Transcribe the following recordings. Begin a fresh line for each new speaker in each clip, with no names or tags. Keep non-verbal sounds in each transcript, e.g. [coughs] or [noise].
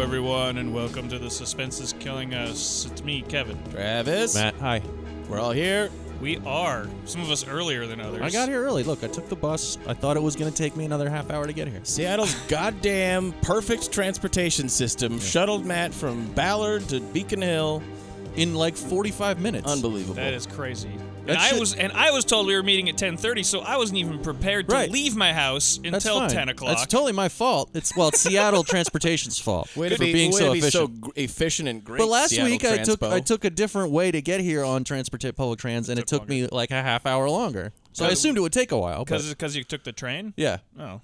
everyone, and welcome to The Suspense is Killing Us. It's me, Kevin.
Travis,
Matt, hi.
we're all here.
We are, some of us earlier than others.
I got here early. Look, I took the bus. I thought it was going to take me another half hour to get here. [laughs]
Seattle's goddamn perfect transportation system shuttled Matt from Ballard to Beacon Hill.
In like 45 minutes.
Unbelievable.
That is crazy. And
That
I
shit-
was and I was told we were meeting at 10:30, so I wasn't even prepared to
Right.
leave my house
That's
until
fine.
10 o'clock.
That's totally my fault. It's well, it's Seattle [laughs] transportation's fault
way
for
to be,
being
way
so
to be so
efficient.
gr- efficient and great.
but last
Seattle
week I took
Transpo.
I took a different way to get here on transport public trans, and it took me like a half hour longer. So I assumed it would take a while. But,
Because you took the train?
yeah,
Oh.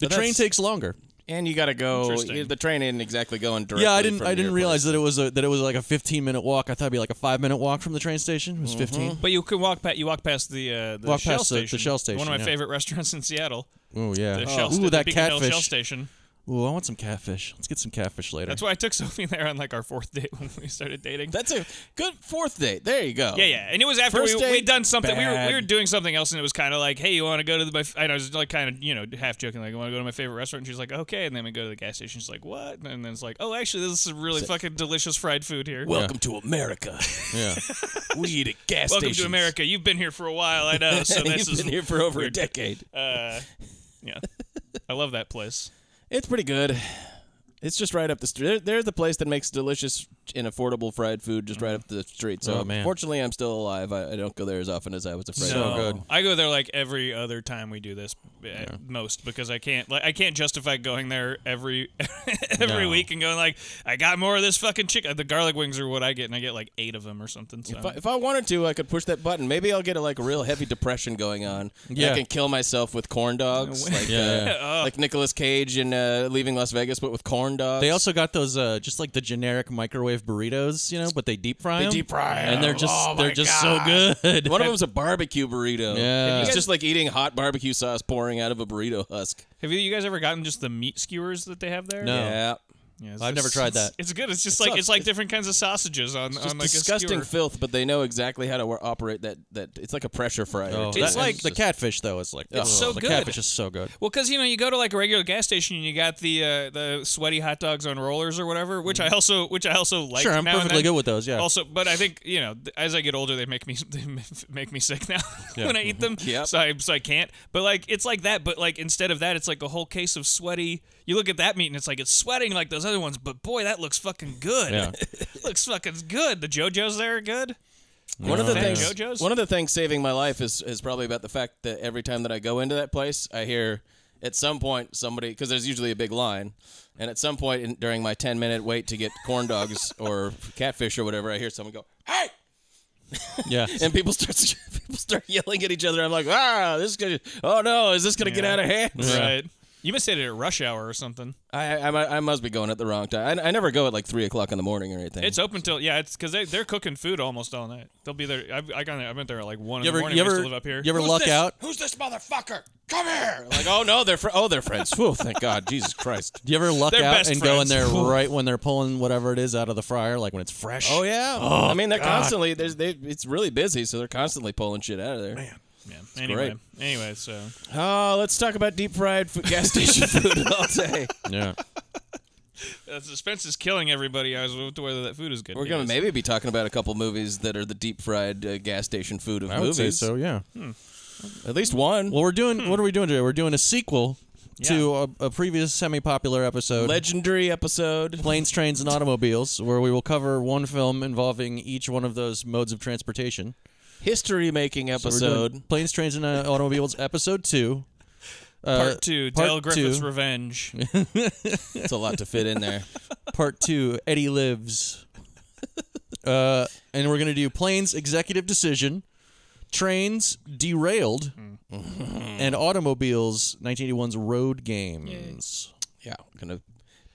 the
But
train
that's-
takes longer.
and you got to go.
Interesting.
you- The train isn't exactly going directly.
Yeah, I didn't
from
I
your
didn't
place.
realize that it was a that it was like a 15 minute walk. I thought it'd be like a five minute walk from the train station. It was 15.
But you can walk past you walk past the uh, the
Walk
Shell
past the- the
station.
Shell
One
station,
of my
yeah.
favorite restaurants in Seattle.
Oh yeah.
The
Oh,
Shell sta-
ooh,
the
that
Beacon Hill
catfish.
Shell station.
Ooh, I want some catfish. Let's get some catfish later.
That's why I took [laughs] Sophie there on like our fourth date when we started dating.
That's a good fourth date. There you go.
Yeah, yeah, and it was after we
First
we
date,
had done something. We were
bad.
we were doing something else, and it was kind of like, hey, you want to go to the? My, f-" and I was like, kind of, you know, half joking, like, I want to go to my favorite restaurant. And she's like, okay, and then we go to the gas station. She's like, what? And then it's like, oh, actually, this is really fucking delicious fried food here.
Welcome to
[laughs]
America.
yeah.
we eat at gas
Welcome
stations.
to America. You've been here for a while, I know.
[laughs]
So this
You've
is
been here for over a
weird.
decade.
Uh, yeah, I love that place.
It's pretty good. It's just right up the street. They're, they're the place that makes delicious and affordable fried food just right up the street. So,
Oh, man.
fortunately, I'm still alive. I, I don't go there as often as I was afraid.
So
of.
good.
I go there like every other time we do this, at most because I can't like I can't justify going there every [laughs] every
No.
week and going like I got more of this fucking chicken. The garlic wings are what I get, and I get like eight of them or something. So
If I, if I wanted to, I could push that button. Maybe I'll get a, like a real heavy depression going on. and I
Yeah.
can kill myself with corn dogs, like
[laughs] Yeah,
uh,
yeah.
like Nicolas Cage in uh, Leaving Las Vegas, but with corn dogs.
They also got those uh, just like the generic microwave burritos, you know, but they deep fry
They
them.
deep fry
and they're
'em.
just
Oh,
they're
my
just
God.
so good.
One of them's a barbecue burrito.
Yeah.
it's just like eating hot barbecue sauce pouring out of a burrito husk.
have you, you guys ever gotten just the meat skewers that they have there?
No. Oh.
Yeah,
Yeah, it's
I've never
just-
tried
it's-
that.
It's good. It's just like
sucks.
it's like different kinds of sausages on
just
on like a
disgusting
skewer.
filth, but they know exactly how to wo- operate that. That [laughs] it's like a pressure fryer.
Oh,
too.
that-
It's like-
the catfish though. It's like it's
so
the
good.
catfish is so good.
Well, because you know, you go to like a regular gas station and you got the uh, the sweaty hot dogs on rollers or whatever, which I also which I also like.
Mm-hmm. Sure, I'm
now and
perfectly
then.
good with those, yeah.
Also, but I think you know, th- as I get older, they make me [laughs] they m- make me sick now [laughs] when I eat them.
Mm-hmm.
Yep.
So I so I can't. But like it's like that. But like instead of that, it's like a whole case of sweaty. You look at that meat and it's like it's sweating like those other ones. But boy, that looks fucking good.
Yeah.
[laughs] looks fucking good. The JoJo's there are good.
One of the
Fat
things,
JoJo's?
one of the things saving my life is is probably about the fact that every time that I go into that place, I hear at some point somebody because there's usually a big line, and at some point in, during my ten minute wait to get
[laughs]
corn dogs or catfish or whatever, I hear someone go, "Hey!"
[laughs] Yeah.
and people start [laughs] people start yelling at each other. I'm like, "Ah, this is gonna, oh no, is this gonna get out of hand?"
Right. You missed it at rush hour or something.
I, I mu- I must be going at the wrong time. I, I never go at like three o'clock in the morning or anything.
It's open till yeah, it's because they they're cooking food almost all night. They'll be there. I've I gone there, I've been there at like one
You
in the
ever
morning.
you
I used
ever
to live up here.
you ever luck
this?
out?
Who's this motherfucker? Come here! Like, oh no, they're fr- oh they're friends. Whoa, thank God, Jesus Christ.
Do you ever luck
They're
out
best
and go in
friends.
there right when they're pulling whatever it is out of the fryer, like when it's fresh?
Oh yeah. I mean, they're constantly there's they. It's really busy, so they're constantly pulling shit out of there. Man.
yeah. Anyway,
great.
anyway, so
Oh, let's talk about deep fried food,
[laughs]
gas station food all day.
[laughs] yeah.
uh, suspense is killing everybody. I was with whether that food is good.
We're gonna
Anyways.
maybe be talking about a couple movies that are the deep fried uh, gas station food of
I would
movies.
say so. Yeah.
At least one.
Well, we're doing. What are we doing today? We're doing a sequel to
Yeah.
a, a previous semi-popular episode.
Legendary episode.
planes, trains, and automobiles, where we will cover one film involving each one of those modes of transportation.
History making
We're doing
episode.
planes, trains, and uh, automobiles, episode two. Uh,
part two.
part
Dale Griffith's
[laughs]
two.
revenge.
It's a lot to fit in
[laughs]
there.
part two. Eddie lives.
[laughs]
Uh, and we're gonna do planes, executive decision, trains, derailed,
Mm.
and automobiles, 1981's road games.
yeah, gonna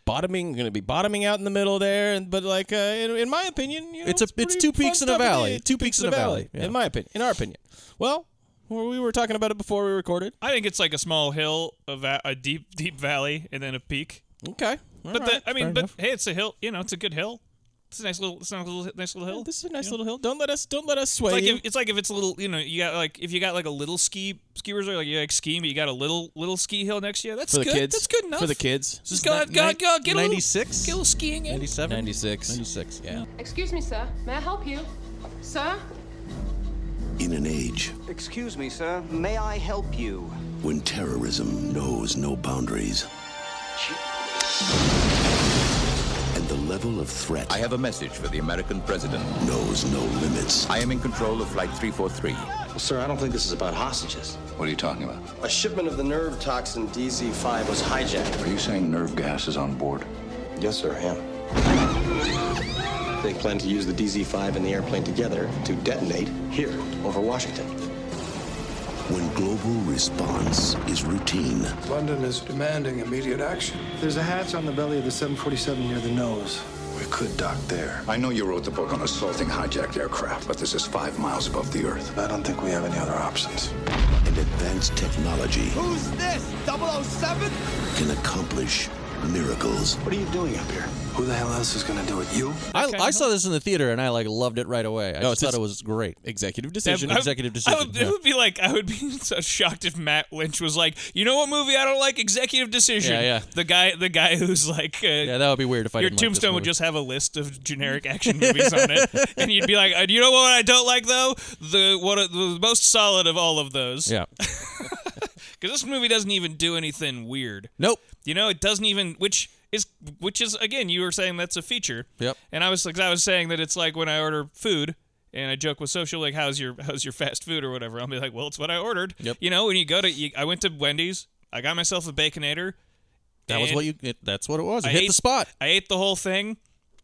bottoming. Gonna be bottoming out in the middle there, and but like uh, in, in my opinion, you know,
It's a- it's
pretty
two
fun
peaks in a
stuff. It
valley.
is
Two peaks in a valley, yeah.
In my opinion, in our opinion. Well, we were talking about it before we recorded.
I think it's like a small hill, a, va- a deep deep valley, and then a peak.
Okay.
But the, I mean, but hey, it's a hill. You know, it's a good hill. It's a nice little, it's a nice little, nice little hill.
This is a nice little hill. Don't let us don't let us sway.
It's like
you.
if it's like if it's a little, you know, you got like if you got like a little ski ski resort, like you like skiing, but you got a little little ski hill next to you. That's
for the
good.
kids.
That's good enough
for the kids.
Just go, go, go, get a little, get
96?
a little skiing in.
97?
96.
96.
Yeah.
Excuse me, sir. May I help you? Sir?
In an age
Excuse me, sir. May I help you?
when terrorism knows no boundaries and the level of threat
I have a message for the American president.
knows no limits,
I am in control of Flight 343.
Sir, I don't think this is about hostages.
What are you talking about?
A shipment of the nerve toxin DZ5 was hijacked.
Are you saying nerve gas is on board?
Yes, sir, I am. They plan to use the DZ5 and the airplane together to detonate here over Washington.
when global response is routine,
London is demanding immediate action. There's a hatch on the belly of the 747 near the nose.
We could dock there. I know you wrote the book on assaulting hijacked aircraft, but this is five miles above the earth.
I don't think we have any other options.
and advanced technology
Who's this? 007?
can accomplish miracles.
What are you doing up here? Who the hell else is going to do it? You?
I, I saw this in the theater and I like loved it right away. I
Oh,
just
it's-
thought it was great.
Executive decision.
[laughs] I-
executive
I would,
decision, yeah.
It would be like I would be [laughs] so shocked if Matt Lynch was like, you know what movie I don't like? Executive Decision.
Yeah, yeah.
The guy, the guy who's like, uh,
Yeah, that would be weird if I
your
didn't like this
tombstone would
movie.
just have a list of generic action movies on
[laughs]
it, and you'd be like, uh, you know what I don't like though? The what the most solid of all of those.
Yeah.
[laughs] Because this movie doesn't even do anything weird.
Nope.
You know, it doesn't even which is which is again you were saying that's a feature.
Yep.
And I was like I was saying that it's like when I order food and I joke with social like how's your how's your fast food or whatever. I'll be like, "Well, it's what I ordered."
Yep.
You know, when you go to you, I went to Wendy's, I got myself a baconator.
That was
and
what you. It, that's what it was. It
I
hit
ate-
the spot.
I ate the whole thing.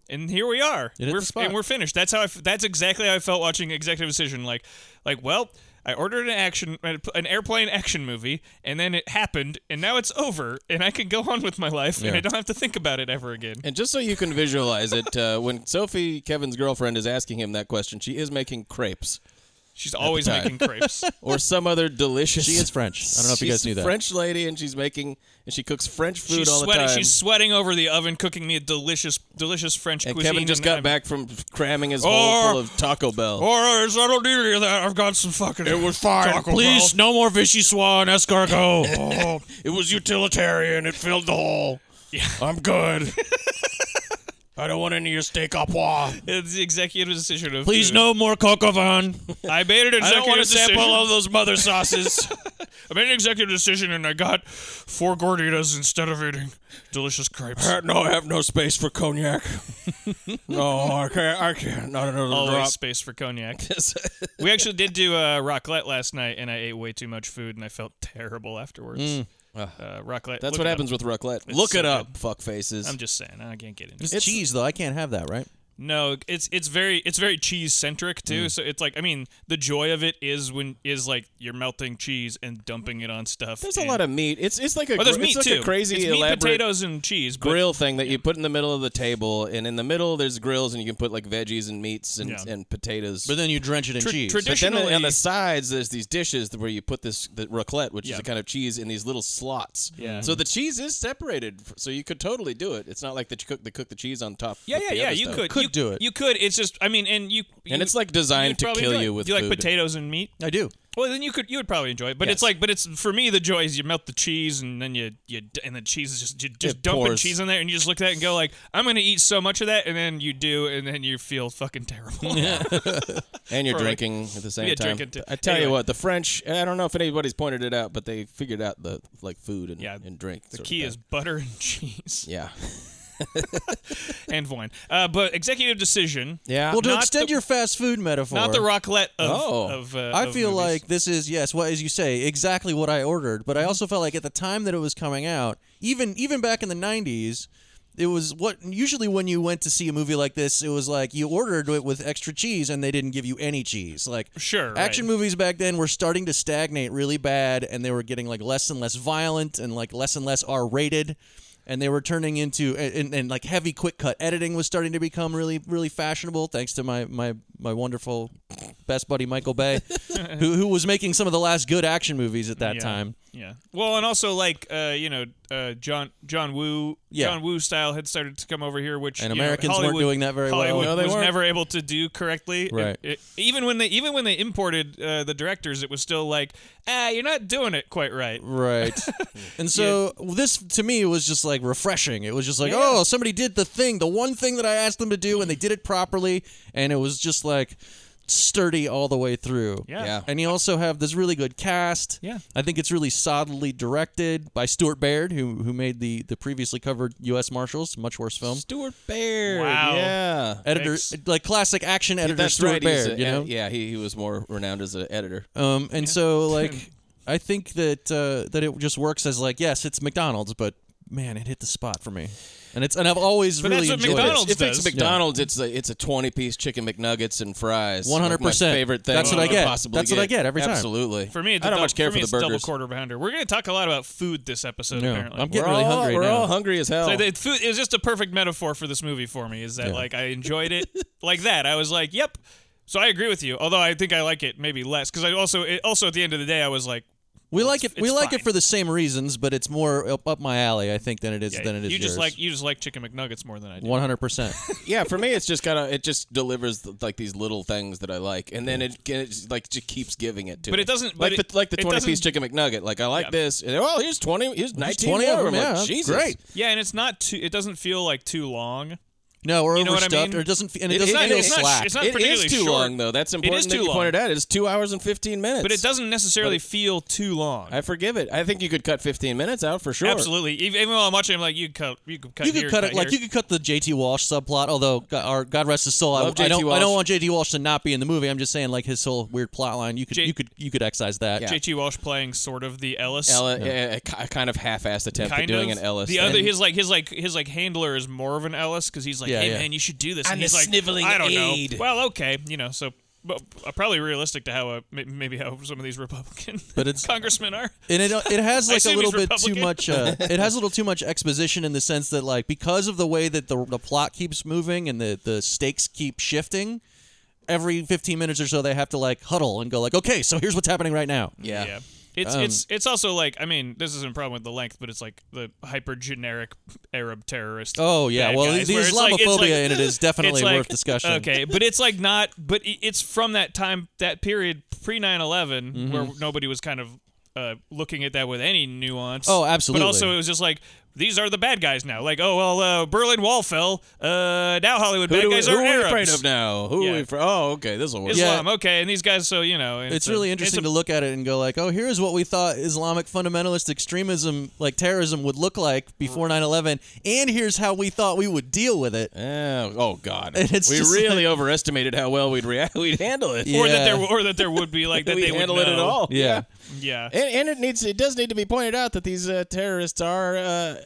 And here we are.
It hit
we're
the spot.
and we're finished. That's how I f- that's exactly how I felt watching Executive Decision like like well, I ordered an action an airplane action movie and then it happened and now it's over and I can go on with my life and
Yeah.
I don't have to think about it ever again.
And just so you can visualize it, uh, when Sophie, Kevin's girlfriend, is asking him that question, she is making crepes
She's always
time.
making crepes.
or [laughs] some other delicious.
She is French. I don't know if you
She's
guys knew
a
that.
French lady, and she's making and she cooks French food
she's
all
sweating.
the time.
She's sweating over the oven, cooking me a delicious, delicious French
and
cuisine.
Kevin just
and
got
I'm-
back from cramming his bowl
Or-
full of Taco Bell.
All right, so I don't need any of that. I've got some fucking. It was fine. Taco Bell.
no more vichyssoise and [laughs] escargot.
Oh,
it was utilitarian. It filled the hole. I'm good. [laughs] I don't want any of your steak au pois.
It's the executive decision of. food.
more coq
[laughs]
au vin.
I made an executive decision.
those mother sauces.
I made an executive decision, and I got four gorditas instead of eating delicious crepes.
no, I have no space for cognac. no, I can't. I can't. Not another
Always space for
[laughs]
cognac. we actually did do uh, raclette last night, and I ate way too much food, and I felt terrible afterwards. Uh, raclette.
Mm. That's
look
what
it up.
happens with raclette. Look
so
it up, fuck faces.
I'm just saying, I can't get into
It's,
it.
cheese though. I can't have that, right?
No, it's it's very it's very cheese centric too.
Mm.
So it's like I mean, the joy of it is when is like you're melting cheese and dumping it on stuff.
there's a lot of meat. It's it's like a,
well,
gr-
there's meat
it's like
too.
a crazy
it's meat,
elaborate
potatoes and cheese. But
grill thing that you put in the middle of the table, and in the middle there's grills, and you can put like veggies and meats and,
Yeah.
and potatoes.
But then you drench it in
Tra-
cheese.
tradi-
But then on the- on
Traditionally-
the sides, there's these dishes where you put this the raclette, which
Yeah.
is a kind of cheese, in these little slots.
Yeah.
So the cheese is separated, f- so you could totally do it. It's not like that you cook the cook the cheese on top.
Yeah,
with
yeah,
the
yeah.
other
You
stuff.
could
Could
you,
do it.
You could. It's just I mean, and you
And
you-
it's, like, designed
you'd
to
probably
kill
enjoy
you
it.
with
you like
food.
potatoes and meat.
I do.
Well, then you could you would probably enjoy it, but it's
Yes.
like but it's for me the joy is you melt the cheese and then you you d- and the cheese is just you just
It
dumping
pours.
cheese in there and you just look at that and go like I'm gonna eat so much of that and then you do and then you feel fucking
[laughs]
terrible.
And you're
Or, like,
drinking at the same
yeah,
time.
drinking too.
I tell
Anyway.
you what, the French. I don't know if anybody's pointed it out, but they figured out the like food and,
Yeah,
and drink.
The
sort of
key
thing.
is butter and cheese
yeah,
and wine. Uh, but executive decision.
yeah.
Well, to
Uh, Not
extend
the-
your fast food metaphor,
Not the raclette of.
Oh.
of uh,
I
of
feel
movies.
like this is yes, what as you say, exactly what I ordered. But I also felt like at the time that it was coming out, even even back in the '90s, it was what usually when you went to see a movie like this, it was like you ordered it with extra cheese and they didn't give you any cheese. Like
Sure,
action
right.
movies back then were starting to stagnate really bad, and they were getting like less and less violent and like less and less R-rated. And they were turning into and, and, and like heavy quick cut editing was starting to become really really fashionable thanks to my my my wonderful best buddy Michael Bay, who, who was making some of the last good action movies at that time.
Yeah. Well, and also like uh, you know uh, John John Woo
Yeah.
John Woo style had started to come over here, which
And
you know,
Americans weren't
Hollywood-
doing that very well.
Hollywood
No,
they
was
weren't.
never able to do correctly. It-
Right.
it- even when they even when they imported uh, the directors, it was still like ah, you're not doing it quite right.
Right.
[laughs]
and so this to me was just like refreshing. It was just like, oh, somebody did the thing, the one thing that I asked them to do, and they did it properly, and it was just like sturdy all the way through.
Yeah.
Yeah.
And you also have this really good cast.
Yeah.
I think it's really solidly directed by Stuart Baird, who who made the the previously covered U.S. Marshals, much worse film.
Stuart Baird.
Wow.
Yeah.
Editor,
Thanks.
like classic action editor
That's
Stuart
right. he's
Baird,
a-
you know?
Yeah, he, he was more renowned as an editor.
Um,
[laughs]
and so like, I think that uh, that it just works as like, yes, it's McDonald's, but man, it hit the spot for me, and it's and I've always
But
really
that's what
enjoyed
McDonald's
it.
If it's
does.
McDonald's, it's a it's a twenty piece chicken McNuggets and fries. Like my
100%.
favorite thing.
That's what
you
I
could
get.
Possibly
That's what I get every time.
Absolutely.
For me, it's
I
a
don't
dou-
much care for,
me,
the
it's double
burgers.
quarter pounder. We're gonna talk a lot about food this episode.
No,
apparently,
I'm
We're
getting really
all,
hungry
we're
now.
all hungry as hell.
Oh.
So the food it was just a perfect metaphor for this movie for me. Is that like I enjoyed it like that? I was like, yep. So I agree with you. Although I think I like it maybe less because I also it, also at the end of the day I was like,
We like it.
It's-
We
it's
like it
fine.
for the same reasons, but it's more up, up my alley, I think, than it is
yeah,
than it is
you just
yours.
like you just like chicken McNuggets more than I do.
one
[laughs]
hundred percent.
yeah, for me, it's just kind of it just delivers the, like these little things that I like, and then it, it just, like just keeps giving it to.
But
me.
it doesn't-
like
but
the like the
it- it
twenty piece
doesn't-
chicken McNugget. Like I like this. And, oh, here's twenty. Here's nineteen
20 of
more. I'm
them,
like,
yeah, that's
Jesus.
great.
Yeah, and it's not too. It doesn't feel like too long.
No, or
You know what I
overstuffed,
mean?
or it doesn't, fe- and it,
It-
doesn't
it-
feel
it's not-
slack.
it's not
It is
particularly
too
short.
long though. That's important.
is
that
too
you
long.
pointed out. It's two hours and fifteen minutes.
But it doesn't necessarily feel too long.
I forgive it. I think you could cut 15 minutes out for sure.
Absolutely. Even, even while I'm watching, I'm like, you could cut. You could cut.
you could
here,
cut it like
here.
you could cut the JT Walsh subplot. Although God, our God rest his soul, I,
Love
I don't
J.T.
I don't
Walsh.
want JT Walsh to not be in the movie. I'm just saying like his whole weird plot line. You could
J-
you could you could excise that.
J.T. Walsh playing sort of the Ellis.
Ella, a- a- a kind of half-assed attempt
Kind
at doing
of.
an Ellis.
the
thing.
other, his like, his like, his like handler is more of an Ellis because he's like,
Yeah,
hey
yeah.
man, you should do this.
I'm
and
the
he's like,
sniveling
I don't
aide."
know. Well, okay, you know, so but, uh, probably realistic to how uh, may- maybe how some of these Republican
[laughs] But
[laughs]
it's-
congressmen are.
and it it has like a
assume
little
he's
bit too
Republican.
much. Uh, it has a little too much exposition in the sense that like because of the way that the the plot keeps moving and the the stakes keep shifting, every fifteen minutes or so they have to like huddle and go like, okay, so here's what's happening right now.
yeah.
Yeah. It's
Um,
it's it's also like I mean this isn't a problem with the length but it's like the hyper generic Arab terrorist.
Oh yeah,
bad
well
guys,
the
where it's like- it's
Islamophobia
like-
in it is definitely
[laughs] it's like-
worth discussion.
Okay, but it's like not but i- it's from that time that period pre 9/11
Mm-hmm.
where nobody was kind of uh, looking at that with any nuance.
Oh, absolutely.
But also it was just like these are the bad guys now. Like oh well uh, Berlin Wall fell. Uh, now Hollywood
Who,
bad
do we,
guys
who
are
are we
Arabs.
afraid of now? Who
Yeah.
are we afraid? Oh, okay, this will work.
Yeah.
Islam. Okay, and these guys so you know and
it's
a-
really interesting
a-
to look at it and go like, oh, here's what we thought Islamic fundamentalist extremism, like terrorism, would look like before 9/11, and here's how we thought we would deal with it.
Yeah. Oh
[laughs]
God,
And it's
we
just
really overestimated how well we'd react. [laughs] We'd handle it.
or that there
Yeah.
or that there would be
[laughs]
like that
we'd
they would
handle it at
know.
all.
Yeah.
Yeah.
And, and it needs. It does need to be pointed out that these uh, terrorists are uh, uh,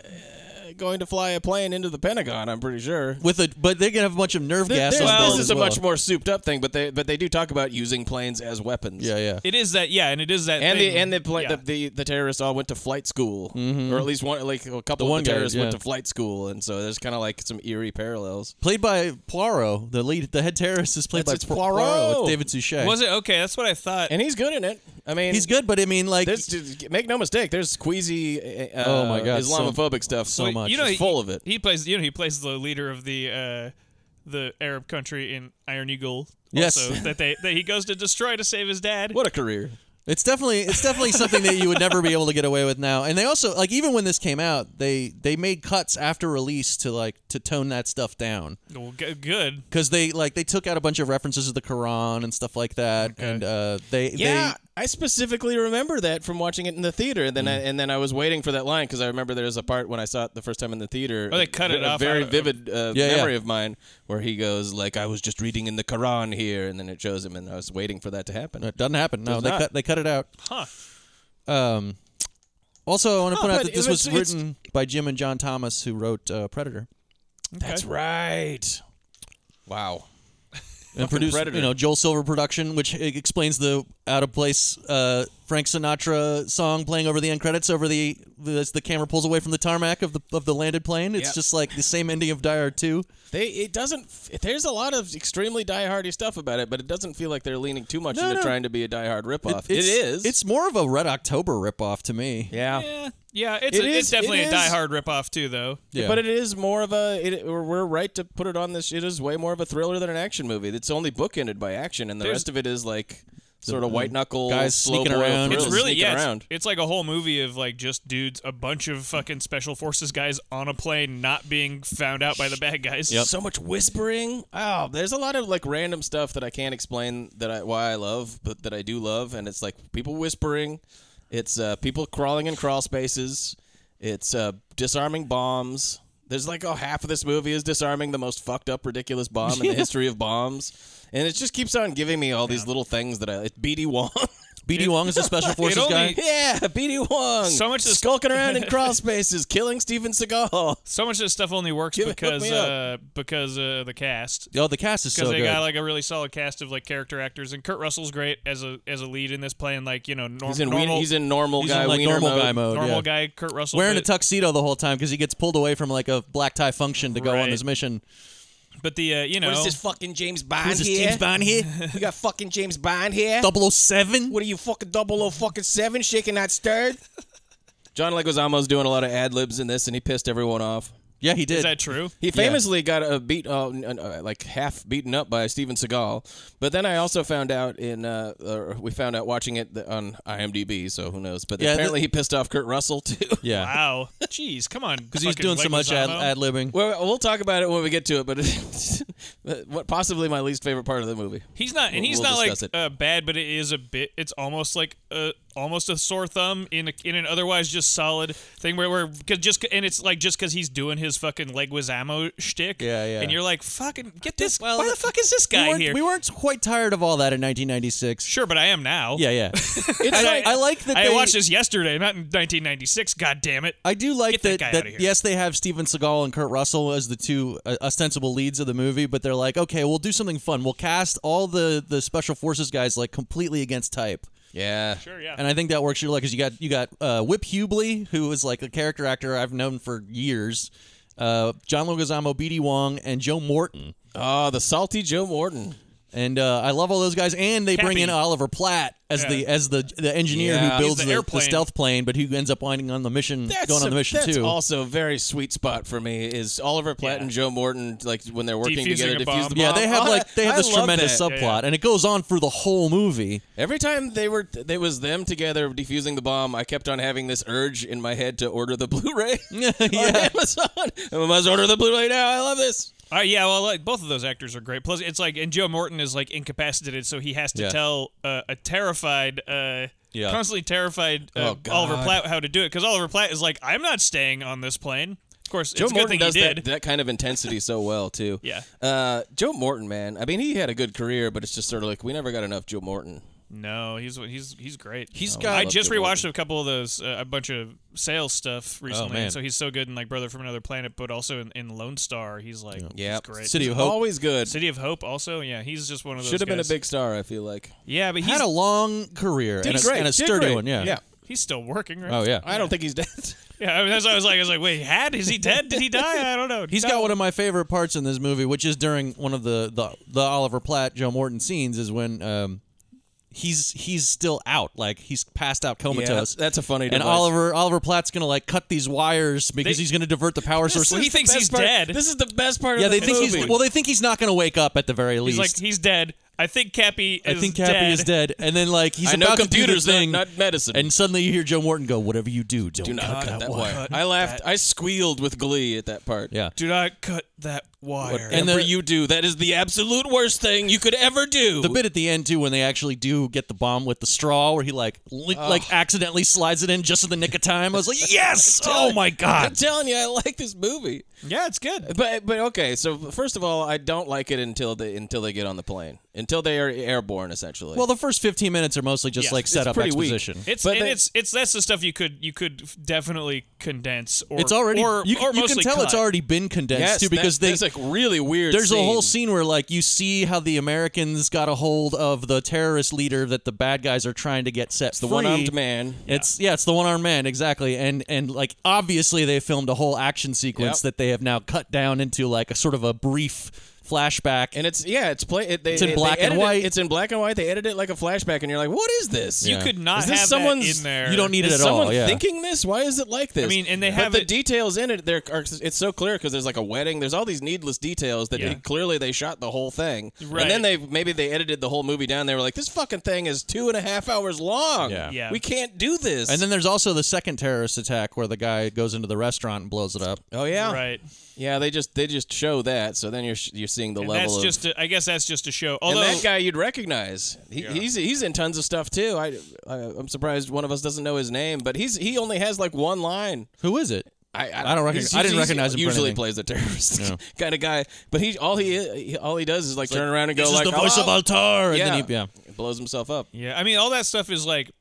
going to fly a plane into the Pentagon. I'm pretty sure.
With a, but they're gonna have a bunch of nerve
Th-
gas.
there's-
on board
this is
as
a
well.
much more souped up thing, but they but they do talk about using planes as weapons.
Yeah, yeah.
It is that, yeah, and it is that.
and
thing.
the and the, pla-
yeah.
the, the the terrorists all went to flight school, or at least one like a couple
Mm-hmm. The one
of the
guy,
terrorists
yeah.
went to flight school, and so there's kind of like some eerie parallels.
played by Poirot, the lead, the head terrorist is played
That's- it's
by P-
Poirot.
It's David Suchet.
was it okay? That's what I thought.
And he's good in it. I mean,
He's good, but I mean, like,
There's, make no mistake, there's queasy, uh,
Oh my God, so-
Islamophobic stuff. So
much.
you know,
it's
he-
full of it.
He plays, you know, he plays the leader of the uh, the Arab country in Iron Eagle.
Yes.
also, that they that he goes to destroy to save his dad.
What a career!
it's definitely it's definitely something that you would never be able to get away with now. And they also like even when this came out, they they made cuts after release to like to tone that stuff down.
Well, g- good.
because they like they took out a bunch of references to the Quran and stuff like that, and uh, they
Yeah, I specifically remember that from watching it in the theater, and then I, and then I was waiting for that line because I remember there was a part when I saw it the first time in the theater.
Oh, they cut
a,
it
a
off
Very
out of-
vivid uh,
Yeah, yeah.
memory of mine where he goes like, "I was just reading in the Quran here," and then it shows him, and I was waiting for that to happen.
they it doesn't happen. No,
Does
they
not.
cut they cut it out.
Huh.
Um, also, I want to
Oh,
point out
but
that this
it
was
was- it's-
written by Jim and John Thomas, who wrote uh, Predator.
That's right. Wow.
and produced
Predator.
you know Joel Silver production, which e- explains the out of place uh, Frank Sinatra song playing over the end credits over the as the camera pulls away from the tarmac of the of the landed plane. It's
Yep.
just like the same ending of Die Hard Two.
They it doesn't. f- There's a lot of extremely diehardy stuff about it, but it doesn't feel like they're leaning too much
No,
into
no.
trying to be a diehard ripoff.
it's,
it is.
It's more of a Red October ripoff to me.
yeah.
Yeah, yeah, it's,
It
a,
is-
it's definitely
it
a
is-
Die Hard ripoff too, though.
Yeah.
But it is more of a. It, we're we're right to put it on this. It is way more of a thriller than an action movie. It's only bookended by action, and the
There's-
rest of it is like sort of white knuckle
guys
slow
sneaking
boil
around.
thrills
It's really
sneaking
yeah, it's-
around.
It's, like a whole movie of like just dudes, a bunch of fucking special forces guys on a plane, not being found out by the bad guys.
So much whispering. Oh, there's a lot of like random stuff that I can't explain that I why I love, but that I do love, and it's like people whispering. It's uh, people crawling in crawl spaces. It's uh, disarming bombs. There's like oh, half of this movie is disarming the most fucked up, ridiculous bomb
[laughs]
in the history of bombs, and it just keeps on giving me all these little things that I. It's BD
[laughs]
Wong.
BD Wong is a special forces
only-
guy.
yeah, BD Wong.
So much of this-
skulking around
[laughs]
in crawl spaces, killing Steven Seagal.
So much of this stuff only works
Give it- hook
because
me
uh,
up.
because uh, the cast.
Oh, the cast is so
Because they
good.
got like a really solid cast of like character actors, and Kurt Russell's great as a as a lead in this playing like you know norm,
He's in ween-
normal
he's in normal
He's
guy
in like
wiener
normal
mode.
guy mode.
normal
yeah.
guy Kurt Russell
Wearing a
but-
tuxedo the whole time because he gets pulled away from like a black tie function to go on
Right.
this mission.
But the uh, you know
What is this fucking James Bond
Is this
here?
James Bond here?
We got fucking James Bond here.
007?
What are you fucking double o fucking seven shaking that stirred? [laughs] John Leguizamo's doing a lot of ad libs in this, and he pissed everyone off.
[laughs] Yeah, he did.
is that true?
He famously got a beat, uh, n- uh, like half beaten up by Steven Seagal. But then I also found out in, uh, uh, we found out watching it th- on IMDb, so who knows? But
Yeah, the-
apparently he pissed off Kurt Russell too.
[laughs] yeah.
Wow, jeez, come on, because
Because he's doing so much ad
[laughs]
libbing.
Well, we'll talk about it when we get to it. But [laughs] what possibly my least favorite part of the movie?
He's not, and
We'll-
he's
we'll
not like
discuss it.
uh, bad, but it is a bit. It's almost like a almost a sore thumb in a, in an otherwise just solid thing where we're cause just and it's like just because he's doing his fucking Leguizamo shtick.
Yeah, yeah.
And you're like, fucking get this.
Well,
why the fuck is this
we
guy
weren't-
here?
We weren't quite tired of all that in 1996.
sure, but I am now. [laughs]
Yeah, yeah.
It's
I,
like-
I like that.
I
they,
watched this yesterday, not in 1996. God damn it.
I do like
Get that guy
that
outta here.
yes, they have Steven Seagal and Kurt Russell as the two uh, ostensible leads of the movie, but they're like, okay, we'll do something fun. We'll cast all the the special forces guys like completely against type.
Yeah.
sure, yeah.
And I think that works really well because you got you got uh, Whip Hubley, who is like a character actor I've known for years, uh, John Leguizamo, B.D. Wong, and Joe Morton.
Oh, the salty Joe Morton.
And uh, I love all those guys. And they bring
Cappy.
in Oliver Platt as the
Yeah.
as the the engineer
Yeah.
who
He's
builds
the
the, the
airplane.
stealth plane, but who ends up winding on the mission,
That's
going on the
a-
mission
that's
too.
also a very sweet spot for me is Oliver Platt and Joe Morton like when they're working
Defusing
together
a
defuse
bomb.
the bomb.
yeah, they have
Oh,
like they have
I
this
love
tremendous
that.
subplot,
yeah.
and it goes on through the whole movie.
Every time they were it was them together defusing the bomb, I kept on having this urge in my head to order the
[laughs]
Blu-ray on Amazon. I must order the Blu-ray now. I love this.
All right, Uh, yeah, well, like, both of those actors are great. Plus, it's like, and Joe Morton is like incapacitated, so he has to
Yeah.
tell uh, a terrified, uh,
Yeah.
constantly terrified
Oh,
uh,
God.
Oliver Platt how to do it because Oliver Platt is like, I'm not staying on this plane. Of course,
Joe
it's a
Morton
good thing
does
he did.
That, that kind of intensity so well too.
[laughs] Yeah.
Uh, Joe Morton, man. I mean, he had a good career, but it's just sort of like we never got enough Joe Morton.
No, he's he's he's great.
He's
He's
got-
I just
Joe
rewatched a couple of those, uh, a bunch of sales stuff recently.
Oh, man.
and so he's so good in like Brother from Another Planet, but also in, in Lone Star, he's like,
Yeah.
he's great.
City of Hope.
Always good.
City of Hope, also, yeah, he's just one of those.
Should have been a
guys.
big star. I feel like.
Yeah, but he's
Had a long career and a,
great,
and a
did
sturdy
great.
one. Yeah.
Yeah.
he's still working, right?
Oh yeah.
I don't think he's [laughs] dead.
[laughs] Yeah, I mean, that's what I was like. I was like, wait, he had? Is he dead? Did he die? I don't know.
[laughs] He's
No.
got one of my favorite parts in this movie, which is during one of the the, the Oliver Platt Joe Morton scenes, is when um, he's he's still out, like he's passed out comatose.
that's a funny
And
device.
Oliver Oliver Platt's gonna like cut these wires because
They-
he's gonna divert the power source.
is- He thinks
best
he's
part-
dead.
This is the best part
yeah,
of
they
the
think
movie.
he's well, they think he's not gonna wake up at the very
He's
least.
like, he's dead. I think Cappy
I
is
think Cappy
dead.
is dead, and then like he's
I know
about
computers,
to do the
not-
thing,
not medicine.
and suddenly you hear Joe Morton go, "Whatever you do, don't
Do not
cut, that wire."
I laughed. I squealed with glee at that part.
Yeah,
Do not cut that wire.
And
And
the-
Whatever you do, that is the absolute worst thing you could ever do.
The bit at the end too, when they actually do get the bomb with the straw, where he like li-
Oh.
like accidentally slides it in just in the nick of time. I was
[laughs]
like, yes! oh my
I'm
god!
telling you, I like this movie.
yeah, it's good.
But but okay, so first of all, I don't like it until they until they get on the plane. until they are airborne, essentially.
Well, the first 15 minutes are mostly just
Yes,
like
it's
set up
pretty weak.
exposition.
It's
But
and
they-
it's it's that's the stuff you could you could definitely condense or
It's already
or,
you,
or
you can
mostly
tell
cut.
it's already been condensed
yes,
too because
that,
they
there's like really weird.
there's a whole
scene.
scene where like you see how the Americans got a hold of the terrorist leader that the bad guys are trying to get set
It's the
free.
one-armed man.
It's yeah, it's the one armed man exactly, and and like obviously they filmed a whole action sequence
Yep.
that they have now cut down into like a sort of a brief flashback.
And it's yeah, it's play. It, they,
It's in
they
black and
edit it-
white.
it's in black and white. They edit it like a flashback, and you're like, "What is this?
You could not
is this
have that
someone's,
in there.
you don't need
Is
it at
someone
all. Yeah,
thinking this? Why is it like this?
I mean, and they
but
have
the
it-
details in it. There are it's so clear because there's like a wedding. There's all these needless details that
Yeah.
they- clearly they shot the whole thing,
Right.
and then they maybe they edited the whole movie down. They were like, "This fucking thing is two and a half hours long.
Yeah.
Yeah.
we can't do this."
and then there's also the second terrorist attack where the guy goes into the restaurant and blows it up.
oh yeah,
right.
yeah, they just they just show that. So then you're sh- you're seeing the
And
level
that's
of
just a, I guess that's just a show. Although
and that guy you'd recognize. He, He's he's in tons of stuff too. I, I I'm surprised one of us doesn't know his name, but he's he only has like one line.
Who is it?
I,
I don't recogni-
he's-
I didn't
he's-
recognize him for
Usually
anything.
plays the terrorist [laughs] kind of guy, but he all he, he- all he does is like turn around and go
This
like
is the voice
"Oh!"
of Altar. And
yeah.
Then he, yeah.
blows himself up.
Yeah, I mean, all that stuff is like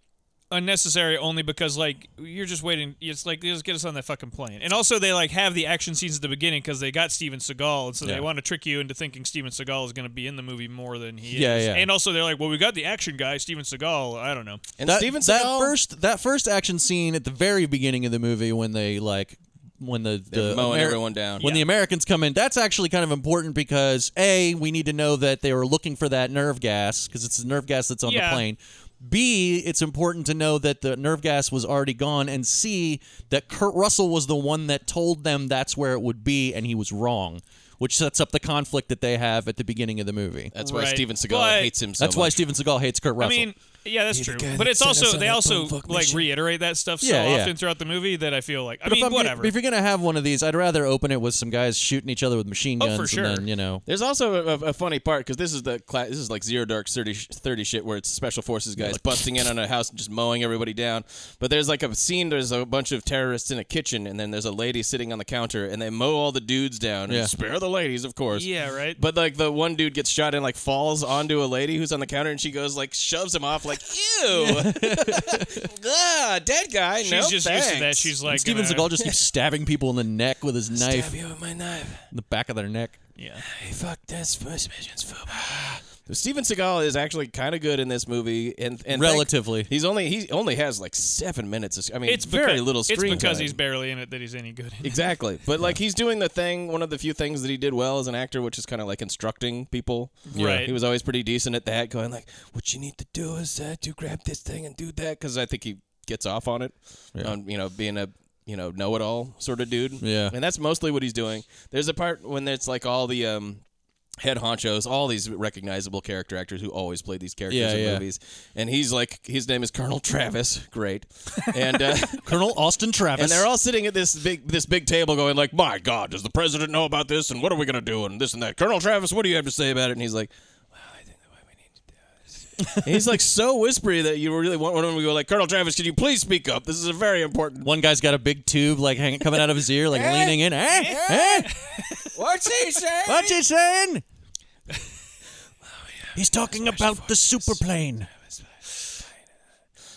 unnecessary only because like you're just waiting. It's like just get us on that fucking plane. And also, they like have the action scenes at the beginning because they got Steven Seagal, and so
Yeah.
they want to trick you into thinking Steven Seagal is going to be in the movie more than he
Yeah,
is.
yeah.
And also, they're like, well, we got the action guy, Steven Seagal. I don't know.
And
that,
Steven
that
Seagal-
first that first action scene at the very beginning of the movie when they like when the, the
mowing everyone down.
when the
Yeah.
Americans come in that's actually kind of important because a we need to know that they were looking for that nerve gas because it's the nerve gas that's on
Yeah.
the plane B it's important to know that the nerve gas was already gone and C that Kurt Russell was the one that told them that's where it would be and he was wrong which sets up the conflict that they have at the beginning of the movie
That's why
Right.
Steven Seagal
But-
hates him so
that's why
much.
Steven Seagal hates Kurt
I
Russell
mean, yeah, that's
You're the
true.
guy
But
that
it's
sent us
also
on
they
that
also
bumfuck
like
mission.
reiterate that stuff so
Yeah, yeah.
often throughout the movie that I feel like I
But
mean,
if I'm
whatever.
Gonna, if you're gonna have one of these, I'd rather open it with some guys shooting each other with machine
Oh,
guns,
for
and
sure.
then you know.
There's also a, a, a funny part because this is the cla- this is like zero dark thirty sh- thirty shit where it's special forces guys busting in on a house and just mowing everybody down. But there's like a scene. There's a bunch of terrorists in a kitchen, and then there's a lady sitting on the counter, and they mow all the dudes down and
Yeah.
spare the ladies, of course.
yeah, right.
But like the one dude gets shot and like falls onto a lady who's on the counter, and she goes like shoves him
[laughs]
off like ew, ah, dead guy.
she's
no
just
thanks.
used to that. She's like uh,
Steven
gonna-
Seagal just [laughs] keeps stabbing people in the neck with his knife,
Stab you with my knife.
in the back of their neck.
yeah.
Hey, fuck this. First mission's food. Steven Seagal is actually kind of good in this movie, and, and thank-
Relatively.
he's only he only has like seven minutes. Of, I mean,
It's
very
because,
little screen
It's because
time.
he's barely in it that he's any good. In it.
exactly, but like he's doing the thing. One of the few things that he did well as an actor, which is kind of like instructing people.
Right.
He was always pretty decent at that, going like, "What you need to do is uh, to grab this thing and do that," because I think he gets off on it, on you know being a you know know-it-all sort of dude.
Yeah.
and that's mostly what he's doing. There's a part when it's like all the um, head honchos, all these recognizable character actors who always play these characters
Yeah,
in
yeah.
movies, and he's like, his name is Colonel Travis. Great, and.
[laughs]
Uh,
Colonel Austin Travis.
and they're all sitting at this big this big table going like, "My God, does the president know about this? And what are we going to do? And this and that." Colonel Travis, what do you have to say about it? And he's like, "Well, I think the way we need to do this." And [laughs] he's like so whispery that you really want one of them to go like, "Colonel Travis, could you please speak up? This is a very important."
one guy's got a big tube like hanging coming out of his ear, like [laughs] leaning in. Eh? Eh?
What's he saying?
What's he saying? [laughs] He's talking about the superplane.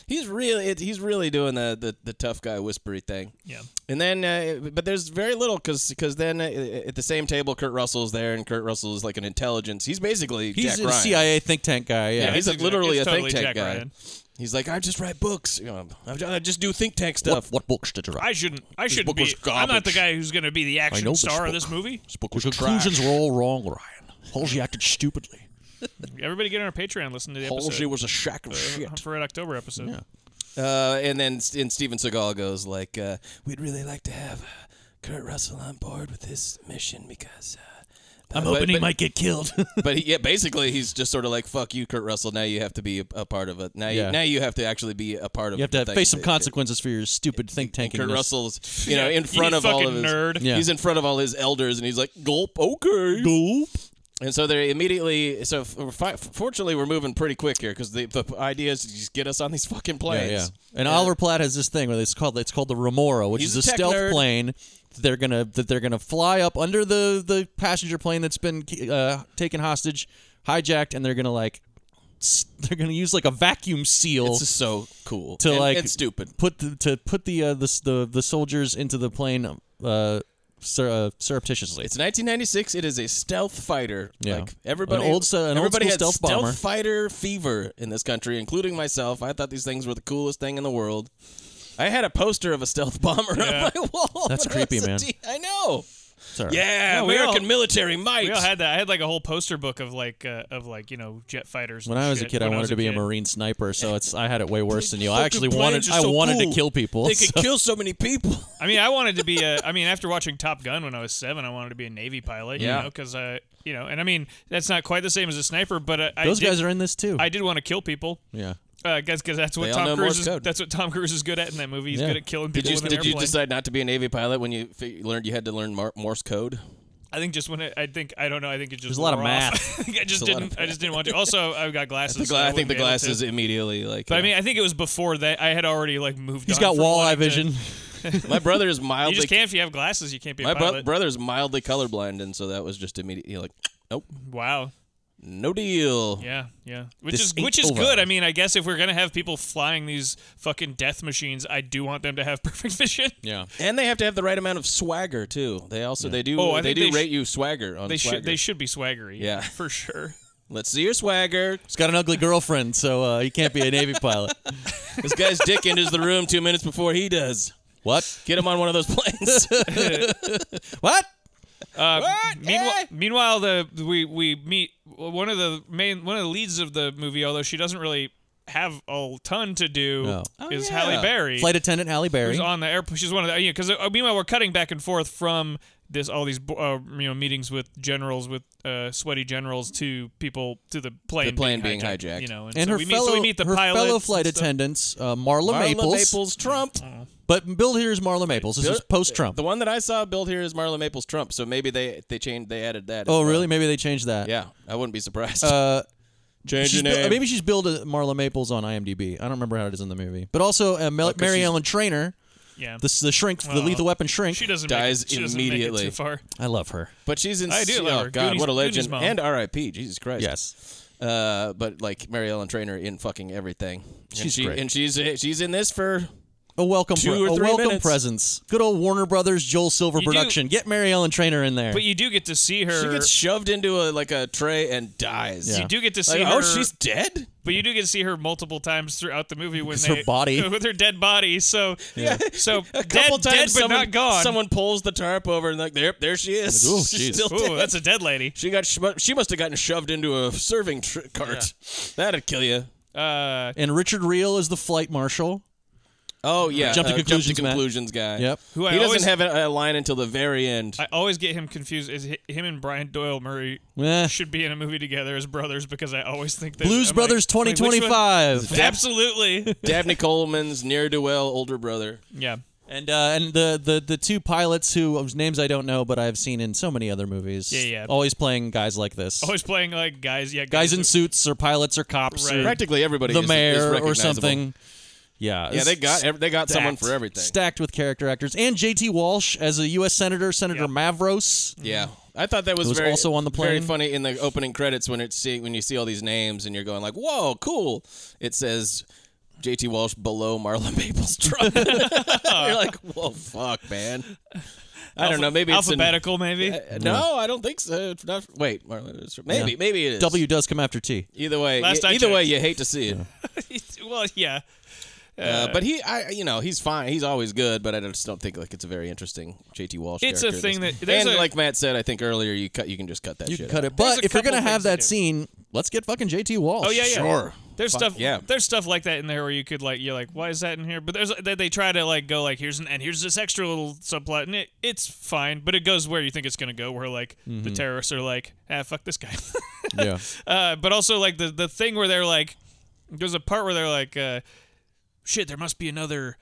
He's really it, he's really doing the, the the tough guy whispery thing.
Yeah.
And then, uh, but there's very little because then uh, at the same table, Kurt Russell's there, and Kurt Russell is like an intelligence. He's basically
He's
Jack
a
Ryan.
CIA think tank guy. Yeah.
Yeah, he's a,
it's exa-
literally
it's
a
totally
think
Jack
tank guy.
Ryan.
He's like, I just write books. You know, I ju- I just do think tank
what,
stuff.
[laughs] what books did you write?
I shouldn't. I shouldn't
book
be.
was
I'm not the
garbage.
guy who's going to be the
know
action
this
star of
book.
this movie.
This book was Your conclusions were all wrong, Ryan. Halsey acted stupidly.
Everybody get on our Patreon. Listen to the
Halsey
episode uh,
was a shack of shit.
for an October episode.
Uh, and then S- and Steven Seagal goes like, uh, We'd really like to have uh, Kurt Russell on board with this mission because. Uh,
I'm
but-
hoping he
but-
might get
[laughs]
killed.
But he, yeah, basically, he's just sort of like, "Fuck you, Kurt Russell. Now you have to be a, a part of it. Now you
Yeah.
now you have to actually be a part of.
You have to
the thing."
face some
It- it-
consequences for your stupid think
And
tanking.
Kurt Russell's, you know, in
you
front of all
fucking
of his
nerd.
Yeah.
He's in front of all his elders, and he's like, "Gulp, okay." Gulp. And so they immediately. So f- fi- fortunately, we're moving pretty quick here because the, the idea is to just get us on these fucking
Yeah,
planes.
yeah. And Oliver Platt has this thing where it's called it's called the Remora, which
He's a
is a
tech
stealth
nerd.
plane. that They're gonna that they're gonna fly up under the the passenger plane that's been uh, taken hostage hijacked and they're gonna like s- they're gonna use like a vacuum seal
It's just so cool.
to
And-
like
and stupid.
put the, to put the uh, the, s- the the soldiers into the plane uh, sur- uh surreptitiously.
It's 1996. It is a stealth fighter.
Yeah.
Like everybody,
An old- an old
everybody
school
had
stealth bomber.
fighter fever in this country, including myself. I thought these things were the coolest thing in the world. I had a poster of a stealth bomber [laughs] on my wall.
That's
when I was
creepy,
a
man.
teen- I know.
Sorry.
Yeah,
No, we
American
all-
military might.
We all had that. I had like a whole poster book of like uh, of like you know jet fighters.
When
and
I was a
shit
kid, I
when
wanted
was
to be
kid.
a marine sniper, so it's I had it way worse than you. I
Fucking
actually
planes
wanted
are
I
so
wanted
cool.
to kill people.
They
[laughs] so-
could kill so many people.
I mean, I wanted to be a. I mean, after watching Top Gun when I was seven, I wanted to be a Navy pilot.
Yeah.
You know, because I, you know, and I mean, that's not quite the same as a sniper, but uh, I
Those
did,
guys are in this too.
I did want to kill people.
yeah.
Uh, guess because that's what
They all know
Tom
Morse
Cruise is.
code.
That's what Tom Cruise is good at in that movie. He's
Yeah.
good at killing
[laughs] Did
people
you
with an
did you
airplane.
decide not to be a Navy pilot when you fi- learned you had to learn Mar- Morse code?
I think just when it, I think I don't know. I think it just
There's a lot of
wore off. [laughs]
math.
I think I just
There's a lot
didn't.
of
I just didn't want to. Also, I've got glasses.
The
so
gla- [laughs] I think
wouldn't
the
be able to.
glasses immediately like.
But I
uh,
mean, I think it was before that. I had already like moved.
He's
on
got
from
walleye
wanting to-
vision.
my brother
[laughs]
is
You
mildly
just can't if you have glasses. You can't be a
My bro-
pilot.
brother's mildly colorblind, and so that was just immediately like, nope,
wow.
no deal.
Yeah, yeah. Which
This
is
ain't
which is
over.
good. I mean, I guess if we're gonna have people flying these fucking death machines, I do want them to have [laughs] perfect vision.
Yeah.
And they have to have the right amount of swagger too. They also they do
Oh, I
they
think
do
they sh-
rate you swagger on
They
swagger.
should they should be swaggery.
Yeah.
for sure.
Let's see your swagger.
He's got an ugly girlfriend, so uh, he can't be a Navy pilot.
This guy's dick enters the [laughs] room two minutes before he does.
What?
Get him on one of those [laughs] planes.
What?
Uh,
Meanwhile,
Eh.
meanwhile, the we we meet one of the main one of the leads of the movie, although she doesn't really have a ton to do,
No.
is
Oh, yeah.
Halle Berry.
Flight attendant Halle Berry.
She's on the airport. She's one of the you know because uh, meanwhile we're cutting back and forth from this all these bo- uh, you know meetings with generals with uh, sweaty generals to people to the plane
plane
being,
being
hijacked,
hijacked.
You know, and,
And
so
her
we meet,
fellow
so we meet the
her
pilots
fellow
and
flight
stuff.
attendants, uh, Marla,
Marla
Maples.
Maples, Trump.
But Bill here is Marla Maples. This
Bill-
is post Trump.
The one that I saw built here is Marla Maples Trump. So maybe they they changed they added that. as
Oh,
well.
really? Maybe they changed that.
Yeah, I wouldn't be surprised.
Uh,
[laughs] Change
she's
your
bu-
name.
maybe she's billed as Marla Maples on IMDb. I don't remember how it is in the movie. But also uh, Mel-
'cause
Mary
she's-
Ellen Trainer,
Yeah,
the, the shrink, the
Well,
Lethal Weapon shrink.
she doesn't
dies
make it, she doesn't
immediately.
Make it too far.
I love her.
but she's in.
I do love
oh,
her.
God,
Goonies-
what a
Goonies
legend!
mom.
And R.I.P. Jesus Christ.
Yes.
Uh, but like Mary Ellen Trainer in fucking everything. and
She's
she,
great.
and she's she's in this for
A welcome,
Two
pre-
or
a
three
welcome
minutes.
presence. Good old Warner Brothers, Joel Silver
You do-
production. Get Mary Ellen Trainer in there.
But you do get to see her.
she gets shoved into a like a tray and dies.
Yeah.
you do get to
Like,
see her.
oh, she's dead.
but you do get to see her multiple times throughout the movie when
Because
they
her
[laughs]
body-
with her dead body. So yeah, [laughs] so
A
dead,
couple
dead, but
times, someone,
not gone.
someone pulls the tarp over and like there, there she is.
Ooh,
she's
jeez.
still
Ooh,
dead.
that's a dead lady.
she got shmo- she must have gotten shoved into a serving tr- cart. That'd kill you.
Uh,
and Richard Reel is the flight marshal.
Oh yeah,
Jump to
uh,
conclusions, Matt.
conclusions guy.
Yep.
Who I
he doesn't
always-
have a, a line until the very end.
I always get him confused. Is hi- him and Brian Doyle Murray
Eh.
should be in a movie together as brothers because I always think that
Blues
I'm like,
Brothers
wait, which one? [laughs]
2025.
Absolutely.
Dabney Coleman's near do well older brother.
yeah.
And uh, and the, the the two pilots who whose names I don't know, but I've seen in so many other movies.
Yeah, yeah.
Always playing guys like this.
Always playing like guys. Yeah.
guys in
who-
suits or pilots or cops
Right.
or
Practically everybody
the
is- is
mayor or
recognizable.
something. Yeah.
Yeah, they got ev- they got someone for everything.
Stacked with character actors and J.T. Walsh as a U.S. senator, Senator
Yeah.
Mavros.
Yeah, I thought that was,
It was
very,
also on the
Very
plane.
funny in the opening credits when it's see when you see all these names and you're going like, "Whoa, cool!" It says J.T. Walsh below Marla [laughs] Maples truck.
[laughs]
you're like, "Whoa, fuck, man." I don't know. Maybe it's in-
alphabetical. maybe.
Uh, no, I don't think so. It's not- wait, Marla, it's- maybe
Yeah.
maybe it is.
W does come after T.
Either way,
Last
y-
I
either way,
checked.
you hate to see it.
[laughs] well, yeah.
Uh, but he, I, you know, he's fine. He's always good, but I just don't think like it's a very interesting J.T. Walsh.
It's a
character.
thing
That's-
that- there's
and
a-
like Matt said, I think earlier, you cut, you can just cut that
You
shit.
can cut
out.
it.
There's
But
a
if you're gonna
couple things
have
to
that
do.
scene, let's get fucking J.T. Walsh.
Oh yeah, yeah.
Sure.
There's
Fuck,
stuff.
yeah.
There's stuff like that in there where you could like you're like, why is that in here? But there's they, they try to like go like here's an and here's this extra little subplot and it, it's fine, but it goes where you think it's gonna go. Where like
Mm-hmm.
the terrorists are like, ah, fuck this guy. [laughs]
Yeah.
uh, but also like the the thing where they're like, there's a part where they're like, uh, shit, there must be another.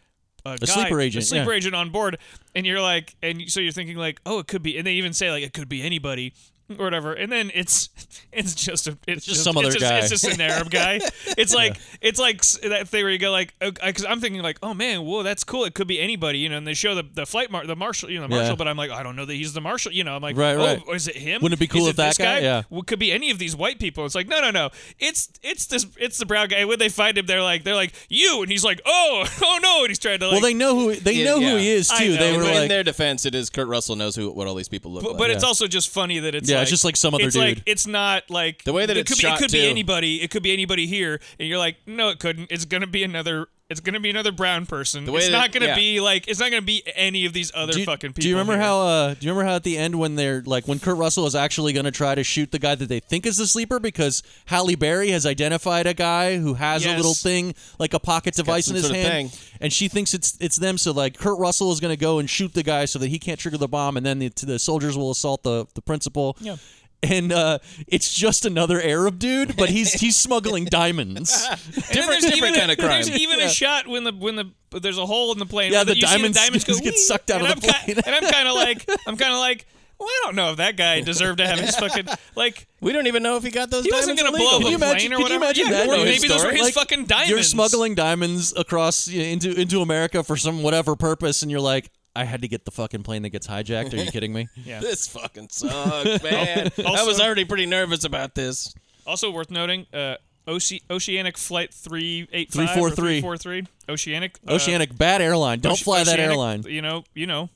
Uh, guy,
sleeper agent,
a sleeper
yeah.
agent on board, and you're like, and so you're thinking like, oh, it could be, and they even say like, it could be anybody, or whatever. And then it's [laughs] it's just a it's,
just some other
it's just,
guy.
It's just an Arab
[laughs]
guy. It's like it's like s- that thing where you go like because I'm thinking like oh man whoa that's cool it could be anybody you know and they show the the flight mar- the marshal you know the
Yeah.
marshal but I'm like I don't know that he's the marshal you know I'm like
Right,
oh
right.
is it him
Wouldn't it be cool
Is
if that
this
guy- yeah.
well, could be any of these white people. It's like, no, no, no. It's it's this it's the brown guy. When they find him, they're like they're like you, and he's like, oh, [laughs] oh no, and he's trying to like.
well, they know who they
Yeah,
know
yeah.
who he is
I
too.
know,
They were
But
like,
in their defense, it is Kurt Russell knows who what all these people look
but
like.
but it's also just funny that it's
Yeah,
like,
it's just like some other
it's like-
dude.
it's not like
The way that
it
it's
could, be,
shot,
it could
too.
be anybody. It could be anybody here, and you're like, no, it couldn't. It's gonna be another. It's gonna be another brown person.
way
it's
that-
not gonna
yeah.
be like. It's not gonna be any of these other
do you,
fucking people.
do you remember
here.
how? Uh, do you remember how at the end when they're like when Kurt Russell is actually going to try to shoot the guy that they think is the sleeper because Halle Berry has identified a guy who has a
Yes.
little thing like a pocket device
some
in his
sort of
hand, and she thinks it's it's them. So like Kurt Russell is going to go and shoot the guy so that he can't trigger the bomb, and then the, the soldiers will assault the the principal. Yeah. And uh, it's just another Arab dude, but
[laughs]
he's he's smuggling diamonds.
And then
different,
there's
different
even-
kind of crime.
There's even a shot when the when the there's a hole in the plane.
Yeah,
where
the
you see
diamonds [laughs]
diamonds go
get
"Wee!"
sucked out of
And
the
I'm ki-
plane.
and I'm kind
[laughs]
of like I'm kind of like well, I don't know if that guy deserved to have his
[laughs]
fucking like.
we don't even know if he got those.
He wasn't
diamonds
gonna blow
illegal.
up
Can you
a plane or
imagine? Can you
whatever.
imagine
Yeah,
that?
or
though?
maybe those were his
Like,
fucking
You're
diamonds.
smuggling diamonds across you know, into into America for some whatever purpose, and you're like, I had to get the fucking plane that gets hijacked.
[laughs]
Are you kidding me?
Yeah.
This fucking
[laughs]
sucks, man. I
Also-
was already pretty nervous about this.
Also worth noting, uh, Oce- Oceanic Flight three eight
Three four three.
four three Oceanic uh,
Oceanic, bad airline. Don't
Oce-
fly that
Oceanic,
airline.
You know, you know,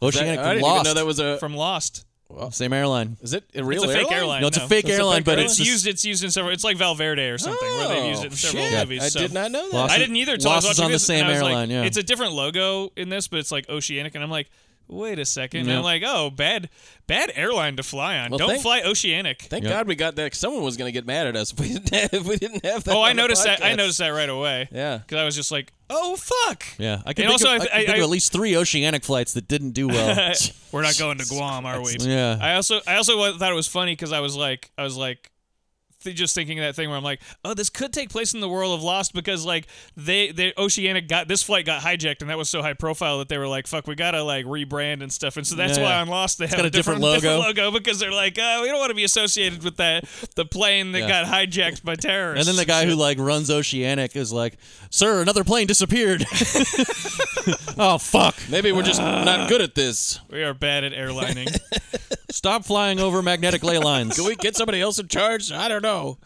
That-
Oceanic
I didn't
lost.
even know that was a.
from Lost.
Same airline.
is it a real
It's a fake airline.
No, it's a fake
It's a
airline,
fake
but
airline?
It's
just-
used. It's used in several. It's like Valverde or something, where they've used it in
Oh,
several
shit.
movies.
I
so-
did not know that.
Lost
I
[laughs] is-
didn't either. Till I
Lost
was
is
watching
on the
this,
same
and I was
airline,
Like,
yeah.
It's a different logo in this, but it's like Oceanic, and I'm like, wait a second. And
Yeah.
I'm like, oh, bad, bad airline to fly on.
Well,
Don't
thank-
fly Oceanic.
Thank God we got that. 'cause Someone was going to get mad at us if we [laughs] didn't have, if we didn't have that.
oh,
on
I
the
noticed that. I
podcast.
noticed that right away.
Yeah.
because I was just like, oh fuck.
Yeah, I can
And
think,
also,
of,
I
I
th-
can
I-
think of
I-
at least three oceanic flights that didn't do well.
[laughs]
[laughs]
We're not going to Guam, are we?
Yeah.
I also I also wa- thought it was funny because I was like I was like th- just thinking that thing where I'm like, oh, this could take place in the world of Lost because like they the Oceanic got this flight got hijacked and that was so high profile that they were like, fuck, we gotta like rebrand and stuff, and so that's
Yeah,
why
yeah.
on Lost they have
got
a
a different logo.
because they're like, uh, we don't want to be associated with that the plane that got hijacked by
And
terrorists.
then the guy who like runs Oceanic is like, "Sir, another plane disappeared." [laughs] oh fuck! Ah.
Maybe we're just not good at this.
we are bad at
[laughs]
airlining.
Stop flying over magnetic ley lines.
Can we get somebody else in charge? I don't know.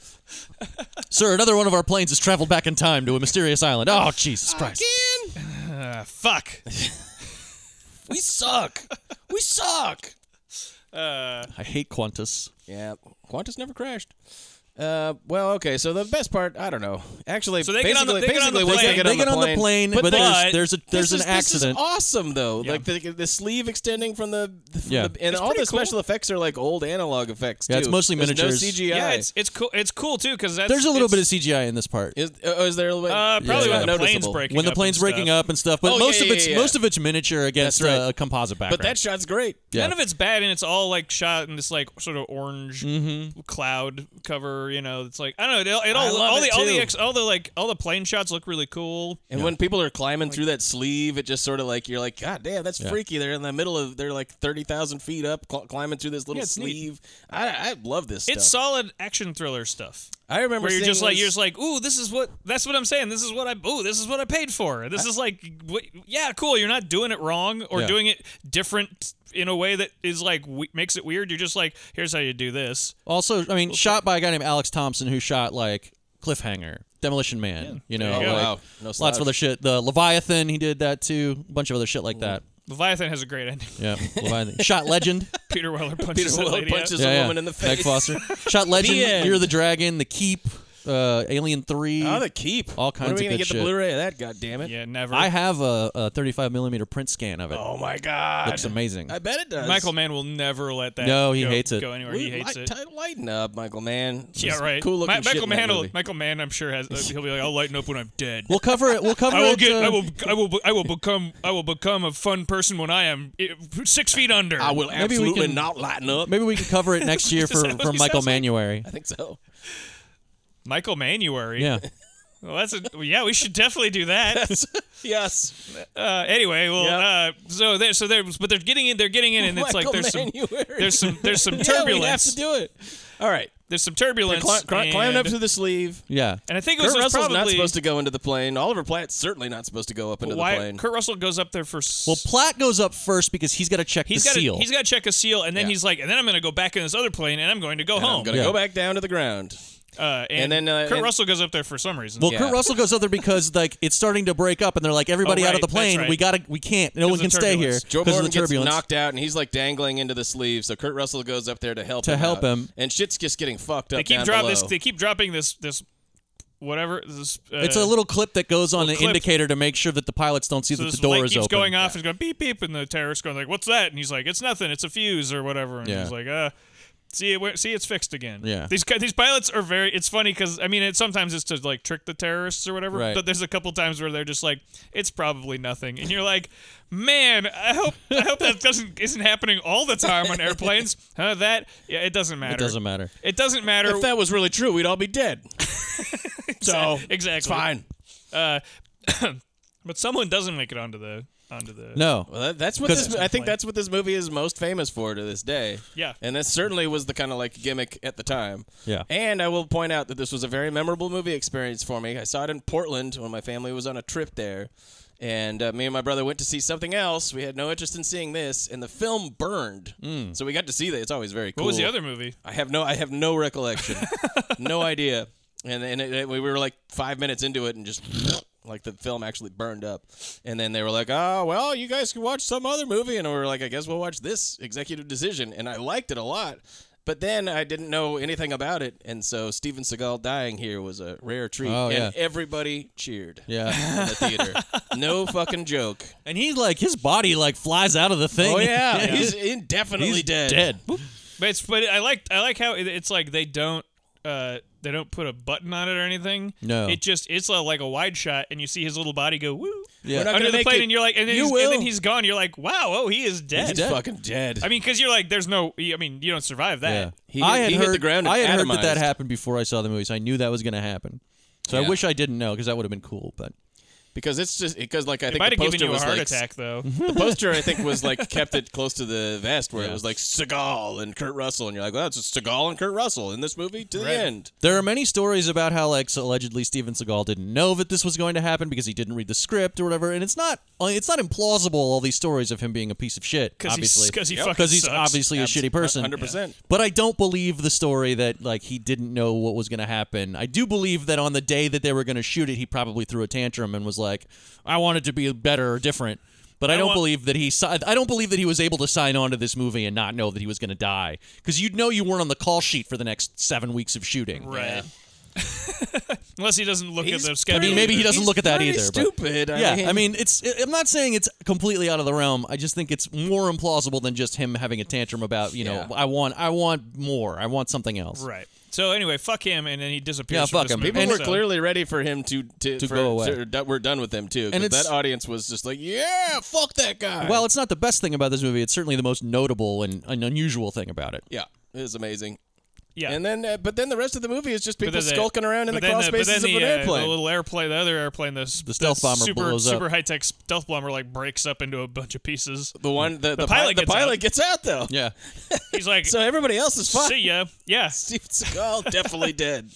Sir, another one of our planes has traveled back in time to a mysterious island. Oh, Jesus Christ.
Ah, fuck.
We suck. We suck.
I hate Qantas.
Yeah, Qantas never crashed. Uh, well, okay. So the best part, I don't know. Actually,
So they get on the-
basically,
they get on the
basically, once
plane.
they get
They
on
get
the
on the
plane,
plane, but,
but they-
they-
there's, there's, a,
this
there's an
is- This
accident.
is awesome, though. Like the, the sleeve extending from the, the- from
Yeah.
the- and
It's
all
pretty
the
cool.
special effects are like old analog effects.
Yeah, it's
too.
mostly
There's
miniatures.
No CGI.
Yeah, it's it's cool. It's cool too because
There's a little bit of CGI in this part.
is, oh, is there a little bit?
Uh, probably
it's
when
not
the plane's
noticeable.
breaking
when the
up
plane's
and
breaking
stuff.
up and stuff, but
Oh, yeah,
most of
yeah,
it's
yeah, yeah.
most of it's miniature against
That's right.
uh, a composite background.
But that shot's great.
Yeah.
None of it's bad, and it's all like shot in this like sort of orange cloud cover. You know, it's like I don't know. It, it all
Mm-hmm. love
all
it,
the all the
too.
ex, all the like all the plane shots look really cool.
And when people are climbing through that sleeve, it just sort of like you're like, God damn, that's freaky. They're in the middle of they're like thirty thousand feet up, cl- climbing through this little
Yeah, it's neat.
sleeve. I, I love this.
It's
stuff.
solid action thriller stuff.
I remember
Where you're
seeing
just like
this-
you're just like, ooh, this is what that's what I'm saying. This is what I ooh, this is what I paid for. This is like, what, yeah, cool. You're not doing it wrong or
Yeah.
doing it different in a way that is like we- makes it weird. You're just like, here's how you do this.
also, I mean, shot by a guy named Alex Thompson who shot like Cliffhanger, Demolition Man. You know,
There you
oh
go.
like,
wow, no
lots
slouch.
of other shit. The Leviathan, he did that too. A bunch of other shit like that.
Leviathan has a great ending. [laughs]
Yeah, Leviathan. shot Legend.
Peter Weller [laughs]
Peter [laughs]
punches that
Weller
lady out.
punches a woman in the face. [laughs]
Meg Foster. Shot Legend,
The end.
Year of the Dragon, The Keep, uh, Alien 3.
Oh, the keep.
All
when
kinds
are we
of
gonna
good
get
shit.
the Blu-ray of that? God damn it!
Yeah, never.
I have a, a 35 millimeter print scan of it.
Oh my god,
Looks amazing.
I bet it does.
Michael Mann will never let that.
No, he
go-
hates it.
Go anywhere.
Ooh,
He hates
light,
it.
tight- lighten up, Michael Mann.
Yeah,
Some
right.
Cool looking
Mi- Michael
shit in that
Mann. will-
movie.
Michael Mann. I'm sure
[laughs]
has. He'll be like, I'll lighten up when I'm dead.
We'll cover it. We'll
[laughs]
cover
I will
it.
get.
uh,
I will. I will. I will become. I will become a fun person when I am eh, six feet under.
I will
Maybe we
absolutely
can-
not lighten up.
Maybe we can cover
[laughs]
it next year
Is
for
that what
from
he
Michael
sounds like?
Manuary.
I think so.
Michael Manuary.
Yeah.
Well, that's a well, yeah. We should definitely do
[laughs]
that.
yes.
Uh, anyway, well,
Yeah.
uh, so there, so there, but they're getting in, they're getting in, and it's like
Michael
there's some,
Manuary.
there's some, there's some
[laughs] Yeah, we have
turbulence.
to do it. All right.
there's some turbulence.
Cli- cli- climbed up
and-
to the sleeve.
Yeah.
and I think it was
Kurt Russell's
probably
not supposed to go into the plane. Oliver Platt's certainly not supposed to go up into
why
the plane.
Kurt Russell goes up there for s-
Well, Platt goes up first because he's got to check
he's
the
got to
seal.
he's got to check a seal, and then
Yeah.
he's like, and then I'm going to go back in this other plane, and I'm going to go
And
home.
I'm gonna
Yeah.
go back down to the ground.
uh, and,
and then, uh,
Kurt
and-
Russell goes up there for some reason.
well,
Yeah.
Kurt Russell goes up there because like it's starting to break up, and they're like, everybody
Oh,
out
right,
of the
that's
plane.
right.
We gotta, we can't. No one
of the
can stay here
turbulence.
Joe
because of
Gordon
the
gets
turbulence.
knocked out, and he's like dangling into the sleeve. So Kurt Russell goes up there to help
To
him
help
out.
him.
and shit's just getting fucked up.
they keep
down
dropping
below.
this. They keep dropping this. This whatever. This, uh,
It's a little clip that goes on an
clip.
indicator to make sure that the pilots don't see
So
that
this
the door
light
is
keeps
open.
going off. It's going beep beep, and the terrorist going like, "What's that?" And he's like, "It's nothing. It's a fuse or whatever." And
Yeah.
he's like, "Uh." See, it, see, it's fixed again.
Yeah.
these ki- these pilots are very. It's funny because I mean, it, sometimes it's to like trick the terrorists or whatever.
Right.
But there's a couple times where they're just like, "It's probably nothing," and you're like, "Man, I hope I hope that doesn't isn't happening all the time on
[laughs]
airplanes." Huh? That yeah, it doesn't matter.
It doesn't matter.
It doesn't matter.
if that was really true, we'd all be dead.
[laughs]
so
exactly. Uh,
it's fine.
[coughs] but someone doesn't make it onto the onto the
No.
Well, that, that's what
'Cause-
this, I think that's what this movie is most famous for to this day.
Yeah.
and this certainly was the kind of like gimmick at the time.
Yeah.
and I will point out that this was a very memorable movie experience for me. I saw it in Portland when my family was on a trip there, and uh, me and my brother went to see something else. We had no interest in seeing this, and the film burned.
Hmm.
So we got to see that. It's always very cool.
What was the other movie?
I have no I have no
[laughs]
recollection, no idea. And and it, it- we were like five minutes into it, and just like the film actually burned up. And then they were like, "Oh well, you guys can watch some other movie," and we were like, "I guess we'll watch this Executive Decision." And I liked it a lot. But then I didn't know anything about it, and so Steven Seagal dying here was a rare treat,
Oh,
and
yeah.
everybody cheered
Yeah.
in the theater.
[laughs]
No fucking joke.
[laughs] And he like his body like flies out of the thing.
Oh
[laughs]
yeah, he's indefinitely
He's
dead.
dead.
But it's but I like I like how it, it's like they don't uh they don't put a button on it or anything.
No.
it just it's a, like a wide shot, and you see his little body go woo
Yeah. We're not
under
gonna
the
make
plane,
it.
and you're like, and then,
You
he's, and then
will.
he's gone. You're like, wow, oh, he is dead.
He's fucking dead.
I mean, because you're like, there's no, I mean, you don't survive that.
Yeah.
He
I
hit-
had
he hit
heard,
the ground and
I had heard that that
atomized.
happened before I saw the movie, so I knew that was going to happen. So I
Yeah.
wish I didn't know because that would have been cool. But
because it's just because like I
It
think
might
the
have given
poster
you a
was
heart
like
attack though.
Mm-hmm.
the poster I think was like kept it close to the vest where
Yeah.
it was like Seagal and Kurt Russell and you're like well it's Seagal and Kurt Russell in this movie to the end
there are many stories about how like so allegedly Steven Seagal didn't know that this was going to happen because he didn't read the script or whatever. And it's not uh, it's not implausible all these stories of him being a piece of shit.
'Cause he's-
obviously,
'cause he
Yep.
fucking
he's
sucks.
obviously
Abs-
a shitty person.
100%.
But I don't believe the story that like he didn't know what was going to happen. I do believe that on the day that they were going to shoot it, he probably threw a tantrum and was like, "I want it to be better or different." But I, don't
want-
believe that he. si- I don't believe that he was able to sign on to this movie and not know that he was going to die because you'd know you weren't on the call sheet for the next seven weeks of shooting.
Right. [laughs] Unless he doesn't look
He's
at the
pretty-
schedule.
I mean, maybe he doesn't
He's
look at that
pretty
either. but-
uh,
stupid. I
yeah,
mean-
I mean, it's. I- I'm not saying it's completely out of the realm. I just think it's more implausible than just him having a tantrum about you know
Yeah.
I want I want more I want something else.
Right. So anyway, fuck him, and then he disappears.
Yeah,
from
fuck
this
him.
movie,
people
And-
were
so-
clearly ready for him to to,
To
for-
go away.
to- we're done with them too
And
and
it's-
that audience was just like yeah fuck that guy
Well, it's not the best thing about this movie. It's certainly the most notable and an unusual thing about it.
yeah it was amazing
Yeah.
and then uh, but then the rest of the movie is just
But
people
then the-
skulking around in the
but then
crawl
but
spaces
then
of
the,
an
uh,
airplane
the little airplane, the other airplane, the, s-
stealth bomber
super,
blows up.
super high tech stealth bomber, like breaks up into a bunch of pieces.
the one the, the, pi-
pilot
the
gets
pilot
out.
gets out though
Yeah,
He's like,
[laughs] so everybody else is fine [laughs]
see ya, yeah,
Steven Seagal definitely
[laughs]
dead.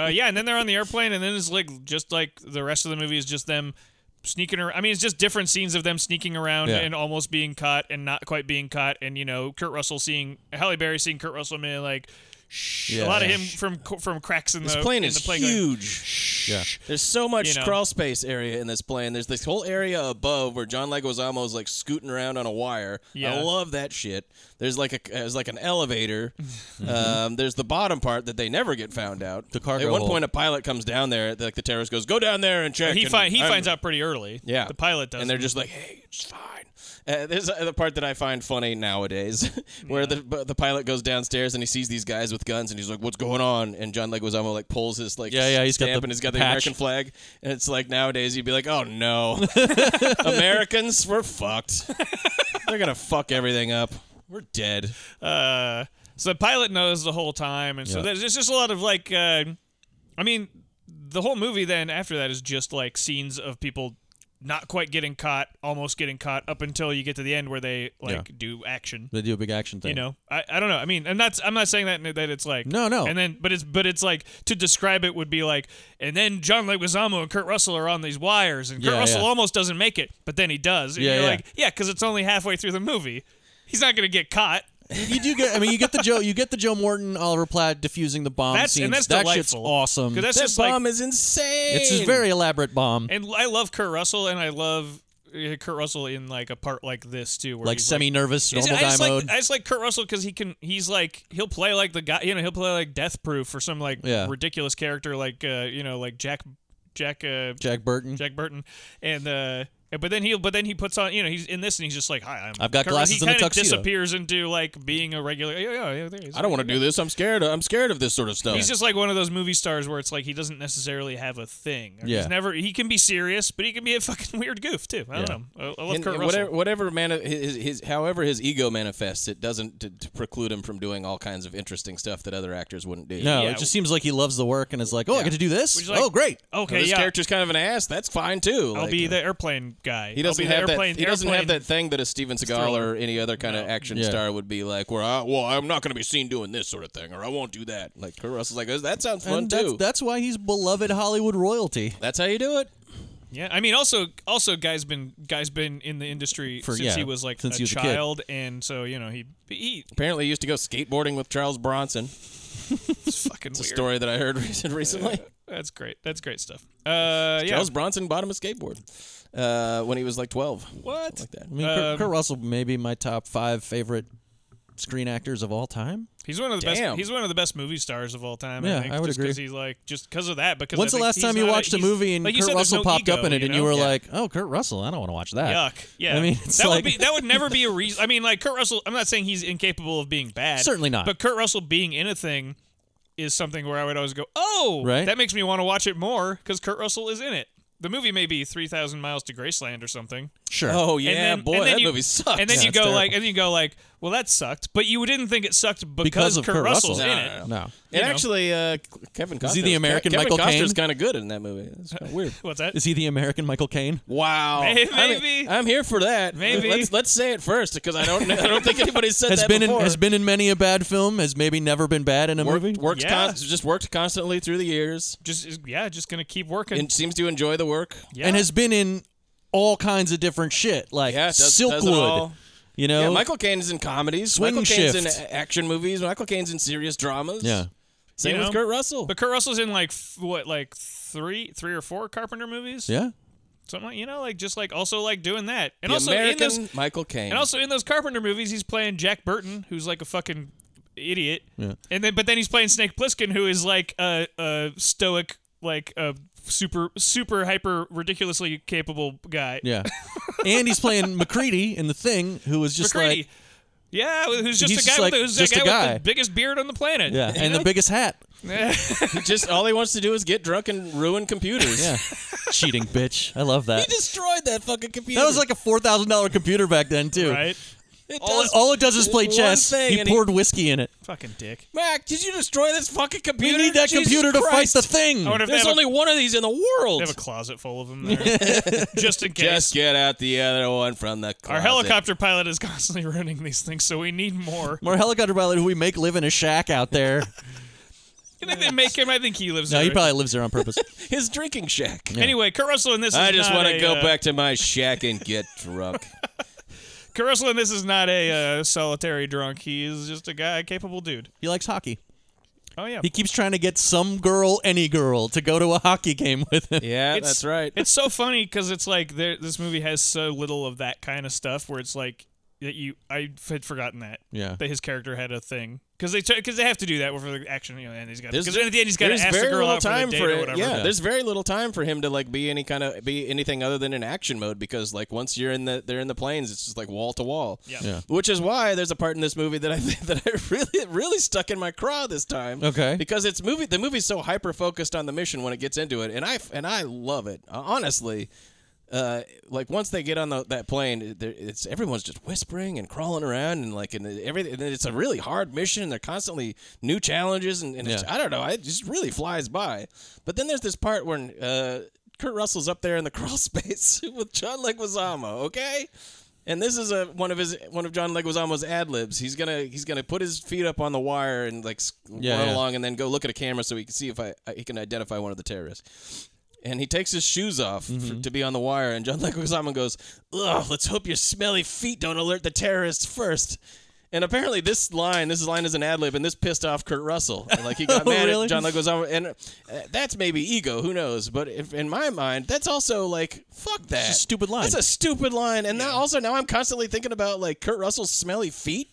uh, yeah. And then they're on the airplane, and then it's like just like the rest of the movie is just them sneaking around. I mean, it's just different scenes of them sneaking around
Yeah.
and almost being caught and not quite being caught, and you know, Kurt Russell seeing Halle Berry seeing Kurt Russell, man, like. Shh,
Yeah.
a lot of him from co- from cracks in
This
the
plane
in
is
the plane going,
huge.
Yeah.
There's so much
You know.
crawl space area in this plane. There's this whole area above where John Leguizamo is like scooting around on a wire.
Yeah.
I love that shit. There's like a there's like
[laughs]
an elevator.
Mm-hmm.
um, there's the bottom part that they never get found out.
The cargo
At one
hold.
point, a pilot comes down there. Like the terrorist goes, "Go down there and check."
He
and
find he
I'm-
finds out pretty early.
Yeah,
the pilot does.
And they're just like, "Hey, it's fine." Uh, there's uh, the part that I find funny nowadays, [laughs] where the the the pilot goes downstairs and he sees these guys with guns, and he's like, "What's going on?" And John Leguizamo like pulls his like
Yeah, yeah, he's got
stamp
the
and he's got the
patch.
American flag, and it's like nowadays you'd be like, "Oh
[laughs]
no, [laughs] Americans, we're fucked. [laughs] they're gonna fuck everything up. We're dead."
uh, so the pilot knows the whole time, and so
Yeah.
there's just a lot of like, uh, I mean, the whole movie then after that is just like scenes of people not quite getting caught, almost getting caught, up until you get to the end where they like do action.
They do a big action thing.
You know, I, I don't know. I mean, and that's I'm not saying that that it's like
No, no.
And then, but it's but it's like to describe it would be like, and then John Leguizamo and Kurt Russell are on these wires, and Kurt
Yeah,
Russell
yeah.
almost doesn't make it, but then he does. And
Yeah,
you're
yeah.
like, yeah, because it's only halfway through the movie. He's not gonna get caught.
you do get. I mean, you get the Joe. You get the Joe Morton, Oliver Platt diffusing the bomb
That's
scenes.
and that's
that
delightful.
shit's awesome.
'Cause that's
That
just like
bomb is insane.
it's a very elaborate bomb,
And I love Kurt Russell, and I love uh, Kurt Russell in like a part like this too, where
like
he's
semi-nervous,
Is it-
normal
I
guy
just
mode.
like I just like Kurt Russell because he can. He's like he'll play like the guy. You know, he'll play like Death Proof or some like
Yeah.
ridiculous character like uh, you know like Jack Jack uh,
Jack Burton.
Jack Burton and. uh but then he, but then he puts on, you know, he's in this, and he's just like, "Hi, I'm."
I've got
Kurt Russell."
glasses
He
and a
kinda
tuxedo.
disappears into like being a regular. Yeah, yeah, yeah. There he is.
I don't want to do this. I'm scared. I'm scared of this sort of stuff.
He's just like one of those movie stars where it's like he doesn't necessarily have a thing. Or
Yeah.
He's never. He can be serious, but he can be a fucking [laughs] weird goof too. I don't know. I, I love
And-
Kurt
and
Russell.
whatever, whatever man, his, his, however his ego manifests, it doesn't t- to preclude him from doing all kinds of interesting stuff that other actors wouldn't do.
No,
Yeah.
it just seems like he loves the work and is like, oh, I
Yeah.
get to do
Which
this.
is like-
oh, great.
Now,
Okay.
this
yeah.
character's kind of an ass. That's fine too.
I'll
Like,
be the airplane guy.
He doesn't
I'll be
have
the
that.
airplane.
he doesn't have
airplane-
that thing that a Steven Seagal
thriller.
or any other kind of action
Yeah.
star would be like. Where I, well, I'm not going to be seen doing this sort of thing, or I won't do that. Like Kurt Russell's like, "Oh, that sounds fun
And that's,
too.
that's why he's beloved Hollywood royalty.
that's how you do it.
Yeah. I mean, also, also, guy's been guy's been in the industry
For-
since
yeah,
he was like
since
a
he was a kid.
child, and so you know he he
Apparently, he used to go skateboarding with Charles Bronson.
[laughs]
it's fucking
It's a
weird.
story that I heard [laughs] recent- recently.
That's great. That's great stuff. Uh, yeah.
Charles Bronson bought him a skateboard uh, when he was like 12.
What?
Something Like
I
that.
mean, Kurt,
Um,
Kurt Russell may be my top five favorite screen actors of all time.
He's one of the best.
Damn.
He's one of the best movie stars of all time.
Yeah,
I, think,
I would
just
agree.
Because he's like just because of that. Because
When's
I
the
think
last
he's
time you
not a-
watched a,
he's-
movie and
like you
Kurt
said, there's
Russell
no
popped up
ego,
in it, and you
know?
were
Yeah.
like, "Oh, Kurt Russell! I don't want to watch that."
Yuck. Yeah.
I mean, it's
that would
like
be that would never
[laughs]
be a reason. I mean, like Kurt Russell. I'm not saying he's incapable of being bad.
Certainly not.
But Kurt Russell being in a thing is something where I would always go, oh,
Right?
That makes me want to watch it more because Kurt Russell is in it. The movie may be three thousand miles to Graceland or something.
sure.
Oh, yeah,
and then,
boy,
and then
that
you,
movie sucks.
And then
Yeah,
you
it's
go
terrible.
like, and you go like, well, that sucked. But you didn't think it sucked because,
Because of
Kurt,
Kurt
Russell's
Russell.
in
No,
it.
no,
no.
And
You know.
actually, uh, Kevin Costner.
Is he the American
Kevin
Michael
Costner's
Caine?
kind of good in that movie. It's kinda weird.
What's that?
Is he the American Michael Caine?
[laughs] Wow.
May-
I mean,
maybe.
I'm here for that.
Maybe.
Let's let's say it first because I don't know- I don't think anybody's said
Has
that
been in,
before.
has been in many a bad film. Has maybe never been bad in a
worked,
movie.
worked
Yeah.
con- just worked constantly through the years
just is- yeah, just gonna keep working.
and seems to enjoy the work.
yeah.
and has been in all kinds of different shit, like
Yeah, does- does it
Silkwood.
all.
You know,
Yeah, Michael Caine is in comedies.
Swing
Michael Caine's
Shift.
in a- action movies. Michael Caine's in serious dramas.
Yeah.
Same
You know?
with Kurt Russell.
But Kurt Russell's in like f- what, like three, three or four Carpenter movies.
yeah,
something like, you know, like just like also like doing that, and
the
also
American
in those,
Michael Caine.
and also in those Carpenter movies, he's playing Jack Burton, who's like a fucking idiot,
Yeah.
and then but then he's playing Snake Plissken, who is like a, a stoic, like a super super hyper ridiculously capable guy.
yeah. and he's playing McCready in The Thing, who was just
McCready.
like,
yeah, who's just
He's
a guy
just like-
with, who's
just
a
a
guy
guy.
with the biggest beard on the planet.
yeah, and the biggest hat.
[laughs]
He just all he wants to do is get drunk and ruin computers.
Yeah, cheating bitch. I love that.
He [laughs] destroyed that fucking computer.
That was like a four thousand dollar computer back then too.
right.
It
All,
does-
all it does is play
one
chess.
thing,
He
and
poured whiskey in it.
Fucking dick.
Mac, did you destroy this fucking
We
computer?
need that
Jesus
computer to fight
Christ.
the thing.
I wonder if they
There's
have a-
only one of these in the
They
world.
have a closet full of
[laughs]
them there, just in case.
Just get out the other one from the closet.
Our helicopter pilot is [laughs] constantly ruining these things, so we need more.
[laughs]
More helicopter pilot who we make live in a shack
[laughs]
out there.
You think they make him? I think he lives.
no,
there.
he probably lives there
[laughs]
on purpose.
His drinking shack.
Anyway, Kurt Russell in this.
I
is
just
not
want
a,
to go
uh,
back to my shack and get [laughs] drunk.
Kurt Russell in this is not a uh, solitary drunk. He is just a guy, a capable dude.
he likes hockey.
Oh yeah,
He keeps trying to get some girl, any girl, to go to a hockey game with him.
Yeah,
It's-
that's right.
it's so funny because it's like there, this movie has so little of that kind of stuff where it's like that you I had forgotten that
Yeah.
that his character had a thing because they because they have to do that for the action you know and he's got
There's-
because then at the end he's got to
there's
ask the
very
girl
little
out for the
time
date
for
or
it-
whatever.
Yeah,
Yeah.
there's very little time for him to like be any kind of be anything other than in action mode because like once you're in the they're in the planes, it's just like wall to wall.
Yeah.
Yeah.
Which is why there's a part in this movie that I [laughs] think that I really really stuck in my craw this time.
Okay.
Because it's movie the movie's so hyper focused on the mission when it gets into it, and I and I love it Uh, honestly. uh, like once they get on the, that plane, it- there- it's everyone's just whispering and crawling around and like and everything. And it's a really hard mission. And they're constantly new challenges and, and it's,
Yeah.
I don't know. It just really flies by. But then there's this part when uh, Kurt Russell's up there in the [laughs] crawl space with John Leguizamo. Okay. And this is a one of his one of John Leguizamo's ad libs. He's gonna he's gonna put his feet up on the wire and like s-
Yeah,
run
yeah.
along and then go look at a camera so he can see if I, I he can identify one of the terrorists and he takes his shoes off
Mm-hmm.
for, to be on the wire. And John [laughs] Leguizamo goes, "Ugh, let's hope your smelly feet don't alert the terrorists first. And apparently, this line, this line is an ad lib, and this pissed off Kurt Russell. And, like he got
[laughs] Oh,
mad
really?
at John Leguizamo, and uh, that's maybe ego, who knows? But if, in my mind, that's also like fuck that
a stupid line.
That's a stupid line, and now also now I'm constantly thinking about like Kurt Russell's smelly feet.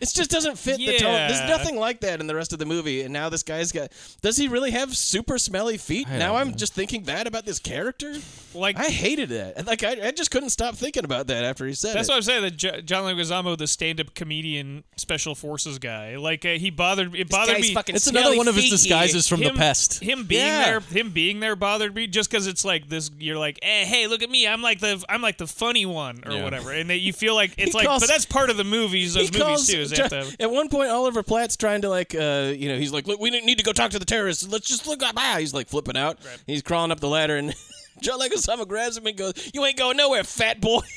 It just doesn't fit the tone. There's
Yeah.
nothing like that in the rest of the movie. And now this guy's got. Does he really have super smelly feet? Now I'm just thinking that about this character.
Like
I hated that. And, Like I, I just couldn't stop thinking about that after he said
That's
it.
what I'm saying. That Jo- John Leguizamo, the stand-up comedian, special forces guy, like uh, he bothered. It bothered
guy's
me.
fucking
It's another one of his disguises from
him,
the pest.
Him being
Yeah.
there, him being there bothered me just because it's like this. You're like, eh, hey, look at me. I'm like the I'm like the funny one or whatever, and that you feel like it's like.
calls-
but that's part of the movies. Those
He calls,
movies too. Is they have to
[laughs]
have-
at one point, Oliver Platt's trying to like, uh, you know, he's like, "Look, we need to go talk to the terrorists. Let's just look up." Ah, he's like flipping out. He's crawling up the ladder, and [laughs] John Leguizamo grabs him and goes, "You ain't going nowhere, fat boy." [laughs]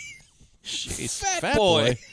fat,
Fat boy.
[laughs]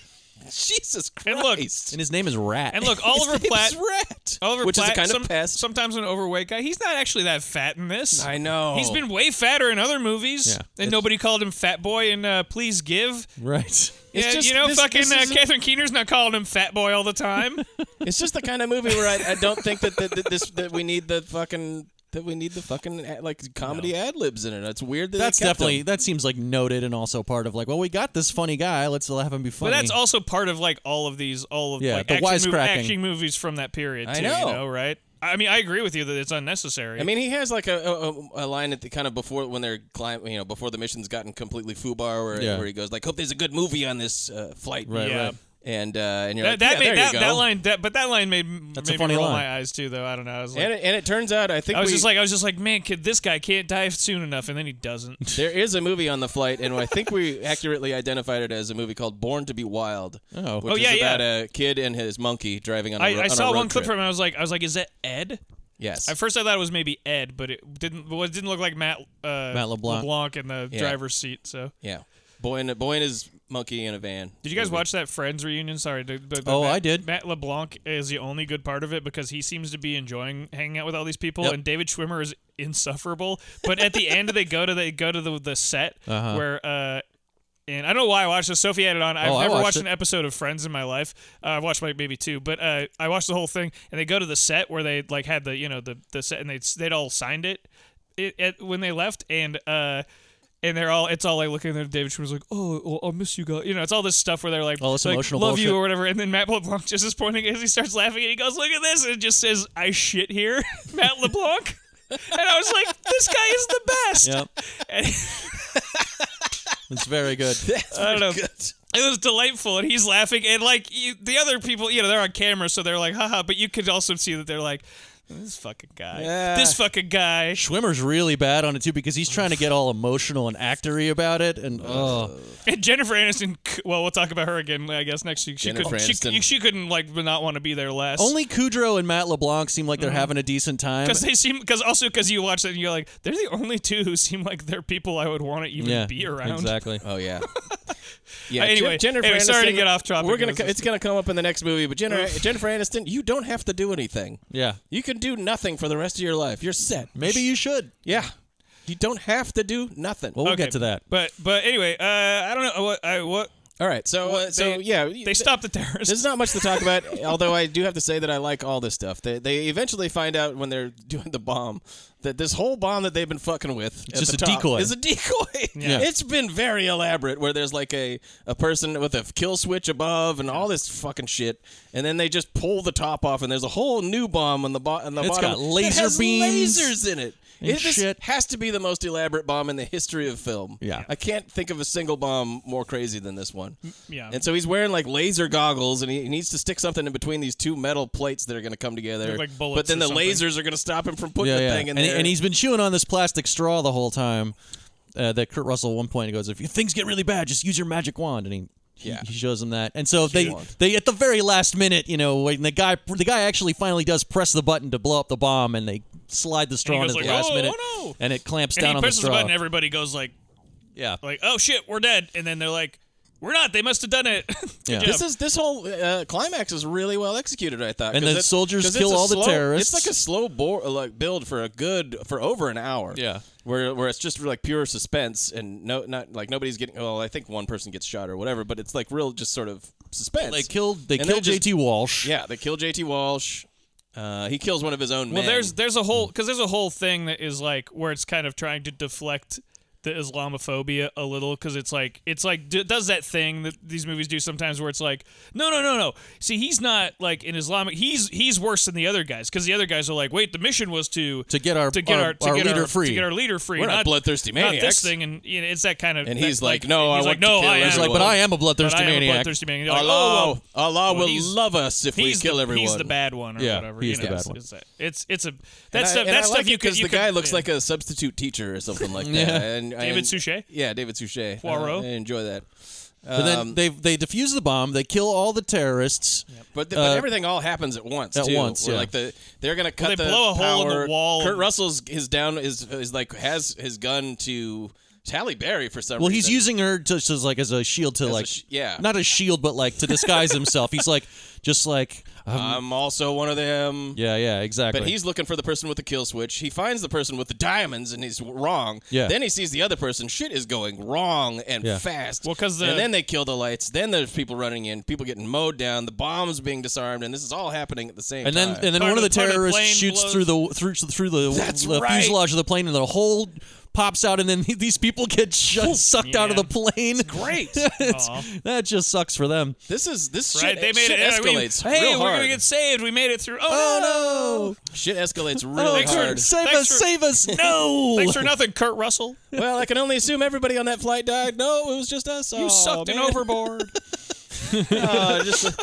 Jesus Christ!
And look,
And his name is Rat.
and look, Oliver Platt.
rat,
Oliver
which
Platt,
is a kind
some-
of pest.
Sometimes an overweight guy. He's not actually that fat in this.
I know.
He's been way fatter in other movies,
Yeah.
and
It's-
nobody called him Fat Boy and uh, Please Give.
[laughs] right.
It's
yeah,
just-
you know,
this-
fucking
this
uh,
is-
Catherine Keener's not calling him fat boy all the
[laughs]
time.
It's just the kind of movie where I, I don't think that, that, that this that we need the fucking that we need the fucking ad- like comedy ad libs in it. It's weird that they
That's
kept
definitely
them.
that seems like noted and also part of like, well, we got this funny guy. Let's have him be
but
funny.
that's also part of like all of these, all of
Yeah,
like
the
action,
wisecracking.
action movies from that period. Too,
I
you
know.
know, right? I mean, I agree with you that it's unnecessary.
I mean, he has like a, a, a line at the kind of before when they're climb, you know, before the mission's gotten completely foobar, where,
Yeah.
where he goes like, "Hope there's a good movie on this uh, flight."
Right,
Yeah.
right.
And uh, and you're
that,
like,
that
yeah,
made
there
that,
you go.
that line, that but that line made
That's a
made
funny
me roll
line.
my eyes too. Though I don't know, I was like,
And it, and it turns out, I think
I was
we,
just like, I was just like, man, kid, this guy can't die soon enough, and then he
[laughs]
doesn't.
there is a movie on the flight, and I think we [laughs] accurately identified it as a movie called "Born to Be Wild,"
Oh.
which
Oh, yeah,
is
yeah.
about a kid and his monkey driving on. a ro-
I, I
on a
saw
road
one clip
trip.
from him. I was like, I was like, is that Ed?
Yes,
At first, I thought it was maybe Ed, but it didn't. Well, it didn't look like Matt uh,
Matt LeBlanc.
in the
Yeah.
driver's seat. So,
Yeah. Boy and boy and his monkey in a van.
Did you guys watch that Friends reunion? Sorry. The, the, the
Oh,
Matt,
I did.
Matt LeBlanc is the only good part of it because he seems to be enjoying hanging out with all these people,
Yep.
and David Schwimmer is insufferable. But at the end, they go to they go to the the set
Uh-huh.
where. Uh, and I don't know why I watched this. Sophie had it on. I've
Oh, I
never
watched
watched
it.
an episode of Friends in my life. Uh, I've watched like maybe two, but uh, I watched the whole thing. And they go to the set where they like had the you know the the set, and they would they'd all signed it, it, it when they left, and uh, and they're all it's all like looking at them, David Schwimmer's like, oh, oh, I miss you guys. You know, it's all this stuff where they're like,
All this
like,
emotional
love you
bullshit.
or whatever. And then Matt LeBlanc just is pointing as he starts laughing and he goes, look at this. And it just says, I shit here, [laughs] Matt LeBlanc. and I was like, this guy is the best. [laughs]
Yep.
And
It's
[laughs]
very Oh, good.
I don't know. It was delightful, and he's laughing, and like you, the other people, you know, they're on camera, so they're like, haha. But you could also see that they're like, this fucking guy,
Yeah.
this fucking guy.
Schwimmer's really bad on it too because he's trying to get all emotional and actory about it, and oh,
And Jennifer Aniston. c- Well, we'll talk about her again, I guess, next week. She
Jennifer
couldn't. She,
Aniston.
she couldn't like not want to be there less.
only Kudrow and Matt LeBlanc seem like they're
Mm-hmm.
having a decent time.
because they seem because also because you watch that and you're like, they're the only two who seem like they're people I would want to even
yeah,
be around.
exactly.
[laughs]
Oh yeah. Yeah.
Anyway-
Jen- Jennifer
anyway, sorry to
Aniston,
get off topic.
We're
It
gonna.
was
co-
just-
It's gonna come up in the next movie. But Jennifer, Jennifer Aniston, you don't have to do anything.
Yeah,
You can do nothing for the rest of your life. You're set.
maybe you should.
Yeah. You don't have to do nothing.
Well, we'll get to that.
But but anyway, uh, I don't know what I what.
all right. So uh,
they-
so yeah. you-
They stopped the terrorists.
There's not much to talk about, [laughs] although I do have to say that I like all this stuff. They, they eventually find out when they're [laughs] doing the bomb that this whole bomb that they've been fucking with at
just
the
a
top
decoy.
Is a decoy.
[laughs] Yeah.
It's been very elaborate where there's like a, a person with a kill switch above and all this fucking shit. And then they just pull the top off and there's a whole new bomb on the, bo- on the
It's
bottom.
got laser
that has
beams
lasers in it.
and
it just
shit.
has to be the most elaborate bomb in the history of film.
Yeah.
I can't think of a single bomb more crazy than this one.
yeah.
And so he's wearing like laser goggles, and he he needs to stick something in between these two metal plates that are going to come together.
Look like bullets
but then
or
the
something.
lasers are going to stop him from putting
Yeah,
the
yeah.
thing in
and,
there.
and he's been chewing on this plastic straw the whole time. uh, that Kurt Russell at one point goes, if things get really bad, just use your magic wand, and he. he-
Yeah.
He shows him that, and so they
wand.
they at the very last minute, you know, when the guy the guy actually finally does press the button to blow up the bomb, and they slide the straw in
goes
at the
like,
last
"Oh,
minute,
oh, no."
and it clamps
And
down
he
on the
presses the,
straw.
button. Everybody goes like,
yeah,
like, oh shit, we're dead. And then they're like, we're not. They must have done it. [laughs]
Yeah.
This is this whole uh, climax is really well executed. I thought,
And
'cause
the
it-
soldiers
'cause
kill
it's a
all the
slow-
terrorists.
It's like a slow bore, like build for a good for over an hour.
Yeah.
where where it's just like pure suspense and no, not like nobody's getting. Well, I think one person gets shot or whatever, but it's like real, just sort of suspense.
they killed they
And
killed
just-
JT Walsh.
Yeah, they kill JT Walsh. Uh, he kills one of his own
Well,
men.
there's there's a whole because there's a whole thing that is like where it's kind of trying to deflect the Islamophobia a little because it's like it's like d- does that thing that these movies do sometimes where it's like no no no no see he's not like an Islamic he's he's worse than the other guys because the other guys are like wait the mission was to
To get our-
to get
our-
our, to
our
get
leader free.
to get our leader free
We're not bloodthirsty
not this
maniacs.
thing and you know, it's that kind of
And
that-
he's like, "No, I
he's like
want to
no
kill
I am
He's like,
everyone."
but I am a
but
bloodthirsty
I am a
maniac.
bloodthirsty maniac You're like, oh,
Allah,
well,
Allah
well,
will
he's-
love us if we
he's
kill
the,
everyone.
He's the bad one, or
Yeah,
whatever.
he's
you
the
know,
bad
it's-
one.
It's, it's it's a that
And I-
stuff.
and
That
I
stuff
like
you
it
could.
'cause
you
the
could,
guy looks
yeah.
like a substitute teacher or
[laughs]
something like that.
Yeah.
And, I-
David Suchet?
Yeah, David Suchet. I-
[laughs] Poirot?
I, enjoy that.
But then
Um,
they they defuse the bomb. They kill all the terrorists.
But, the,
Uh,
but everything all happens at once.
at
too,
once,
where,
yeah.
Like the they're gonna cut
they
the
blow a hole in the
power.
wall
Kurt
and-
Russell's his down is is like has his gun to Halle Berry for some
Well,
reason.
he's using her to, just like as a shield to
a
like
sh- yeah.
not a shield, but like to disguise himself. He's like just like um,
I'm also one of them.
yeah, yeah, exactly.
But he's looking for the person with the kill switch. He finds the person with the diamonds, and he's wrong.
Yeah.
Then he sees the other person. Shit is going wrong and
Yeah.
fast.
Well, 'cause the-
and then they kill the lights. Then there's people running in, people getting mowed down, the bombs being disarmed, and this is all happening at the same
and
time.
then and then
Part
one
of
of the
the- part of the
terrorists
plane
shoots
blows-
through the through through the,
That's
the
right.
fuselage of the plane, and the whole pops out, and then [laughs] these people get shut, sucked out of the
man.
plane.
great.
[laughs] It's- that just sucks for them.
this is this shit.
Right, they made it.
shit
I mean,
escalates
hey,
real
we're
hard.
gonna get saved. We made it through. Oh,
Oh no!
[laughs]
shit escalates
Oh,
really
Thanks for-
hard.
save
Thanks
us!
for-
save us! No!
no! Thanks for nothing, Kurt Russell.
well, I can only assume everybody on that flight died. No, it was just us.
You sucked
man.
it
[laughs]
overboard.
Oh, just-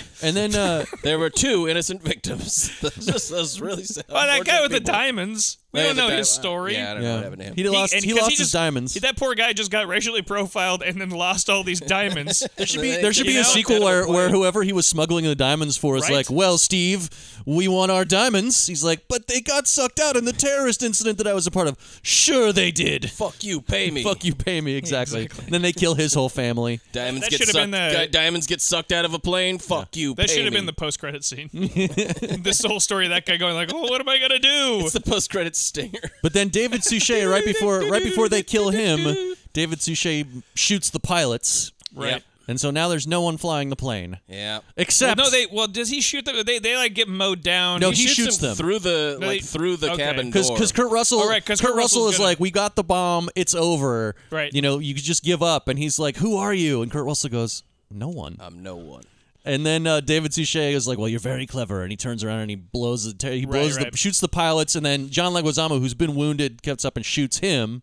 [laughs] and then uh,
there were two innocent victims. [laughs] That's just that's really sad.
Oh, that guy with the
diamond.
diamonds. We
Yeah,
don't
the
know
di-
his story.
Yeah, I don't know what happened to him.
he lost.
and
He,
'cause
lost his
just-
diamonds.
That poor guy just got racially profiled and then lost all these
[laughs]
diamonds.
there should
There should be
You
a
know?
sequel where, where whoever he was smuggling the diamonds for is
Right?
like, "Well, Steve, we want our diamonds." He's like, "But they got sucked out in the terrorist incident that I was a part of." Sure, they did.
Fuck you, pay me.
Fuck you, pay me exactly. Then they kill his whole family.
Diamonds
That
get
should've been
sucked.
the-
di- diamonds get sucked out of a plane. Fuck you.
That
pay
should have
me.
been the post-credit scene. this whole story of that guy going like, "Oh, what am I gonna do?"
[laughs] It's the post credit stinger.
But then David Suchet, right before right before they kill him, David Suchet shoots the pilots,
[laughs] right.
Yep.
and so now there's no one flying the plane
Yeah.
except
No, they. Well, does he shoot them? They they like get mowed down.
No,
He
he
shoots-
shoots
him
them.
through the
Um, No,
like
they-
through the
okay.
cabin
because
door.
because Kurt Russell,
All right, 'cause
Kurt,
Kurt
Russell
Russell's
is
gonna-
like, we got the bomb, it's over.
Right.
You know, you could just give up, and he's like, who are you? And Kurt Russell goes, no one.
I'm Um, no one.
And then uh, David Suchet is like, well, you're very clever, and he turns around and he blows the ter- he
Right,
blows
right.
the shoots the pilots, and then John Leguizamo, who's been wounded, gets up and shoots him,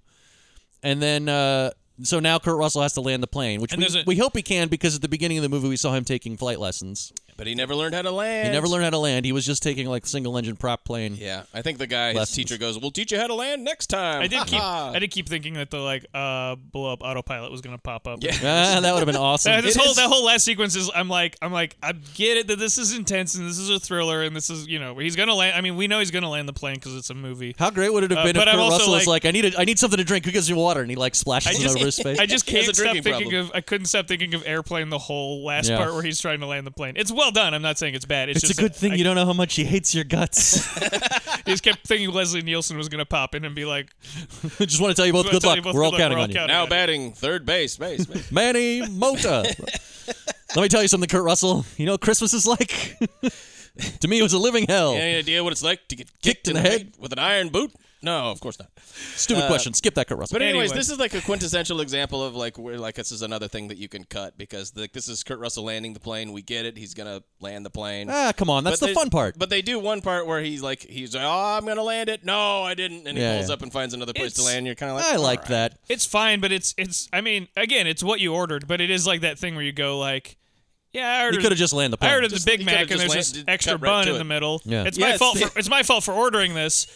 and then. Uh, so now Kurt Russell has to land the plane, which
And
we,
there's a-
we hope he can because at the beginning of the movie we saw him taking flight lessons.
But he never learned how to land.
He never learned how to land. He was just taking like single engine prop plane.
Yeah, I think the guy, his
Lessons.
teacher, goes, "We'll teach you how to land next time."
I
[laughs]
did keep.
Ha-ha.
I did keep thinking that the like uh blow up autopilot was gonna pop up.
Yeah.
Ah, that would have been
[laughs]
awesome.
Uh, this
It
whole
is-
that whole last sequence is I'm like I'm like I get it that this is intense and this is a thriller and this is you know he's gonna land I mean we know he's gonna land the plane because it's a movie
How great would it have
Uh,
been if
but
Kurt
I'm also
Russell was
like-
like, "I need a, I need something to drink. Who gives me water?" And he like
I
splashes it
just-
over his
[laughs]
face.
I just
He has
can't
a
stop
drinking
thinking
problem.
of I couldn't stop thinking of airplane the whole last
Yeah.
part where he's trying to land the plane it's well done I'm not saying it's bad it's,
it's a
just
good thing
I,
you don't know how much he hates your guts.
[laughs]
[laughs]
I just kept thinking Leslie Nielsen was gonna pop in and be like
I just want to tell you
[laughs]
both
"Well,
good
tell
luck.
you both
We're all
good luck,
counting on you.
counting
Now
on you."
batting third base, base,
[laughs]
base.
Manny Mota. Let me tell you something, Kurt Russell. You know what Christmas is like? [laughs] to me, it was a living
Oh.
hell.
Any idea what it's like to get kicked,
in
in
the
the
head?
head with an iron boot? No, of course not.
Uh,
Stupid question. Skip that, Kurt Russell.
But anyways,
Anyway.
this is like a quintessential example of like where like this is another thing that you can cut because like this is Kurt Russell landing the plane. We get it. He's gonna land the plane.
ah, come on.
But
That's the
they-
fun part.
But they do one part where he's like he's like, oh, I'm gonna land it. No, I didn't. And he
Yeah,
pulls
yeah.
up and finds another place to
It's-
land. You're kind of like
I
"All
liked
right."
that.
It's fine, but it's it's. I mean, again, it's what you ordered, but it is like that thing where you go like, yeah, I ordered.
You could have just landed the plane.
I ordered
Just-
the Big
you could've
Mac, and
just
there's
landed-
this
cut
extra
right
bun
to
in
it.
the middle.
Yeah.
it's
Yeah,
my
it's
fault.
the-
For, it's my fault for ordering this.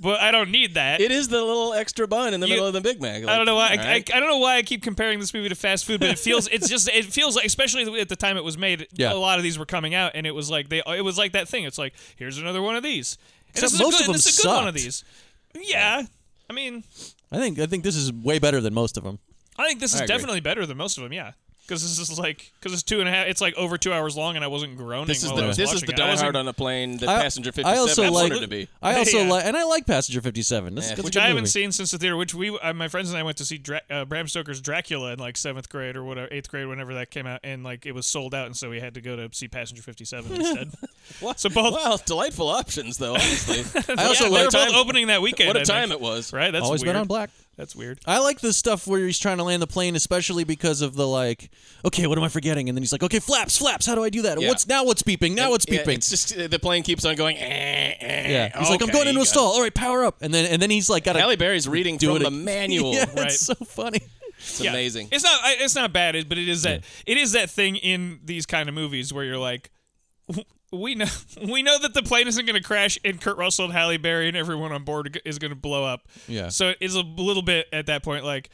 but I don't need that.
It is the little extra bun in the
You-
middle of the Big Mac.
I don't know why.
All
I,
right.
I, I don't know why I keep comparing this movie to fast food, but it feels it's just it feels like, especially at the time it was made,
Yeah.
a lot of these were coming out, and it was like they it was like that thing. It's like here's another one of these. And this
Except
is a
most
good-
of them
this is a good one of
sucked.
these. Yeah, I mean,
I think I think this is way better than most of them.
I think this is
I agree.
definitely better than most of them. Yeah, because this is like because it's two and a half. It's like over two hours long, and I wasn't groaning.
This is
while I
the
was
this is
watching
the
it. I
Die
wasn't-
Hard on a plane that
I-
Passenger Fifty
I also
Seven
like.
wanted to
[laughs]
be.
I also
Yeah.
like, and I like Passenger Fifty Seven. This,
Yeah.
that's a
which
good
I haven't
movie.
seen since the theater. Which we, uh, my friends and I went to see Dra- uh, Bram Stoker's Dracula in like seventh grade or whatever, eighth grade, whenever that came out, and like it was sold out, and so we had to go to see Passenger Fifty Seven instead.
[laughs] What?
So
Oh.
both- [laughs]
Wow, delightful options though.
[laughs]
Honestly,
I also
yeah, they were both
like.
time-
opening that weekend.
what a
I think.
time it was.
Right, that's
Always
weird.
been on black.
That's weird.
I like the stuff where he's trying to land the plane, especially because of the like. Okay, what am I forgetting? And then he's like, "Okay, flaps, flaps. How do I do that?
Yeah.
What's now? What's beeping? Now what's
Yeah,
beeping?"
it's just uh, the plane keeps on going. eh, eh,
Yeah. He's like, I'm
okay,
going
you
into a
got
stall. All right, power up. And then and then he's like, got
it.
[laughs]
Halle
to
Berry's reading
do
from
it.
the manual.
[laughs] Yeah,
Right.
it's so funny.
It's amazing.
It's not. I- It's not bad, it- but it is that. It is that thing in these kind of movies where you're like. [laughs] We know [laughs] we know that the plane isn't going to crash, and Kurt Russell and Halle Berry and everyone on board is going to blow up.
Yeah.
So it's a little bit at that point like.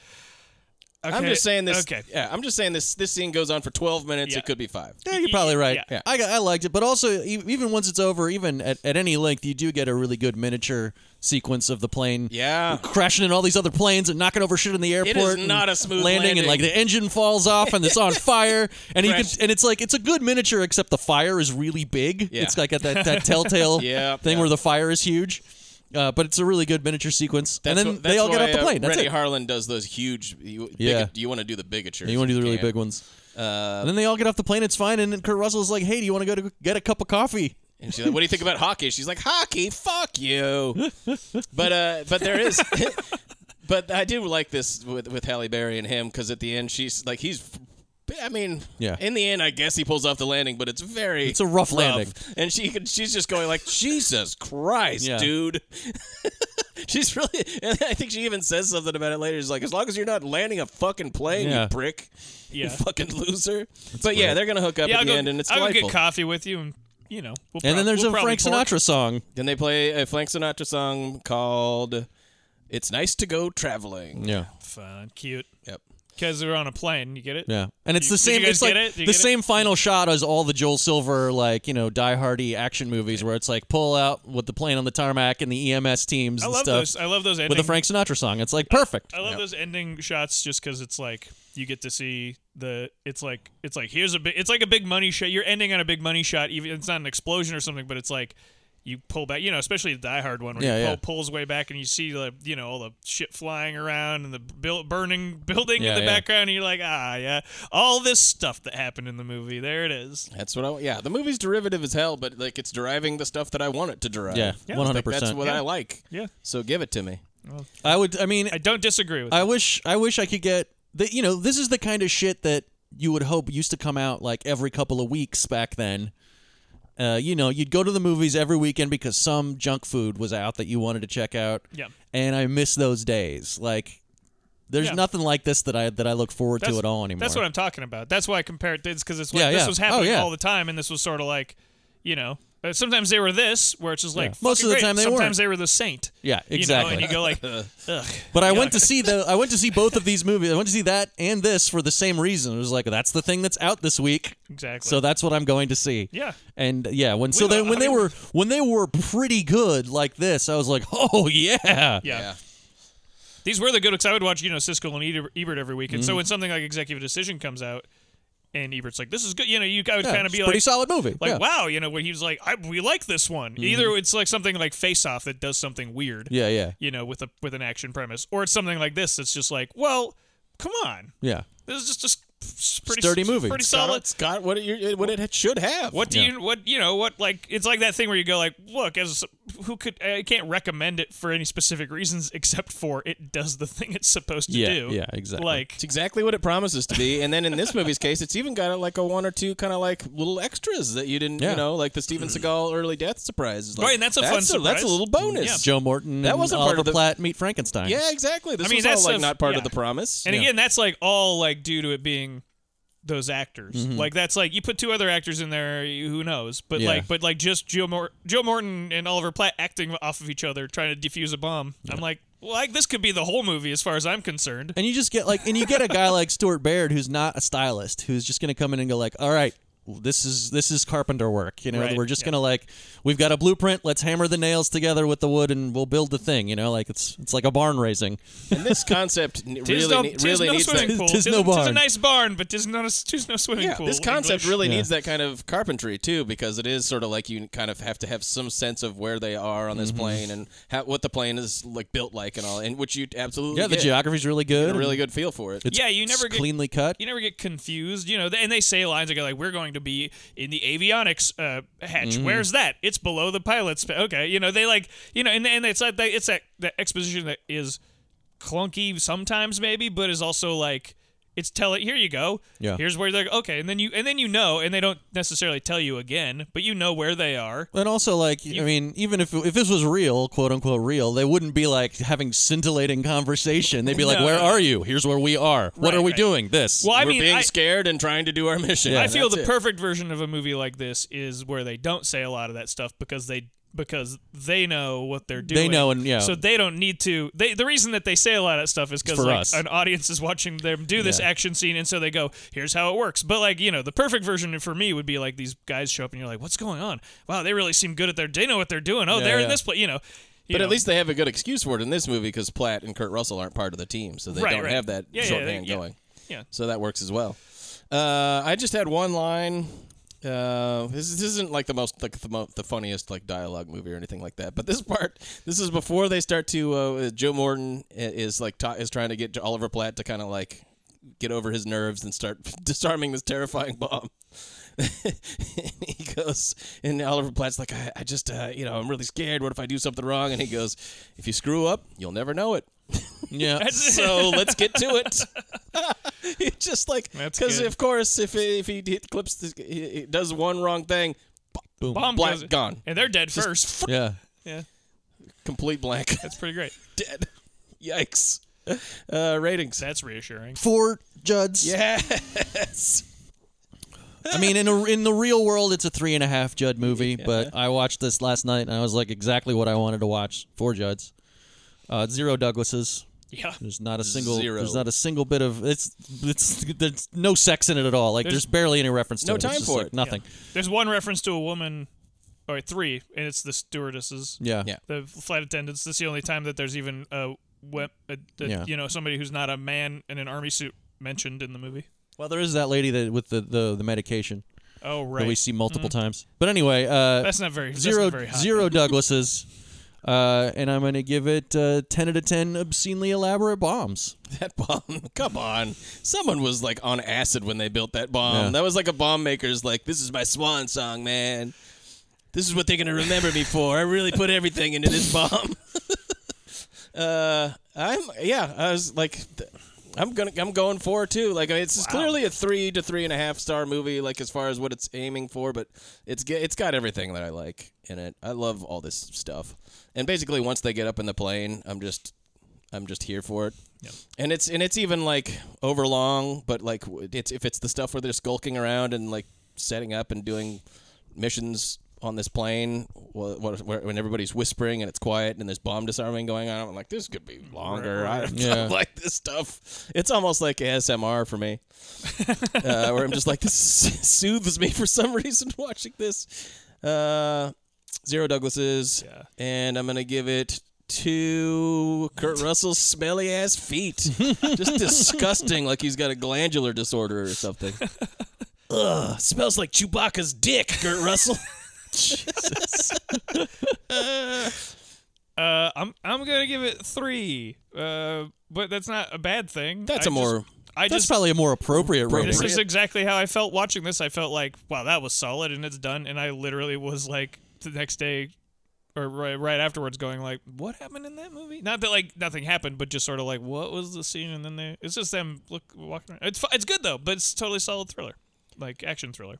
Okay,
I'm just saying this.
Okay.
Yeah, I'm just saying this. This scene goes on for 12 minutes.
Yeah.
It could be five.
Yeah, you're probably right.
Yeah.
I, I liked it, but also e- even once it's over, even at, at any length, you do get a really good miniature sequence of the plane.
Yeah.
Crashing in all these other planes and knocking over shit in the airport.
is
and
not a smooth
and
landing.
like the engine falls off and it's
[laughs]
on fire and you can,
Crash.
and it's like it's a good miniature except the fire is really big.
Yeah.
It's like got that, that telltale
Yep, [laughs]
thing
yeah.
where the fire is huge, uh, but it's a really good miniature sequence.
That's
and then
wh-
they
that's
all get
why,
off the
uh,
plane. That's
Rennie
it.
Harlan does those huge. You,
Yeah.
bigot- you want to do the bigatures.
Yeah, you want to do
if
the really
can. Uh,
big ones. and then they all get off the plane. It's fine. And then Kurt Russell's like, "Hey, do you want to go to get a cup of coffee?"
And she's like, "What do you think about hockey?" She's like, "Hockey, fuck you." But uh, but there is, [laughs] but I do like this with with Halle Berry and him because at the end she's like he's. I mean,
Yeah.
In the end, I guess he pulls off the landing, but it's very
It's a rough landing.
and she could, she's just going like, "Jesus Christ,
Yeah.
dude!" [laughs] she's really, and I think she even says something about it later. She's like, "As long as you're not landing a fucking plane,
Yeah.
you prick,
Yeah.
you fucking loser." but yeah, they're gonna hook up
yeah,
at
I'll
the
go,
end, and it's
I'll go
delightful.
get coffee with you, and you know. We'll
And then
prob-
there's
we'll
a
probably
Frank
pork.
Sinatra song.
Then they play a Frank Sinatra song called "It's Nice to Go Traveling."
Yeah,
Fun, cute,
Yep.
because they're on a plane. You get it?
yeah. And it's
Did you-
the same.
Did you guys
It's like
get it? Did you
the
get it?
same final shot as all the Joel Silver, like you know, Die Hardy action movies, where it's like pull out with the plane on the tarmac and the EMS teams
I
and
love
stuff
those. I love those ending.
with the Frank Sinatra song. It's like perfect.
I love those ending shots just because it's like you get to see the. It's like it's like here's a big. It's like a big money shot. You're ending on a big money shot. Even it's not an explosion or something, but it's like you pull back. You know, especially the Die Hard one where
Yeah,
you
yeah.
pull, pulls way back and you see the you know all the shit flying around and the buil- burning building
Yeah,
in the
yeah.
background. And you're like, ah, yeah, all this stuff that happened in the movie. There it is.
That's what I. Yeah, the movie's derivative as hell, but like it's deriving the stuff that I want it to derive.
Yeah,
Like,
100%.
That's what
Yeah.
I like.
Yeah.
So give it to me.
I would. I mean,
I don't disagree with.
I
that.
wish I wish I could get the you know this is the kind of shit that you would hope used to come out like every couple of weeks back then. Uh, you know, you'd go to the movies every weekend because some junk food was out that you wanted to check out.
Yeah.
And I miss those days. Like there's
Yeah.
nothing like this that I that I look forward to at all anymore.
That's what I'm talking about. That's why I compare it. It's because it's like
Yeah,
this
yeah.
was
Oh,
happening
yeah.
all the time, and this was sort of like, you know, uh, sometimes they were this, where it's just like
Most
fucking
of the
great.
time they
sometimes
weren't.
they were the saint.
Yeah,
You know,
exactly.
and
[laughs]
you go like, ugh.
but I went to see the I went to see
[laughs]
both of these movies. I went to see that and this for the same reason. It was like that's the thing that's out this week.
Exactly.
So that's what I'm going to see.
Yeah.
And yeah, when so
We-
then when
I
they
mean-
were when they were pretty good like this, I was like, [laughs] oh yeah,
yeah.
Yeah.
These were the good because I would watch, you know, Siskel and Eber- Ebert every week, and
Mm-hmm.
so when something like Executive Decision comes out, and Ebert's like, "This is good," you know, you I would
Yeah,
kind of
it's
be
a
like,
pretty solid movie.
like
yeah. Mm-hmm.
wow, you know, where he was like, I, "We like this one." Either it's like something like Face Off that does something weird,
Yeah, yeah,
you know, with a with an action premise, or it's something like this that's just like, well, come on,
yeah.
This is just a s- pretty
Sturdy
s-
movie.
pretty
Scott,
solid.
Scott, what it, your- what it should have.
What do you what you know what like it's like that thing where you go like look as who could I can't recommend it for any specific reasons [laughs] except for it does the thing it's supposed to
Yeah,
do
yeah, exactly.
like
It's exactly what it promises to be, and then in this movie's case, it's even got like a one or two kind of like little extras that you didn't,
Yeah.
you know, like the Steven Seagal early death surprises. Like,
Right, and that's a fun
a- That's
surprise.
a little bonus.
Yeah.
Joe Morton.
That
and
wasn't part
Oliver
of the-
Platt meet Frankenstein.
Yeah, exactly. This
I mean,
was
that's
all like
a-
not part
yeah.
of the promise.
and again that's like all like due to it being those actors.
Mm-hmm.
Like that's like you put two other actors in there, you- who knows? But
Yeah.
like, but like just Joe, Mor- Joe Morton and Oliver Platt acting off of each other, trying to defuse a bomb. I'm like, well, like this could be the whole movie as far as I'm concerned.
And you just get like, and you get a guy like Stuart Baird who's not a stylist, who's just gonna come in and go like, all right. well, This is this is carpenter work, you know.
Right,
We're just
yeah.
gonna like, we've got a blueprint. Let's hammer the nails together with the wood, and we'll build the thing. You know, like it's it's like a barn raising.
And this concept n-
Tis
really
no,
ne-
tis
really
no
needs
swimming
[laughs] that.
pool.
Tis no
Tis a
barn.
nice barn, but tis not a, tis no swimming
Yeah,
pool.
this concept
English.
really needs that kind of carpentry too, because it is sort of like you kind of have to have some sense of where they are on this
Mm-hmm.
plane and how, what the plane is like built like and all, and which you absolutely
Yeah, the
get.
geography's really good.
a
and
really good feel for it.
It's
Yeah, you never get-
cleanly cut.
you never get confused, you know. th- And they say lines like, "Like we're going to be in the avionics uh,
Mm-hmm.
hatch. Where's that? It's below the pilot's. pa- Okay, you know they like, you know, and and it's like that, it's that that exposition that is clunky sometimes maybe, but is also like it's tell it here you go.
Yeah.
Here's where they're okay, and then you and then you know, and they don't necessarily tell you again, but you know where they are.
And also, like, I mean, even if if this was real, quote unquote real, they wouldn't be like having scintillating conversation. They'd be like,
No.
"Where are you? Here's where we are. what
Right,
are we
right.
doing? This."
Well, I
We're
mean,
being
I,
scared and trying to do our mission.
I feel
That's
the
it.
perfect version of a movie like this is where they don't say a lot of that stuff because they because they know what they're doing.
know and- yeah.
So they don't need to. They the reason that they say a lot of that stuff is because
for
like
us.
an audience is watching them do this
Yeah.
action scene, and so they go, "Here's how it works." But like you know, the perfect version for me would be like these guys show up and you're like, "What's going on? Wow, they really seem good at their. They know what they're doing. Oh,
Yeah,
they're
yeah.
in this place. You know." you
But
know.
at least they have a good excuse for it in this movie because Platt and Kurt Russell aren't part of the team, so they
Right,
don't
right.
have that
Yeah, yeah,
shorthand
they- yeah.
going.
Yeah.
So that works as well. Uh, I just had one line. Uh, this, this isn't like the most like the, mo- the funniest like dialogue movie or anything like that. But this [laughs] part, this is before they start to uh, Joe Morton i- is like ta- is trying to get Oliver Platt to kind of like get over his nerves and start [laughs] disarming this terrifying bomb. [laughs] and he goes, and Oliver Platt's like, I, I just, uh, you know, I'm really scared. What if I do something wrong? And he goes, If you screw up, you'll never know it.
[laughs]
yeah,
So let's get to it. [laughs] It's just like,
That's
because
good.
of course, if he, if he hit- clips, this, he, he does one wrong thing,
boom,
bomb
black
goes,
gone.
and they're dead first. [laughs]
yeah.
complete blank,
That's pretty great.
[laughs] dead. Yikes. Uh, ratings.
That's reassuring.
Four Judds.
[laughs] Yes.
I mean, in a, in the real world, it's a three and a half Judd movie, but I watched this last night and I was like, exactly what I wanted to watch. Four Judds, uh, zero Douglases.
Yeah.
There's not a single.
Zero.
There's not a single bit of it's. It's there's no sex in it at all. Like there's, barely any reference to
no
it. It's
time
just
for
like
it.
Nothing.
There's one reference to a woman, or three, and it's the stewardesses.
Yeah.
Yeah.
The flight attendants. That's the only time that there's even a, we- a, a-
Yeah.
you know somebody who's not a man in an army suit mentioned in the movie.
Well, there is that lady that with the the, the medication
Oh right.
that we see multiple
Mm-hmm.
times. But anyway, uh,
that's not very that's
zero
not very hot.
zero Douglases, uh, and I'm gonna give it uh, ten out of ten obscenely elaborate bombs.
[laughs] That bomb. Come on. Someone was like on acid when they built that bomb.
Yeah.
That was like a bomb maker's like, this is my swan song, man. This is what they're going to remember me for. I really put everything into this bomb. [laughs] uh, I'm yeah, I was like th- I'm going to I'm going for too. Like I mean, it's just clearly a 3 to three and a half star movie like as far as what it's aiming for, but it's ge- it's got everything that I like in it. I love all this stuff. And basically once they get up in the plane, I'm just I'm just here for it. And it's and it's even like overlong, but like w- it's if it's the stuff where they're skulking around and like setting up and doing missions on this plane, wh- wh- where, when everybody's whispering and it's quiet and there's bomb disarming going on, I'm like, this could be longer. I [laughs] don't
Yeah.
like this stuff. It's almost like ASMR for me, uh, where I'm just like, this [laughs] soothes me for some [laughs] reason watching this. Uh, Zero Douglases, and I'm gonna give it to Kurt Russell's smelly ass feet. Just disgusting, like he's got a glandular disorder or something. Ugh, smells like Chewbacca's dick, Kurt Russell.
Uh, I'm I'm gonna give it three. Uh, but that's not a bad thing.
That's
a
a more-
I
That's
just
probably a more appropriate rating.
This is exactly how I felt watching this. I felt like, wow, that was solid and it's done. And I literally was like the next day or right, right afterwards going like, what happened in that movie? Not that like nothing happened, but just sort of like, what was the scene? And then they, it's just them look walking around. It's, fu- it's good though, but it's totally solid thriller, like action thriller.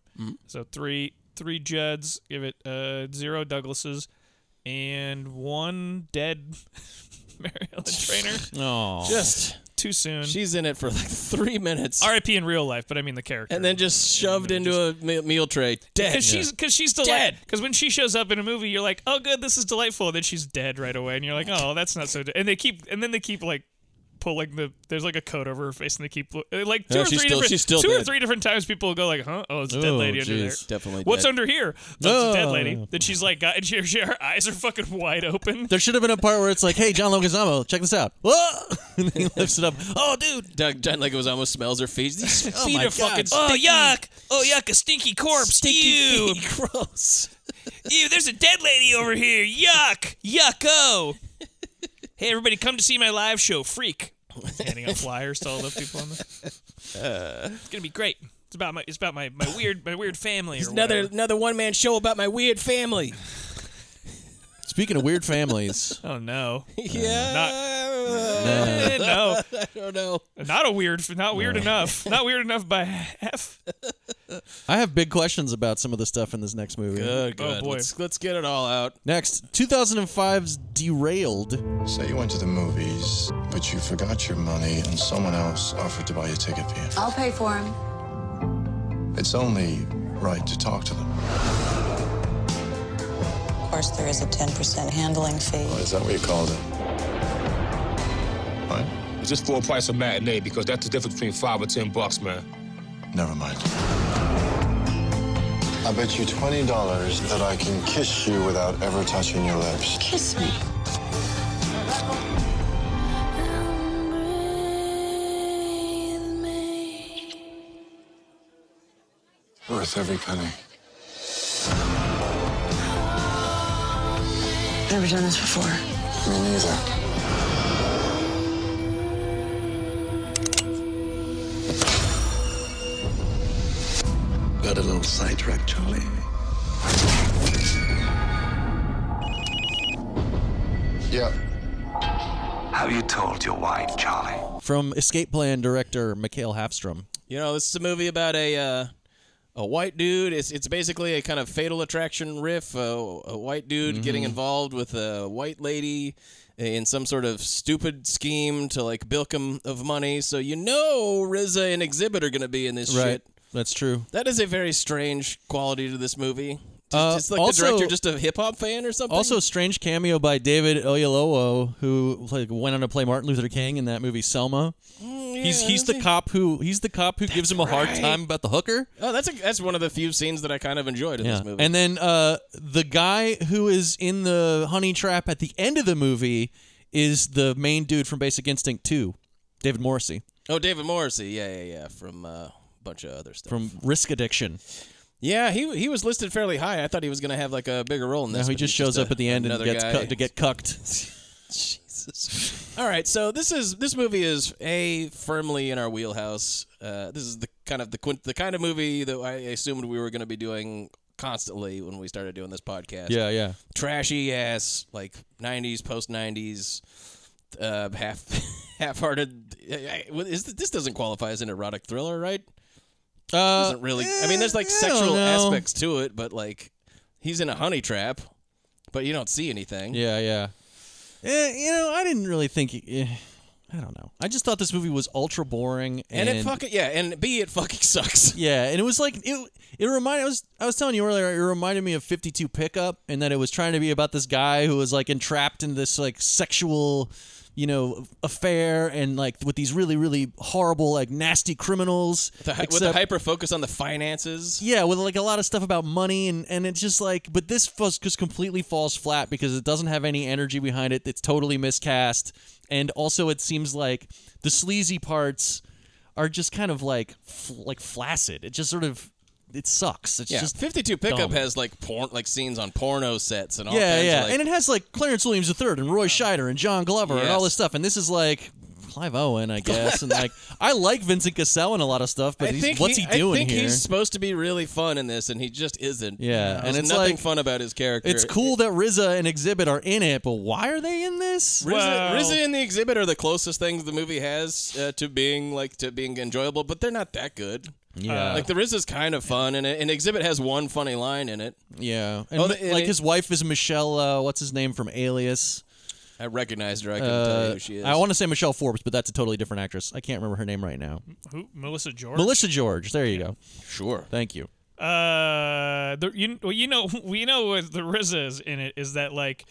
So three, three Judds, give it uh, zero Douglases [laughs]
[laughs]
and one dead Mariella Trainer.
Aw.
Just
too soon.
She's in it for like three minutes,
R.I.P. in real life, but I mean the character.
and then just shoved into a me- meal tray. Dead.
Because she's because she's
Dead.
delightful. Because when she shows up in a movie, you're like, oh, good, this is delightful. And then she's dead right away, and you're like, oh, that's not so. De-. And they keep and then they keep like pulling the there's like a coat over her face, and they keep lo- like two
No,
or
she's
three
still-
different
she's still
two or
dead.
three different times people go like, huh, oh, it's a dead
Oh,
lady under there.
jeez,
definitely
What's
dead.
under here? Oh, it's a dead lady.
Oh.
Then she's like, God, and she, she, her eyes are fucking wide open.
There should have been a part where it's like, "Hey, John Leguizamo, check this out." Whoa! [laughs] and he lifts it up. Oh, dude.
Doug, John Leguizamo almost smells her feet. These feet
my
are
God.
fucking
Oh
stinky.
yuck! Oh yuck! A stinky corpse. Ew!
Stinky feet. Gross.
Ew! There's a dead lady over here. Yuck!
[laughs]
Yucko! hey, everybody, come to see my live show, Freak. Handing
[laughs]
out flyers to all the people on the.
Uh.
it's gonna be great. It's about my. It's about my, my weird my weird family. Or
Another
whatever.
another one man show about my weird family.
Speaking of weird [laughs] families,
Oh no!
yeah.
Eh, [laughs] no,
I don't know.
not a weird. Not weird enough. Not
[laughs]
weird enough by half.
I have big questions about some of the stuff in this next movie.
Good, good.
boy.
Let's, let's get it all out.
Next, 2005's Derailed.
So you went to the movies, but you forgot your money, and someone else offered to buy your ticket for you.
I'll pay for him.
It's only right to talk to them.
Of course, there is a 10% handling fee.
Is that what you called it? Right?
It's just for a price of matinee because that's the difference between five or ten bucks, man.
Never mind. I bet you $20 that I can kiss you without ever touching your lips.
Kiss me.
Worth every penny.
Never done this before.
Me neither.
Got a little sidetracked, Charlie.
Yeah.
Have you told your wife, Charlie?
From Escape Plan director Mikhail Hafstrom.
You know, this is a movie about a uh, a white dude. It's it's basically a kind of Fatal Attraction riff. Uh, a white
Mm-hmm.
dude getting involved with a white lady in some sort of stupid scheme to like bilk him of money. So you know, RZA and Exhibit are going to be in this shit.
That's true.
That is a very strange quality to this movie. Just,
Uh,
just like
also-
the director, just a hip hop fan or something.
Also, strange cameo by David Oyelowo, who like went on to play Martin Luther King in that movie Selma. he's
Mm, yeah,
he's the
that's it.
cop who he's the cop who gives him a hard time about the hooker.
oh, that's a, that's one of the few scenes that I kind of enjoyed in
Yeah.
this movie.
And then uh, the guy who is in the honey trap at the end of the movie is the main dude from Basic Instinct 2, David Morrissey
oh, David Morrissey, yeah, yeah, yeah, from uh, a bunch of other stuff.
from Risk Addiction.
yeah, he he was listed fairly high. I thought he was going to have like a bigger role in
Now
this.
he
but
just
he's
shows up
a-
at the end and
another
gets
guy.
cut to get
[laughs]
cucked.
Jesus. All right, so this is this movie is a firmly in our wheelhouse. Uh, this is the kind of the quint, the kind of movie that I assumed we were going to be doing constantly when we started doing this podcast.
yeah.
trashy ass like 90s post 90s uh half [laughs] half-hearted I- I- is this, this doesn't qualify as an erotic thriller right
Uh,
doesn't really i mean there's like
eh, I don't
sexual
know.
aspects to it but like he's in a honey trap but you don't see anything
yeah, yeah. Eh, you know, I didn't really think. eh, I don't know. I just thought this movie was ultra boring,
and,
and,
it fucking yeah and b it fucking [laughs] sucks
Yeah, and it was like it. It reminded. I was I was telling you earlier. It reminded me of Fifty Two Pickup, and that it was trying to be about this guy who was like entrapped in this like sexual, you know, affair, and like with these really really horrible like nasty criminals.
The hy- with the
Except-
hyper focus on the finances
yeah, with like a lot of stuff about money, and and it's just like, but this fuzz just completely falls flat because it doesn't have any energy behind it. It's totally miscast, and also it seems like the sleazy parts are just kind of like f- like flaccid. It just sort of it sucks. It's
yeah,
just
52 pickup
dumb.
has like porn like scenes on porno sets and all
yeah,
kinds
yeah,
of like,
and it has like Clarence Williams III and Roy Scheider and John Glover and all
Yes.
this stuff, and this is like. Clive
[laughs]
Owen, I guess, and like I like Vincent Cassell in a lot of stuff, but
I
he's,
think
what's he, doing
I think
here?
he's supposed to be really fun in this, and he just isn't.
Yeah,
There's
and it's
nothing
like-
fun about his character.
It's cool that RZA and Exhibit are in it, but why are they in this?
RZA,
Well-
RZA and the exhibit are the closest things the movie has uh, to being like to being enjoyable, but they're not that good.
Yeah.
uh, like the RZA's kind of fun, and and exhibit has one funny line in it.
Yeah, and
Oh, the-
like
it-
his wife is Michelle. Uh, what's his name from Alias?
I recognized her. I couldn't tell you
Uh,
who she is.
I want to say Michelle Forbes, but that's a totally different actress. I can't remember her name right now.
Who? Melissa George.
Melissa George. There you go.
sure.
Thank you.
Uh, the, you well, you know [laughs] we know what the RZA is in it is that like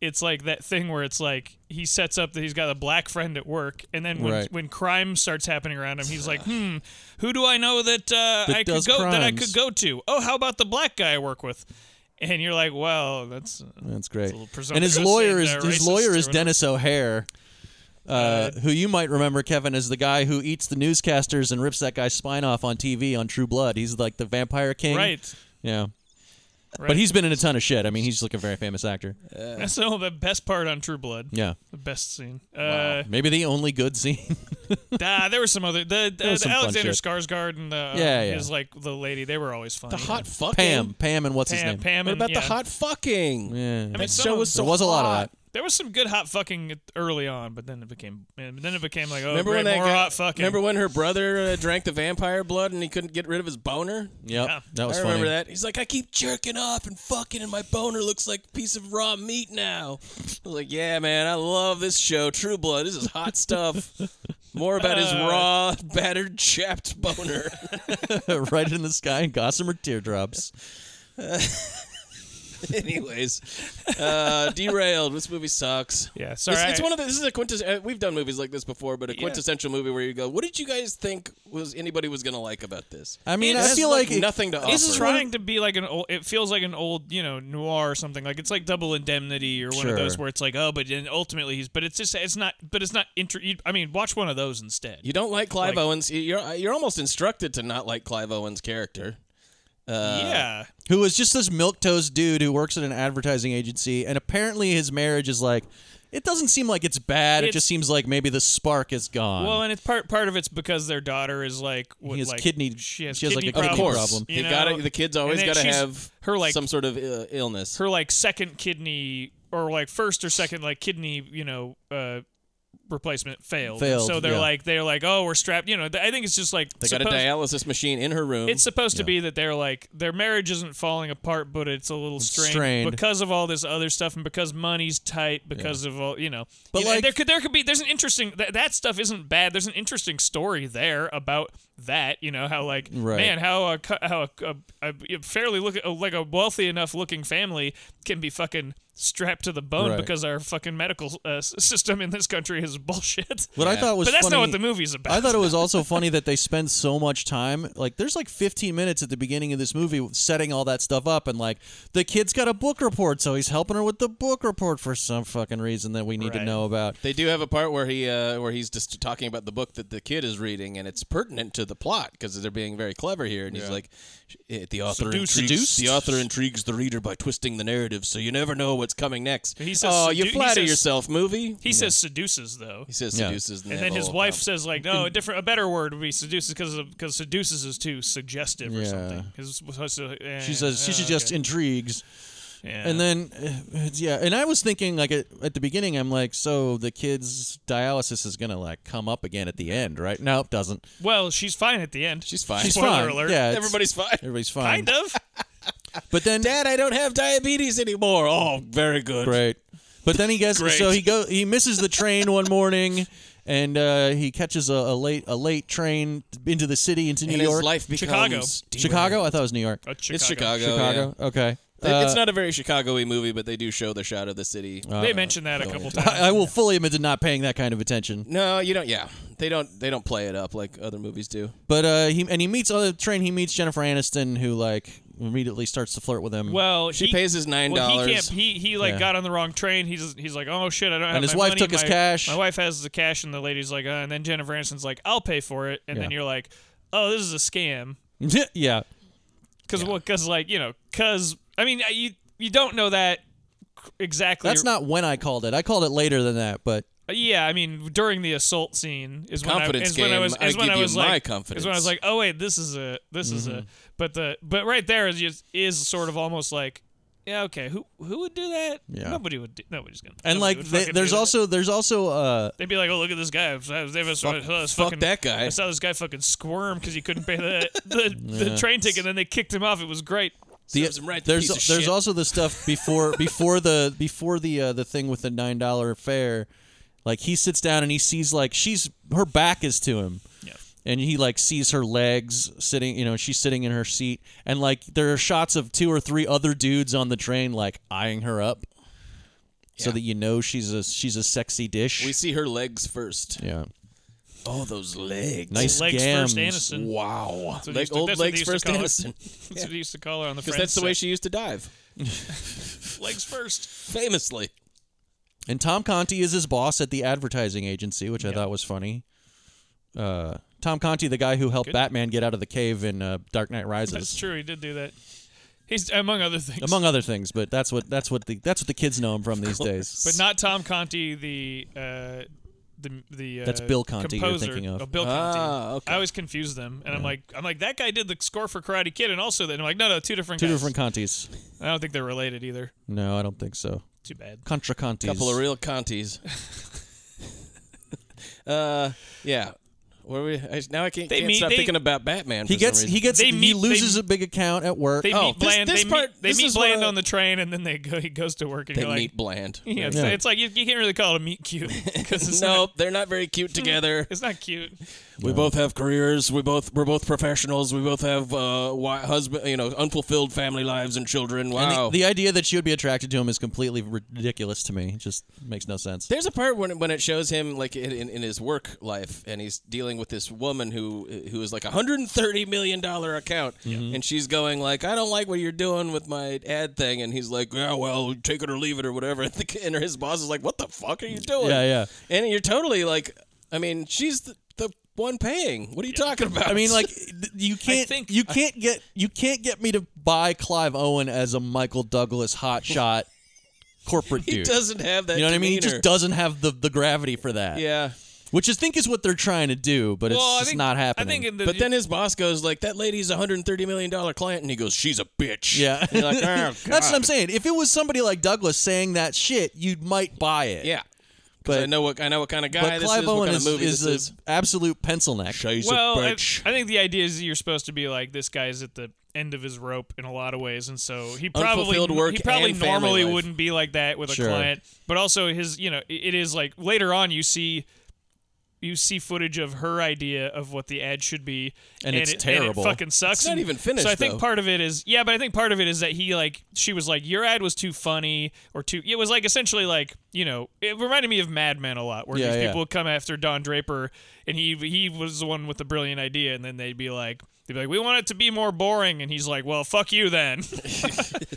it's like that thing where it's like he sets up that he's got a black friend at work, and then when
Right.
when crime starts happening around him, he's like, hmm, who do I know that uh,
That
I could
does
go that I could
crimes.
go to? Oh, how about the black guy I work with? And you're like, well, that's uh,
That's great.
little
And his
presumptuous
lawyer
and,
is
uh,
his
racist
lawyer
or
is
whatever.
Dennis O'Hare, uh, who you might remember, Kevin, as the guy who eats the newscasters and rips that guy's spine off on TV on True Blood. He's like the vampire king.
right.
Yeah.
Right.
But he's been in a ton of shit. I mean, he's like a very famous actor.
That's all the best part on True Blood.
Uh, Yeah.
The best scene. Uh, [laughs]
Maybe the only good scene. [laughs]
Nah, there was some other the, the,
was
the
some fun
Alexander
shit.
Skarsgård and the um,
Yeah, yeah.
his like the lady. They were always fun.
The
yeah.
hot fucking.
Pam. Pam and what's his
Pam,
name?
Pam.
What
and-
about
yeah.
the hot fucking?
Yeah.
I mean,
That
some
show
of-
was so
there was a lot of
hot.
that.
There was some good hot fucking at- early on, but then it became and then it became like oh,
Remember
great,
when that
more
guy,
hot fucking.
Remember when her brother uh, drank the vampire blood and he couldn't get rid of his boner?
Yep.
Yeah.
That was
I remember
funny.
that. He's like, I keep jerking off and fucking, and my boner looks like a piece of raw meat now. I was like, yeah, man, I love this show, True Blood. This is hot stuff. More about his
Uh.
raw, battered, chapped boner. [laughs]
[laughs] right in the sky and gossamer teardrops.
Anyways, uh, derailed. This movie sucks.
Yeah, sorry,
It's, it's
I-
one of the. This is a quintessential. We've done movies like this before, but a quintessential movie where you go, "What did you guys think was anybody was gonna like about this?"
I mean,
It
I
has,
feel
like,
like it-
nothing to
This is
offer.
trying to be like an old. It feels like an old, you know, noir or something. Like it's like Double Indemnity or one
Sure.
of those where it's like, oh, but then ultimately he's. But it's just it's not. But it's not. Inter- you- I mean, watch one of those instead.
You don't like Clive
Like-
Owens. You're you're almost instructed to not like Clive Owens' character. Uh,
yeah.
who is just this milk toast dude who works at an advertising agency and apparently his marriage is like it doesn't seem like it's bad it
It's-
just seems like maybe the spark is gone
Well, and it's part part of it's because their daughter is like what,
He has
like,
kidney-
She has,
she has, like,
kidney
a kidney
problems,
Of course. problem.
You
You gotta,
know?
the kids
And
always
then
got to
she's-
have
her like
some sort of uh, illness.
her like second kidney or like first or second like kidney you know uh replacement failed, And
Failed,
so they're
yeah.
like they're like oh we're strapped you know th- i think it's just like
they got a
supposed-
dialysis machine in her room.
it's supposed to be that they're like their marriage isn't falling apart but it's a little strained,
strained.
because of all this other stuff and because money's tight because of all you know
But,
You know,
like-
there could there could be there's an interesting that, that stuff isn't bad there's an interesting story there about that you know how like
Right.
man how a cu- how a, a, a fairly look a, like a wealthy enough looking family can be fucking strapped to the bone
Right.
because our fucking medical uh, s- system in this country is [laughs] bullshit
what i thought was
but that's
funny-
not what the movie's about
I thought it was also funny that they spend so much time. Like, there's like 15 minutes at the beginning of this movie setting all that stuff up, and like the kid's got a book report, so he's helping her with the book report for some fucking reason that we need to
Right.
know about.
They do have a part where he uh, where he's just talking about the book that the kid is reading, and it's pertinent to the plot because they're being very clever here. And he's like, "Eh, "The author
Seduced.
intrigues,
Seduced.
the author intrigues the reader by twisting the narrative, so you never know what's coming next."
He says
"Oh,
sedu-
you
he
flatter
says-
yourself, movie."
he says seduces though
He says
Yeah.
seduces,
And then his wife says, like, no, a different, a better word would be seduces because because seduces is too suggestive or
Yeah.
something. 'Cause it's- eh,
She says she
oh,
should just
okay.
intrigues.
Yeah.
And then, uh, yeah, and I was thinking like at, at the beginning, I'm like, so the kid's dialysis is gonna like come up again at the end, right? No, it doesn't.
well, she's fine at the end.
"She's fine.
She's
Spoiler
fine.
alert.
Yeah, it's-
Everybody's fine."
Everybody's fine.
kind
[laughs]
of.
But then,
Dad, I don't have diabetes anymore. Oh, very good.
great. But then he gets
Great.
so he go he misses the train one morning, and uh, he catches a, a late a late train into the city into New
And
York,
his life becomes
Chicago.
derailed.
Chicago. I thought it was New York.
Uh, Chicago.
It's Chicago. yeah.
Chicago. Okay.
Th- it's
Uh,
not a very Chicago-y movie, but they do show the shot of the city.
They mentioned that a
[laughs]
couple times.
I, I will fully admit to not paying that kind of attention.
no, you don't. Yeah, they don't. They don't play it up like other movies do.
But uh, he and he meets on the train. He meets Jennifer Aniston, who like immediately starts to flirt with him.
Well,
She
he-
pays his nine
Well,
dollars.
he can't. He he like
Yeah.
got on the wrong train. He's he's like, oh shit, I don't have.
his
my
wife
money.
took his
My-
cash.
My wife has the cash, and the lady's like, uh, and then Jennifer Aniston's like, I'll pay for it, and then
Yeah.
you're like, oh, this is a scam.
[laughs] yeah,
Because what? Because like you know, because I mean, uh, you you don't know that exactly.
that's not when I called it. I called it later than that. But
Yeah, I mean, during the assault scene is when I,
Confidence
is when I
game.
was is
I
when
give
I
you
was
my
like
confidence. Mm-hmm.
is when I was like, oh wait, this is a this is a but the but right there is just, is sort of almost like yeah okay who who would do that
Yeah.
nobody would do, nobody's gonna
and
nobody
like
would
they,
fucking
there's
do that.
also there's also uh,
they'd be like oh look at this guy fuck,
fuck that guy.
I
[laughs]
saw this guy fucking squirm because he couldn't pay the the, the train ticket and then they kicked him off it was great
The-
Serves him right, the
there's
piece of
there's
shit.
also the
[laughs]
stuff before before the before the uh, the thing with the nine dollar fare. Like he sits down and he sees like she's her back is to him.
Yeah.
And he like sees her legs sitting, you know, she's sitting in her seat, and like there are shots of two or three other dudes on the train like eyeing her up, so that you know she's a she's a sexy dish.
We see her legs first.
yeah,
Oh, those legs.
nice
legs
gams.
first, Aniston.
Wow.
That's what they
Leg,
used to-
old
that's what they
legs
used to
first,
call it.
Aniston.
[laughs] That's what they used to call her on the
Because
Friends.
that's the way
set.
she used to dive,
legs
[laughs]
first.
famously.
And Tom Conti is his boss at the advertising agency, which I thought was funny. Uh, Tom Conti, the guy who helped Batman get out of the cave in uh, Dark Knight
That's
Rises,
true. He did do
[laughs]
that. He's among other things.
among other things. But that's what that's what the that's what the kids know him from these days.
[laughs] but not Tom Conti, the uh, the the uh,
That's Bill Conti you're
composer.
thinking of.
Oh, Bill Conti.
Ah, okay.
I always confuse them, and I'm like, I'm like that guy did the score for Karate Kid, and also that. And I'm like, no, no, two different
Two
guys.
different Contis.
I don't think they're related either.
No, I don't think so.
Too bad.
Contra Contis.
couple of real Contis. [laughs] uh, yeah. Where we I, now I can't,
They
can't
meet-
stop
they-
thinking about Batman.
he
for some
gets
reason.
he gets
They meet-
he loses
they-
a big account at work.
They
Oh,
meet
this-
Bland.
this
they
part-
meet, they
this
meet
is
Bland
what I-
on the train, and then they go. He goes to work, and
they
you're like,
meet Bland.
[laughs] yeah, it's,
[laughs] Yeah.
it's like you, you can't really call it a meet cute because
[laughs]
it's
No,
not.
they're not very cute
[laughs]
together.
[laughs] It's not cute.
We both have careers. We both we're both professionals. We both have uh, wi husband, you know, unfulfilled family lives and children.
And the-
Wow.
the, idea that she would be attracted to him is completely ridiculous to me. It just makes no sense.
There's a part when when it shows him like in, in, in his work life, and he's dealing with this woman who who is like a hundred and thirty million dollar account, and she's going like, "I don't like what you're doing with my ad thing," and he's like, "Yeah, well, take it or leave it or whatever." [laughs] And, the, and his boss is like, "What the fuck are you doing?"
Yeah, yeah.
And you're totally like, I mean, she's the, the one paying. What are you talking about?
I mean, [laughs] like th- you can't
think-
you can't get you can't get me to buy Clive Owen as a Michael Douglas hotshot [laughs]
[laughs]
corporate
he
dude.
doesn't have that.
you know what I mean? He just
demeanor.
doesn't have the, the gravity for that.
Yeah.
Which I think is what they're trying to do, but
well,
it's
I
just
think,
not happening.
I think in the,
But then his boss goes like, "That lady's a hundred and thirty million dollar client," and he goes, "She's a bitch."
yeah.
And you're like, "Oh,
[laughs] That's what I'm
God."
saying. If it was somebody like Douglas saying that shit, you might buy it.
Yeah.
But-
But I know what I know what kind of guy
But
this
Clive
is. what
Owen
kind
is,
of movie
is
this is.
an absolute pencil neck.
well, I, I think the idea is you're supposed to be like this guy's at the end of his rope in a lot of ways, and so he probably
Unfulfilled work
he probably
and family
normally
life.
wouldn't be like that with
Sure.
a client. But also his, you know, it- it is like later on you see. You see footage of her idea of what the ad should be,
And it's
it,
terrible.
it fucking sucks.
It's not
And
even finished,
So I think
though.
part of it is, yeah, but I think part of it is that he like she was like your ad was too funny or too. It was like essentially like you know it reminded me of Mad Men a lot, where
Yeah,
these
yeah.
people would come after Don Draper, and he he was the one with the brilliant idea, and then they'd be like, they'd be like, we want it to be more boring, and he's like, well, fuck you then. [laughs]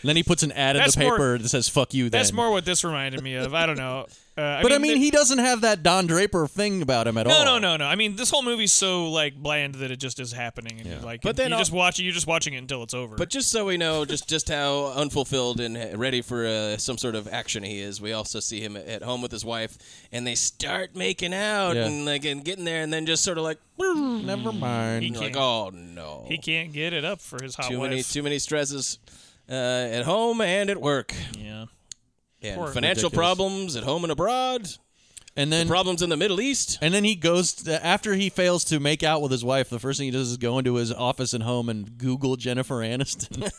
And then he puts an ad in the
That's more-
paper that says "fuck you." Then.
That's more what this reminded me of. I don't know. Uh,
But I mean,
the-
he doesn't have that Don Draper thing about him at all.
No,
Oh.
no, no, no. I mean, this whole movie's so like bland that it just is happening, and you're like,
But then
you
al-
just watch it. You're just watching it until it's over.
but just so we know, just just how unfulfilled and ready for uh, some sort of action he is, we also see him at home with his wife, and they start making out
Yeah.
and like and getting there, and then just sort of [laughs] like,
Never mind.
He
you're like,
can't-
oh no,
he can't get it up for his hot
too
wife.
many too many stresses uh, at home and at work,
yeah.
and
Poor-
financial
Ridiculous.
problems at home and abroad,
And then
problems in the Middle East.
and then he goes to, after he fails to make out with his wife. The first thing he does is go into his office and home and Google Jennifer Aniston.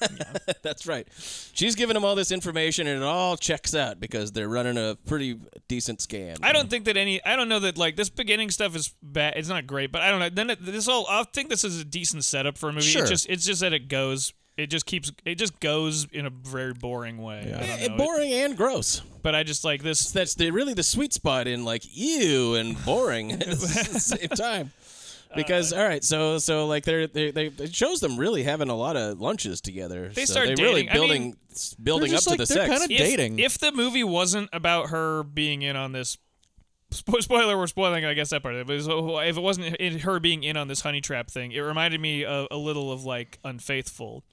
[laughs]
That's right. She's giving him all this information, and it all checks out because they're running a pretty decent scam.
I don't think that any. I don't know that like this beginning stuff is bad. It's not great, but I don't know. Then it, this all. I think this is a decent setup for a movie.
Sure.
It's just it's just that it goes. It just keeps. It just goes in a very boring way. I don't
Eh,
know.
boring and gross.
but I just like this.
That's the, really the sweet spot in like ew and boring at the
[laughs]
same time.
Uh,
Because all right, so so like they're, they they it shows them really having a lot of lunches together.
They
so
start
they really
dating. I
building
mean,
s- building
they're
up
just
to
like-
the
they're
sex.
kinda-
If,
dating.
If the movie wasn't about her being in on this. spo- Spoiler, we're spoiling, I guess, that part of it. But so- if it wasn't in- her being in on this honey trap thing, it reminded me a, a little of, like, Unfaithful.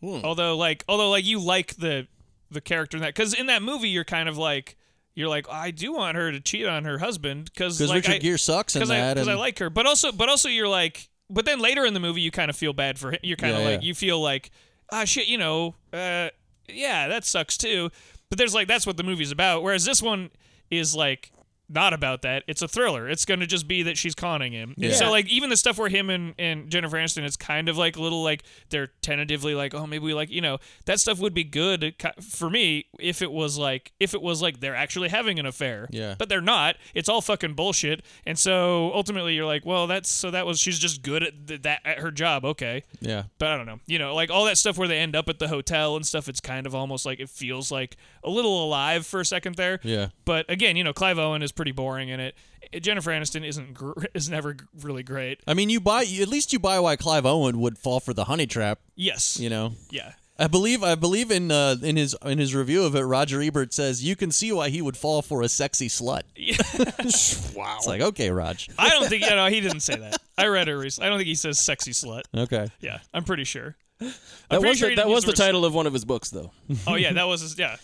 Hmm.
Although, like, although, like, you like the the character in that. Because in that movie, you're kind of like, you're like, I do want her to cheat on her husband. Because,
Because
like,
Richard
I,
Gere sucks in
because I,
that.
'cause
and
I like her. But also, but also, you're like, but then later in the movie, you kind of feel bad for him. You're kind of
Yeah,
like,
yeah.
you feel like, ah, shit, you know, uh, yeah, that sucks too. But there's like, that's what the movie's about. Whereas this one is like, not about that. It's a thriller. It's going to just be that she's conning him. And
Yeah.
So like even the stuff where him and, and Jennifer Aniston, it's kind of like a little like they're tentatively like, oh maybe we like you know that stuff would be good ki- for me if it was like if it was like they're actually having an affair.
Yeah.
But they're not. It's all fucking bullshit. And so ultimately you're like, well that's so that was she's just good at th- that at her job. Okay.
Yeah.
But I don't know. You know, like all that stuff where they end up at the hotel and stuff, it's kind of almost like it feels like a little alive for a second there.
Yeah.
But again, you know, Clive Owen is pretty boring in it. Eh, Jennifer Aniston isn't gr- [laughs] is never g- really great.
I mean, you buy you- at least you buy why Clive Owen would fall for the honey trap.
Yes.
You know.
Yeah.
I believe I believe in uh, in his in his review of it, Roger Ebert says you can see why he would fall for a
[laughs]
sexy slut. [laughs] wow. It's like okay, Raj.
I don't think. Yeah, no, he didn't say that. I read it recently. I don't think he says "sexy slut."
Okay.
Yeah, I'm pretty sure. I'm
That
pretty
was,
sure
the,
he
that
didn't use
was the
word slut.
title of one of his
[laughs]
books, though.
Oh yeah, that was his, yeah.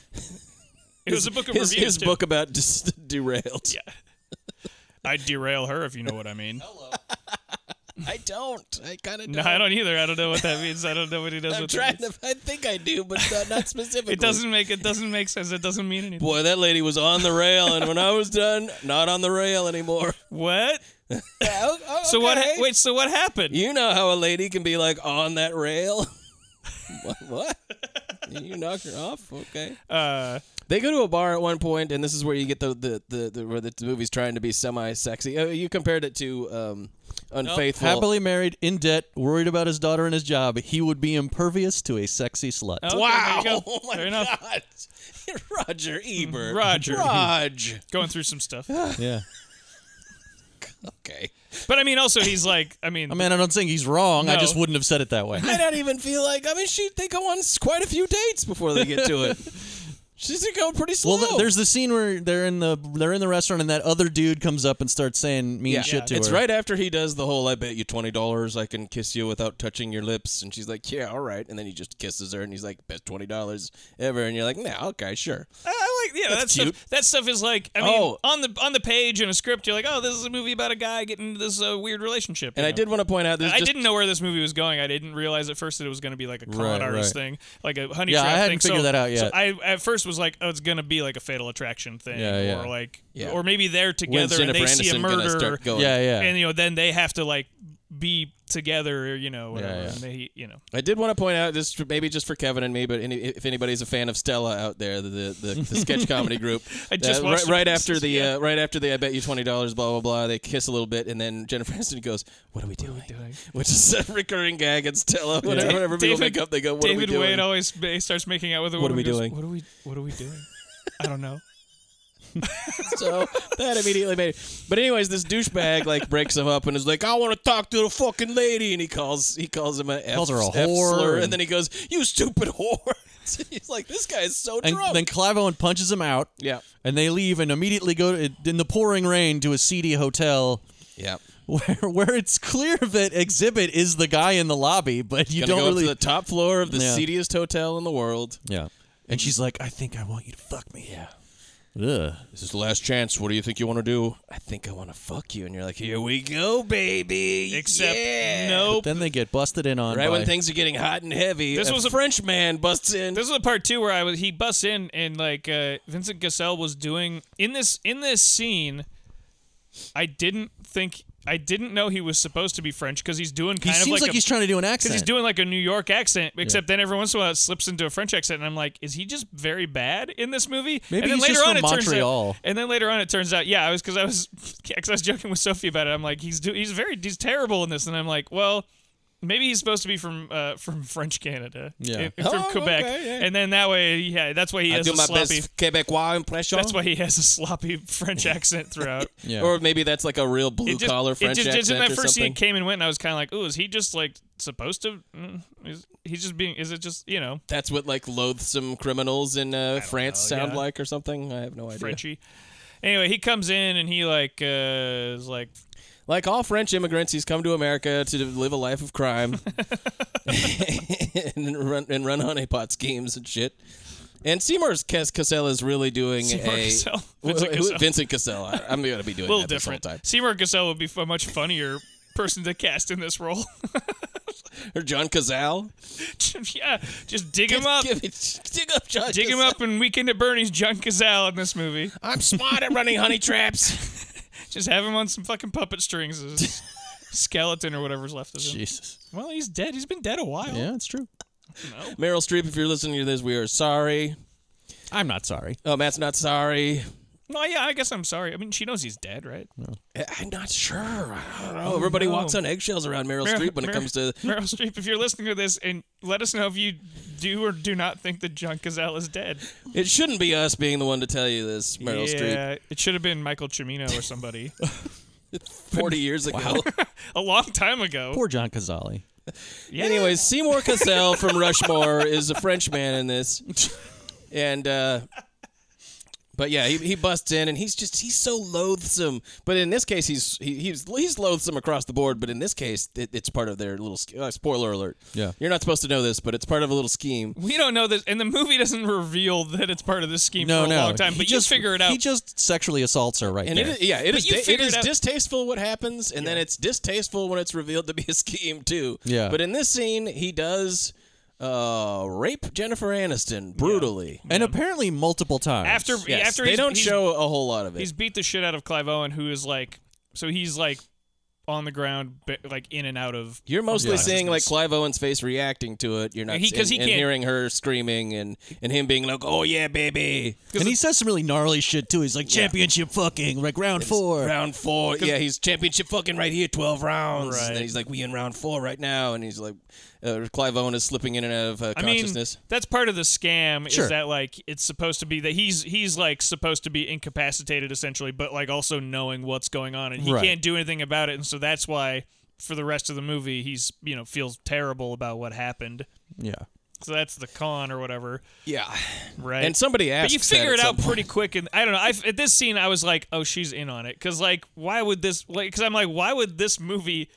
It was a book of
his,
reviews.
his
too.
book about [laughs] just derailed.
Yeah. I'd derail her if you know what I
[laughs]
mean.
I don't. I kind of
No, I don't either. I don't know what that means. I don't know what he does
I'm
with
trying
it.
to. I think I do, but not, not [laughs] specifically.
It doesn't make it doesn't make sense. It doesn't mean anything.
Boy, that lady was on the rail, and when I was done, not on the rail [laughs] anymore.
What?
Oh, oh,
So what?
okay.
Ha- wait. So what happened?
You know how a lady can be like on that rail. [laughs] what? what? You knock her off? Okay.
Uh,
They go to a bar at one point, and this is where you get the the, the, the where the movie's trying to be semi-sexy. Uh, you compared it to um, Unfaithful.
Happily married, in debt, worried about his daughter and his job, he would be impervious to a sexy slut.
okay,
wow! [laughs]
there you go.
[laughs]
Oh my
Fair enough.
god, Roger Ebert.
Roger. E.
Raj.
Going through some stuff,
Yeah.
[laughs] Okay.
but I mean, also he's like, I
[laughs]
mean,
I mean, I don't think he's wrong.
[laughs]
I
No.
just wouldn't have said it that way.
I don't even feel like. I mean, she they go on s- quite a few dates before they get
[laughs]
to it. She's going pretty slow.
Well, th- there's the scene where they're in the they're in the restaurant and that other dude comes up and starts saying mean
yeah,
shit to
it's
her.
right after he does the whole "I bet you twenty dollars I can kiss you without touching your lips," and she's like, "Yeah, all right," and then he just kisses her, and he's like, "Best twenty dollars ever," and you're like, "Nah, okay, sure."
I- I like, yeah, that
That's
stuff.
cute.
That stuff is like, I mean,
Oh.
on the on the page in a script, you're like, oh, this is a movie about a guy getting into this uh, weird relationship. you
And I
know?
did want to point out, there's
I
just
didn't know where this movie was going. I didn't realize at first that it was going to be like a con
Right,
artist
right.
thing, like a honey
Yeah,
trap
I hadn't
thing.
figured
so,
that out
So
yet.
I at first was like, oh, it's going to be like a Fatal Attraction thing,
Yeah, yeah.
or like,
Yeah.
or maybe they're together and
Jennifer
they see a
Aniston gonna
murder,
start going?
Yeah, yeah.
and you know, then they have to like be together, or, you know, whatever,
yeah.
and they, you know,
I did want to point out this maybe just for Kevin and me, but any, if anybody's a fan of Stella out there, the the, the sketch comedy group,
[laughs] I just
uh,
watched
right,
the
right
pieces,
after the
yeah.
uh, right after the I bet you twenty dollars, blah blah blah. They kiss a little bit, and then Jennifer [laughs] Aniston goes, "What are we doing?" Which is a recurring gag at Stella. Whenever, whenever people
David-
make up, they go, "What
David
are we doing?"
Wade always ma- starts making out with a
What are
woman
we
and goes,
doing?
What are we? What are we
[laughs]
doing? I don't know.
So that immediately made it. But anyways, this douchebag like breaks him up and is like, "I want to talk to the fucking lady," and he calls he calls him a F-
Calls her a
F
whore
slur, and
and-
then he goes, "You stupid [laughs] whore." He's like, "This guy is so
And
drunk."
then Clive Owen punches him out.
yeah,
And they leave and immediately go to, in the pouring rain to a seedy hotel [laughs]
yeah.
where where it's clear that Exhibit is the guy in the lobby, but you
Gonna
don't
go
really.
up to the top floor of the
Yeah.
seediest hotel in the world.
yeah. And she's like, I think I want you to fuck me. Yeah. Ugh.
This is the last chance. What do you think you want to do? I think I want to fuck you. And you're like, here we go, baby.
Except
Yeah."
no.
Then they get busted in on
Right
by-
when things are getting hot and heavy,
This
a
was a-
French man busts in.
This is the part two where I was he busts in and like uh, Vincent Cassell was doing in this in this scene. I didn't think I didn't know he was supposed to be French because he's doing
he
kind of
seems
like,
like,
a,
he's trying to do an
because
accent.
he's doing like a New York accent. Except then every once in a while it slips into a French accent, and I'm like, is he just very bad in this movie?
Maybe
and then
he's
later
just
on
from
it
Montreal.
turns out, and then later on it turns out, yeah, I was because I was [laughs] because I was joking with Sophie about it. I'm like, he's do, he's very he's terrible in this, and I'm like, well. Maybe he's supposed to be from uh, from French Canada,
Yeah.
Eh, from
Oh,
Quebec,
okay, yeah.
and then that way, yeah, that's why he
I
has
do
a
my
sloppy.
best Quebecois impression.
That's why he has a sloppy [laughs] French accent throughout.
Yeah.
Or maybe that's like a real blue
It just,
collar French
it just, just in
accent
that
or
first scene
something.
it came and went, and I was kind of like, "Ooh, is he just like supposed to? Mm, is, he's just being? Is it just you know,
that's what like loathsome criminals in uh, France
know,
sound
yeah.
like or something. I have no idea.
Frenchy?" Anyway, he comes in and he like uh, is like,
Like all French immigrants, he's come to America to live a life of crime and run and run honeypot schemes and shit. And Seymour Cas- Cassell is really doing
Seymour
a
Cassell?
[laughs] Wh- wh-
Vincent
who-
Cassell.
Vincent Cassell. I, am going to be doing
a little
that this whole
different.
time.
[laughs] Seymour Cassell would be a much funnier person to cast in this role.
or John
[laughs]
Cazale.
yeah, just dig him up.
[laughs] Give it, dig up John.
Dig him
Cazale.
up and Weekend at Bernie's John Cazale in this movie.
I'm smart at running honey traps.
[laughs] Just have him on some fucking puppet strings as his [laughs] skeleton or whatever's left of him.
Jesus.
Well, he's dead. He's been dead a while.
Yeah, it's true.
Meryl Streep, if you're listening to this, we are sorry.
I'm not sorry.
Oh, Matt's not sorry.
No, yeah, I guess I'm sorry. I mean, she knows he's dead, right?
I- I'm not sure. I don't know. Everybody walks on eggshells around Meryl
Oh, Mer-
Streep when
Mer-
it comes to.
Meryl Streep, if you're listening to this, and let us know if you do or do not think that John Cazale is dead.
It shouldn't be us being the one to tell you this, Meryl Streep.
yeah, it should have been Michael Cimino or
[laughs]
somebody
Forty years ago.
a long time ago.
Poor John Cazale.
Yeah.
Anyways, Seymour Cassell from Rushmore is a French man in this, and uh, but yeah, he, he busts in and he's just he's so loathsome. But in this case, he's he, he's he's loathsome across the board. But in this case, it, it's part of their little sch- uh, spoiler alert.
Yeah.
you're not supposed to know this, but it's part of a little scheme.
we don't know this, and the movie doesn't reveal that it's part of this scheme
No,
for a
no.
long time.
He
But
just,
you figure it out.
He just sexually assaults her right
And
there.
it is, yeah, it
But
is
you
di- it
figured
is
out-
distasteful what happens, and then it's distasteful when it's revealed to be a scheme too.
Yeah.
But in this scene, he does uh, rape Jennifer Aniston brutally.
and apparently multiple times.
after
Yes,
after
they
he's-
don't
he's-
show a whole lot of it.
he's beat the shit out of Clive Owen, who is like, so he's like on the ground, ba- like in and out of.
You're mostly
Yeah.
seeing like Clive Owen's face reacting to it. You're not
He- 'cause
and-
he
and
can't-
hearing her screaming and and him being like, "Oh yeah, baby."
and he says some really gnarly shit too. He's like championship fucking, like round four.
Round four, yeah, he's championship fucking right here, twelve rounds. And
Right.
then he's like, "We in round four right now," and he's like, uh, "Clive Owen is slipping in and out of uh,
I mean,
consciousness."
that's part of the scam.
Sure.
Is that like it's supposed to be that he's he's like supposed to be incapacitated essentially, but like also knowing what's going on, and he
Right.
can't do anything about it, and so that's why for the rest of the movie he's you know feels terrible about what happened.
Yeah.
So that's the con or whatever,
yeah,
right?
and somebody asked,
but you figure it out pretty quick, and I don't know. I, at this scene, I was like, "Oh, she's in on it," because like, why would this? Like, because I'm like, why would this movie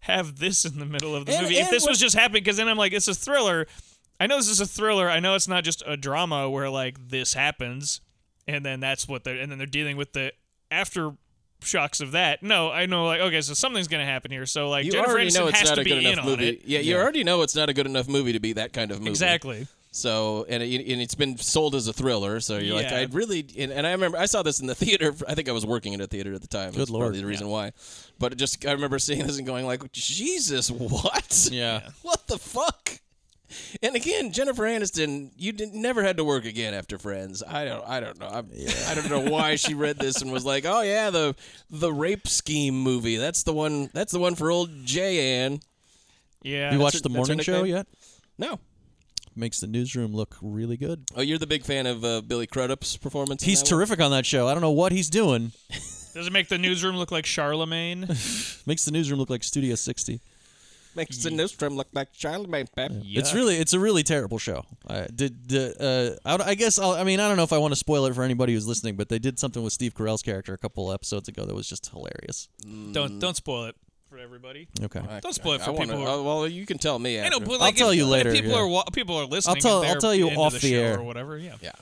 have this in the middle of the
And-
movie if
and
this
what-
was just happening? Because then I'm like, it's a thriller. I know this is a thriller. I know it's not just a drama where like this happens, and then that's what they're and then they're dealing with the after. Shocks of that. No, I know. Like, okay, so something's gonna happen here. So, like,
You
Jennifer
already
Aniston
know it's
has
not
to
a
be
good
in
enough
on
movie.
it.
Yeah, you already know it's not a good enough movie to be that kind of movie.
Exactly.
So and it, and it's been sold as a thriller. So you're like,
Yeah.
I really and, and I remember I saw this in the [laughs] theater. I think I was working in a theater at the time. Good
lord.
probably the reason why. But it just I remember seeing this and going like, Jesus, what?
Yeah.
[laughs] what the fuck? And again, Jennifer Aniston, you did, never had to work again after Friends. I don't, I don't know. I, I don't know why she read this and was like, "Oh yeah, the the rape scheme movie. That's the one. That's the one for old J Ann."
Yeah.
You
that's
watched
her-
the
that's her
morning show
nickname?
yet?
No.
Makes the newsroom look really good.
Oh, you're the big fan of uh, Billy Crudup's performance. in
He's
that one?
terrific on that show. I don't know what he's doing.
Does it make the newsroom look like Charlemagne?
Makes the newsroom look like Studio 60.
Makes the nostrum look like Charlemagne. Pep.
It's really, it's a really terrible show. I did, did uh, I, I guess, I'll, I mean, I don't know if I want to spoil it for anybody who's listening, but they did something with Steve Carell's character a couple episodes ago that was just hilarious.
Don't don't spoil it for everybody.
Okay,
Don't spoil it
Mm-hmm. I
for
wanna,
people. who
oh,
are,
well, you can tell me.
I
After.
know, but like,
tell
if-
you
if
later,
people
yeah.
are wa- people are listening. and
tell-
they're
I'll tell you
into
off
the,
the
show
air.
or whatever. Yeah.
yeah.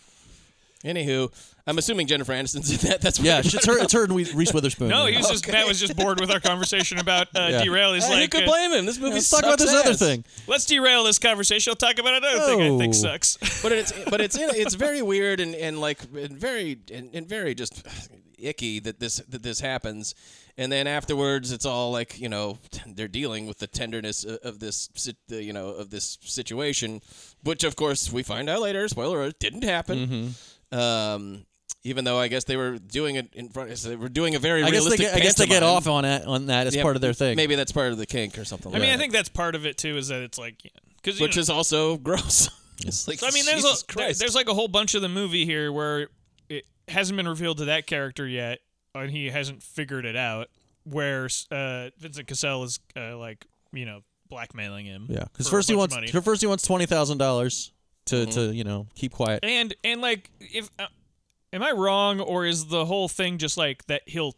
Anywho, I'm assuming Jennifer Aniston's in that. [laughs] That's what
yeah,
I
it's
brought
her,
up.
it's her and we, Reese Witherspoon.
No, he was just
Okay.
Matt was just bored with our conversation about uh,
Yeah.
derail. He's
Hey,
like,
who could
uh,
blame him? This movie.
Let's talk about
sucks
this other
ass.
thing.
let's derail this conversation. I'll talk about another thing I think
Oh.
sucks. [laughs]
But it's but it's in, it's very weird and, and like and very and, and very just icky that this that this happens, and then afterwards it's all like you know they're dealing with the tenderness of, of this sit- uh, you know of this situation, which of course we find out later. Spoiler: alert, didn't happen.
Mm-hmm.
Um, even though I guess they were doing it in front, so they were doing a very
I guess they,
realistic.
get, I guess they get
pantomime.
off on that on that as
Yeah,
part of their thing.
Maybe that's part of the kink or something.
I
like
mean, I
that.
think that's part of it too. Is that it's like because
which is also gross. [laughs] it's like
I mean, there's
Jesus
a, there-
Christ.
there's like a whole bunch of the movie here where it hasn't been revealed to that character yet, and he hasn't figured it out. Where uh, Vincent Cassell is uh, like, you know, blackmailing him.
Yeah, because
for a
first
bunch
he
of
wants
money. Mm-hmm.
first he wants twenty thousand dollars to to you know keep quiet.
And and like if uh, am I wrong or is the whole thing just like that he'll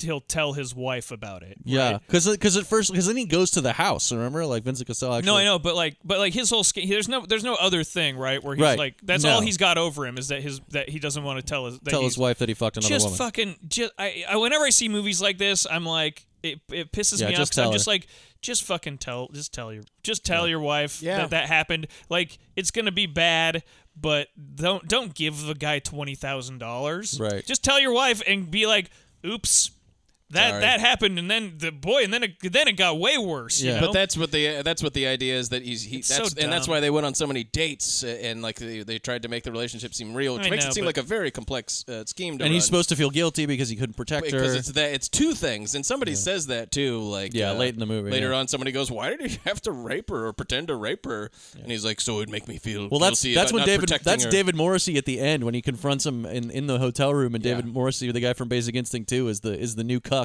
he'll tell his wife about it?
Yeah,
right?
because at first because then he goes to the house. Remember, like Vincent Cassel. Actually,
No, I know, but like but like his whole skin there's no there's no other thing, right? Where he's
Right.
like that's
No.
all he's got over him is that his that he doesn't want to tell his that
Tell
he's-
his wife that he fucked another
just
woman.
fucking just I, I whenever I see movies like this, I'm like it, it pisses
Yeah,
me off
just
'cause I'm
tell
just
her.
like just fucking tell just tell your just tell your wife
Yeah.
that that happened. Like it's gonna be bad, but don't don't give the guy twenty thousand dollars.
Right.
Just tell your wife and be like, oops. That,
Sorry.
that happened, and then the boy, and then it, then it got way worse. you know?
But that's what the that's what the idea is that he's he,
It's
that's
so
and that's
dumb.
why they went on so many dates uh, and like they, they tried to make the relationship seem real, which
I
makes
know,
it seem
but-
like a very complex uh, scheme. To
and he's
run.
supposed to feel guilty because he couldn't protect her.
because it's that it's two things, and somebody says that too. Like uh,
Yeah, late in the movie,
later
yeah.
on, somebody goes, "Why did he have to rape her or pretend to rape her?" And he's like, "So it'd make me feel
Well, that's
guilty
that's
about
when
not
David
protecting
that's
her."
David Morrissey at the end when he confronts him in, in the hotel room and David
Yeah.
Morrissey, the guy from Basic Instinct 2, is the is the new cuck,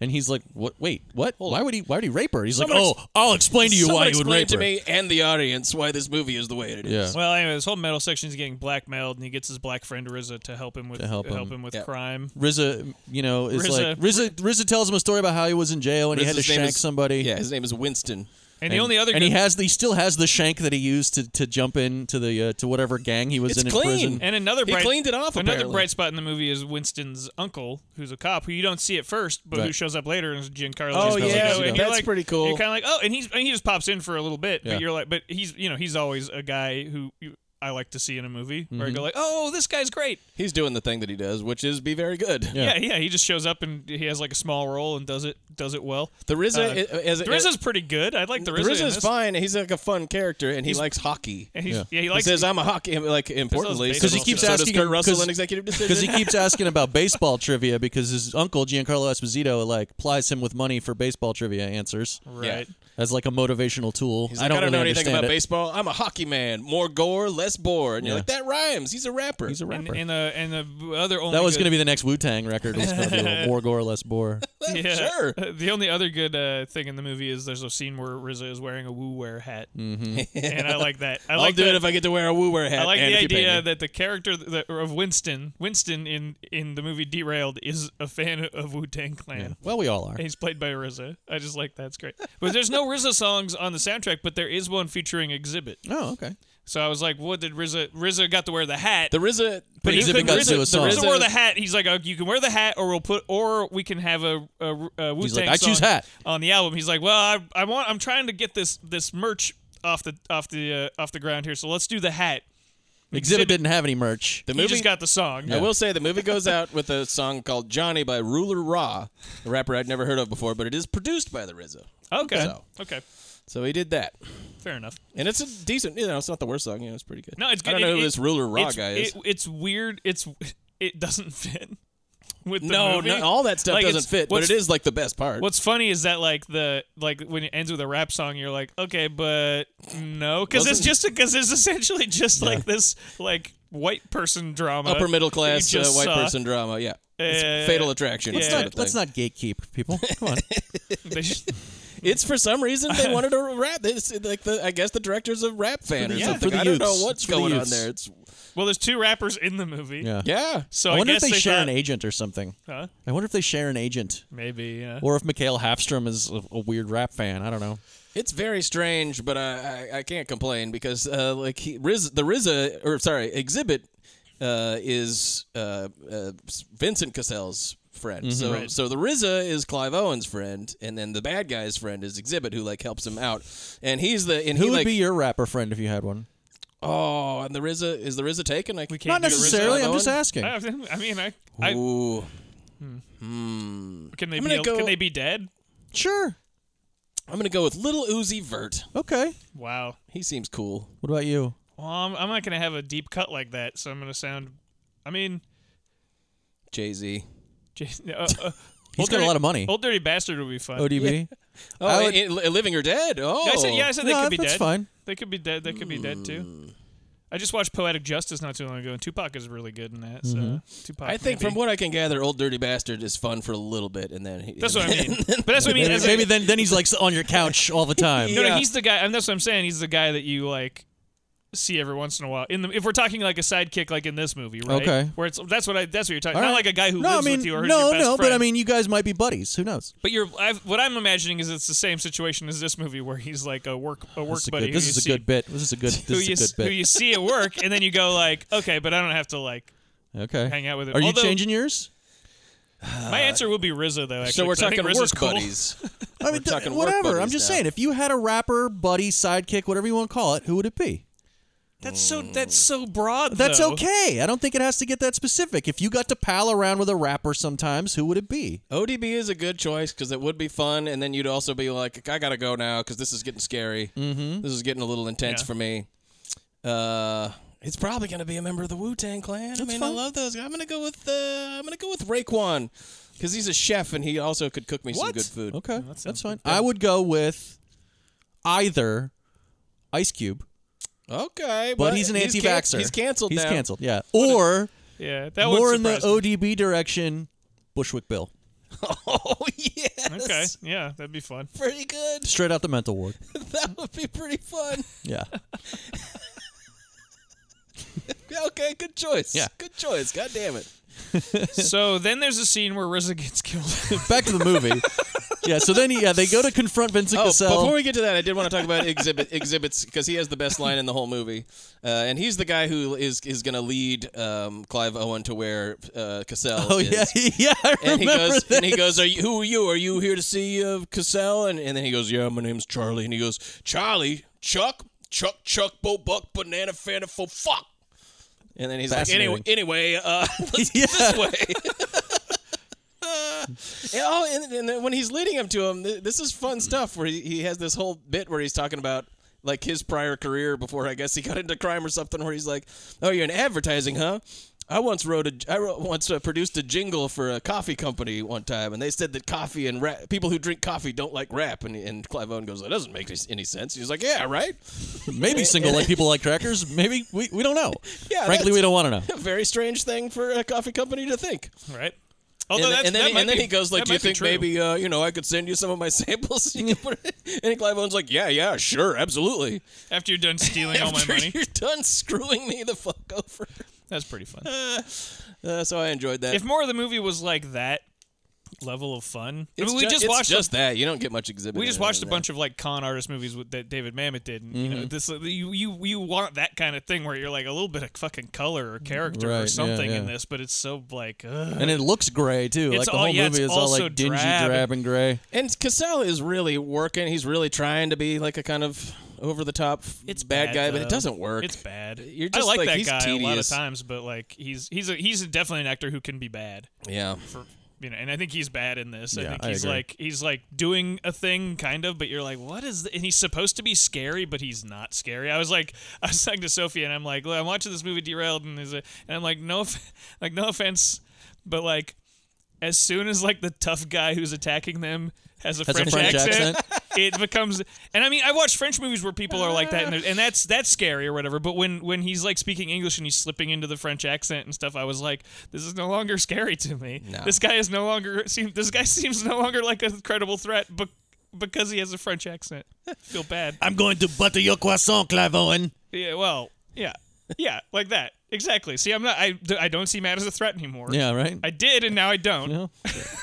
and he's like, "What? Wait, what? why would he? Why would he rape her?" He's
Someone
like,
ex-
"Oh, I'll explain to you
Someone
why he would
explain
rape
to
her."
me and the audience why this movie is the way it is.
Yeah.
Well, anyway, this whole metal section is getting blackmailed, and he gets his black friend RZA to help him with
To help
him.
him.
with
Yeah.
crime.
RZA, you know, is
RZA.
like RZA, RZA tells him a story about how he was in jail and he had to
His name
shank
is-
somebody.
Yeah, his name is Winston.
And, the only other
and
good,
he has the, he still has the shank that he used to, to jump into the uh, to whatever gang he was
It's
in
clean.
in prison.
and another
He
bright,
cleaned it off,
Another
apparently.
bright spot in the movie is Winston's uncle, who's a cop, who you don't see at first, but who
Right.
shows up later and is Giancarlo.
Oh,
Esposito,
yeah,
and you're
that's
like-
pretty cool.
You're kind of like, oh, and he's and he just pops in for a little bit,
Yeah.
but you're like, but he's you know he's always a guy who you, I like to see in a movie where I go like, oh, this guy's great.
He's doing the thing that he does, which is be very good.
Yeah. yeah, He just shows up and he has like a small role and does it does it well.
The RZA,
Uh,
i- as,
The RZA's pretty good. I like the
the
RZA. in
RZA is
this.
fine. He's like a fun character, and he likes hockey.
And he's, yeah.
Yeah.
he
He
likes
says, "I'm a hockey." Like importantly,
baseball
because he
So
keeps
does
asking
Kurt
him-
Russell
[laughs] 'cause-
in executive decision.
because he keeps asking about baseball trivia because his uncle Giancarlo Esposito like plies him with money for baseball trivia answers
right.
as like a motivational
[laughs]
tool.
He's
I
like,
don't,
I don't
really
know anything
understand
about
it.
baseball. I'm a hockey man. More gore, less bore. And you're
Yeah.
like, that rhymes. He's a rapper.
He's a
And,
rapper.
and the and the other only
that was
good,
going to be the next Wu Tang record. Was going to
[laughs]
be more gore, less bore.
yeah.
Sure.
[laughs] The only other good uh, thing in the movie is there's a scene where RZA is wearing a Wu wear hat, and I like that. I
Mm-hmm. I'll
like
do
the,
it if I get to wear a woo wear hat.
I like
and
the
if you pay
idea
me.
that the character th- that, of Winston, Winston in in the movie Derailed, is a fan of Wu Tang Clan.
Well, we all are.
And he's played by RZA. I just like that's great. But there's no RZA songs on the soundtrack, but there is one featuring Exhibit.
Oh, okay.
So I was like, what did RZA? RZA got to wear the hat.
the RZA,
But he
Exhibit
couldn't
got
RZA,
to a song.
The RZA wore
RZA
the hat. He's like, oh, you can wear the hat, or we'll put, or we can have a, a, a Wu Tang
He's like, "I choose hat."
on the album. He's like, well, I, I want, I'm trying to get this this merch off the off the uh, off the ground here, so let's do the hat.
Exhibit,
Exhibit-
didn't have any merch.
The
He
movie
just got the song.
I
[laughs]
will say the movie goes out with a song called Johnny by Ruler Ra, a rapper I'd never heard of before, but it is produced by the RZA.
Okay,
So.
okay,
So he did that,
fair enough.
and it's a decent. You know, it's not the worst song. You know, it's pretty good.
No, it's good.
I don't know
It-
who
it-
this Ruler Ra
it's,
guy is.
it- it's weird. It's [laughs] it doesn't fit [laughs] with the
no,
movie.
no, all that stuff
Like, it's-
doesn't fit, but
what's-
it is like the best part.
What's funny is that like the like when it ends with a rap song, you're like, okay, but no, because it's
Wasn't-
just because it's essentially just like this like white person drama,
upper middle
that you
class uh,
just
white
saw.
person drama? Yeah, it's
Yeah.
Fatal Attraction.
Let's
that
not-
sort of
Let's
thing.
not
[laughs]
gatekeep people. Come on.
They just-
It's for some reason they wanted to rap. It's like the I guess the directors of Rap Fan or
the-
something.
for the
I don't know
youths.
what's
For the
going on
youths.
there. It's
well, there's two rappers in the movie.
Yeah.
yeah.
So I,
I wonder
guess
if they, share
thought,
an agent or something.
Huh?
I wonder if they share an agent,
Maybe. Yeah.
or if Mikhail Hafstrom is a, a weird rap fan. I don't know.
It's very strange, but I I, I can't complain because uh, like he, Riz, the RZA or sorry Exhibit uh, is uh, uh, Vincent Cassell's friend. So
Mm-hmm.
so the RZA is Clive Owen's friend, and then the bad guy's friend is Exhibit, who like helps him out, and he's the and
Who
he
would
like
be your rapper friend if you had one?
oh and the RZA is the RZA taken like we
can't
Not
do RZA
necessarily. I'm just asking.
I, I mean, I, I
Ooh.
can they
I'm
be
gonna go-
can they be dead?
Sure.
I'm gonna go with Little Uzi Vert.
Okay.
Wow.
He seems cool.
What about you?
Well, I'm, I'm not gonna have a deep cut like that, so I'm gonna sound. I mean,
Jay Z.
Jason, uh, uh,
[laughs] He's
Old
got a
Dirty-
lot of money.
Old Dirty Bastard would be fun.
ODB.
Oh,
I would-
i- i- living or dead? Oh,
Yeah, I said, yeah, I said they
No,
could be
that's
dead.
fine.
They could be dead. They could be dead
Hmm.
too. I just watched Poetic Justice not too long ago, and Tupac is really good in that. So
Mm-hmm.
Tupac.
I think
maybe.
from what I can gather, old dirty bastard is fun for a little bit, and then he,
That's what I mean. But that's what I mean.
Maybe,
as a-
maybe then, then he's like on your
[laughs]
couch all the time.
No, no, he's the guy. and that's what I'm saying. He's the guy that you like see every once in a while. In the if we're talking like a sidekick, like in this movie, right?
Okay.
Where it's that's what I that's what you're talking.
All
Not
right.
like a guy who
no,
lives
I mean,
with you or who's
no,
your best
no,
friend.
but I mean, you guys might be buddies. Who knows?
But you're I've, what I'm imagining is it's the same situation as this movie where he's like a work a work
This is a
buddy.
good.
who
This
you
is a
see-
good bit. This is
[laughs]
a good.
Who
This
you,
is
s-
a
who
good
you
bit.
see at work, and then you go like, okay, but I don't have to like
Okay.
hang out with it.
Are you
Although-
changing yours?
My answer would be RZA though. Actually,
[laughs] Uh, So we're
'cause I think
talking
RZA's
work
cool. [laughs]
buddies.
I mean,
We're talking work
whatever. I'm
buddies
just
now.
saying, if you had a rapper, buddy, sidekick, whatever you want to call it, who would it be?
That's so that's
Hmm.
so broad.
That's
though.
okay. I don't think it has to get that specific. If you got to pal around with a rapper sometimes, who would it be?
ODB is a good choice because it would be fun, and then you'd also be like, I gotta go now because this is getting scary. Mm-hmm. This is getting a little intense
Yeah.
for me. Uh, it's probably gonna be a member of the Wu Tang Clan. I mean, I
fine.
love those. guys. I'm gonna go with uh, I'm gonna go with Raekwon because he's a chef and he also could cook me some
What?
good food.
Okay, that's fine. I would go with either Ice Cube,
Okay,
but he's an anti-vaxxer.
He's canceled.
He's
now.
canceled. Yeah, or
Yeah, that
more
would
in the
surprise me.
ODB direction, Bushwick Bill,
[laughs] Oh yes.
Okay, yeah, that'd be [laughs] fun.
Pretty good. [laughs]
straight out the mental ward.
That would be pretty fun.
Yeah, [laughs]
Yeah, okay, good choice.
Yeah.
Good choice. God damn it.
so then there's a scene where RZA gets killed. [laughs]
back to the movie. yeah, so then yeah, they go to confront Vincent
Oh,
Cassell.
before we get to that, I did want to talk about exhibit exhibits because he has the best line in the whole movie, uh, and he's the guy who is is going to lead um, Clive Owen to where uh, Cassell.
oh
is.
yeah, [laughs] yeah, I
And he
remember
goes, and he
this.
goes, are you, who are you? Are you here to see uh, Cassell? And, and then he goes, yeah, my name's Charlie. And he goes, Charlie, Chuck, Chuck, Chuck, Bo Buck, Banana Fanta, Fo Fuck. And then he's like, anyway, anyway, uh, let's
[laughs] Yeah.
get this way. Uh, [laughs] and, oh, and, and then when he's leading him to him, th- this is fun stuff where he, he has this whole bit where he's talking about like his prior career before I guess he got into crime or something where he's like, "Oh, you're in advertising, huh?" I once wrote a, I wrote, once uh, produced a jingle for a coffee company one time, and they said that coffee and rap, people who drink coffee don't like rap. And, and Clive Owen goes, "That doesn't make any sense." He's like, "Yeah, right." [laughs]
Maybe single like people like crackers. Maybe we, we don't know.
Yeah,
frankly,
that's-
we don't want to
[laughs] A
know.
very strange thing for a coffee company to think.
right. Although
and,
Oh, that's,
and then,
that
he-
might
and then
be-
he goes like,
that
"Do you
might be
think
true.
maybe uh, you know I could send you some of my [laughs] samples?" You can put it- and Clive Owen's like, "Yeah, yeah, sure, absolutely."
[laughs] after you're done stealing all my
After
money,
you're done screwing me the fuck over,
that's pretty fun.
uh, so I enjoyed that.
If more of the movie was like that level of fun, I
It's
mean, we
ju-
just
it's
watched a
just that you don't get much exhibit.
We just watched a bunch of like con artist movies with, that David Mamet did. And,
Mm-hmm.
You know, this uh, you you you want that kind of thing where you're like a little bit of fucking color or character
Right, yeah,
or something in
yeah.
this, but it's so like ugh.
And it looks gray too.
It's
like the
all-
whole
yeah,
movie
it's
is all
also
like dingy,
drab.
drab, and gray.
And Cassell is really working. He's really trying to be like a kind of over the top.
it's
bad, guy, but
though.
it doesn't work.
It's bad.
You're
I
just
like,
like,
that
he's
guy a lot of
tedious.
times, but like he's he's a, he's definitely an actor who can be bad.
Yeah.
For, you know, and I think he's bad in this. I
Yeah,
think
I
he's
agree.
like he's like doing a thing kind of, but you're like, what is? Th-? And he's supposed to be scary, but he's not scary. I was like, [laughs] I was talking to Sophie, and I'm like, "Look, I'm watching this movie derailed, and is a, and I'm like, no, [laughs] off- like no offense, but like. As soon as like the tough guy who's attacking them has a,
Has a French accent?
[laughs] it becomes. And I mean, I watch French movies where people are like that, and, they're- and that's that's scary or whatever. But when when he's like speaking English and he's slipping into the French accent and stuff, I was like, this is no longer scary to me. This guy is no longer seem, this guy [laughs] seems no longer like a credible threat, but because he has a French
[laughs]
accent, I feel bad.
I'm going to butter your croissant, Clive Owen.
yeah, well, yeah, yeah, like that exactly. See, I'm not. I I don't see Matt as a threat anymore.
Yeah, right.
I did, and now I don't.
No.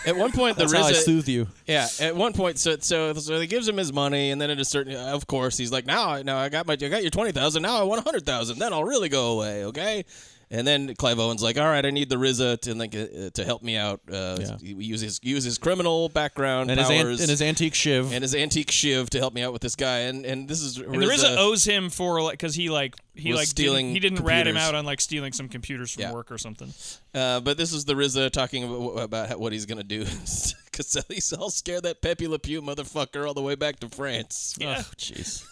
At one point, the
That's how I
RZA,
soothe you.
yeah. At one point, so so so he gives him his money, and then at a certain, of course, he's like, now I- now I got my I got your twenty thousand. Now I want a hundred thousand. Then I'll really go away, okay? And then Clive Owen's like, all right, I need the RZA to like, uh, to help me out. Uh,
Yeah.
Use his use his criminal background
And his,
powers
an- and his antique shiv.
and his antique shiv to help me out with this guy. And and this is
And RZA owes him for like because he like he
Was
like
stealing
didn't, he didn't rat him
computers.
out on like stealing some computers from
Yeah.
work or something.
Uh, but this is the RZA talking about, about how- what he's gonna do. [laughs] Because he's all scared that Pepe Le Pew motherfucker all the way back to France.
Yeah.
oh, Jeez.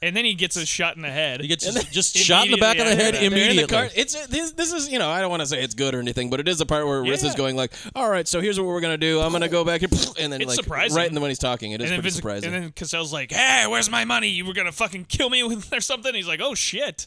And then he gets a shot in the head.
He gets just, just shot in the back of the head
Immediately, yeah, yeah.
They're in
immediately.
the car. It's it- this, this is you know I don't want to say it's good or anything, but it is the part where RZA's
Yeah.
going like, all right, so here's what we're gonna do. I'm gonna go back and [laughs] and then
It's
like
surprising.
right in the when he's talking, it is
and then
pretty
Vince,
surprising.
and then Cassell's like, "Hey, where's my money? You were gonna fucking kill me [laughs] with or something." He's like, "Oh shit!"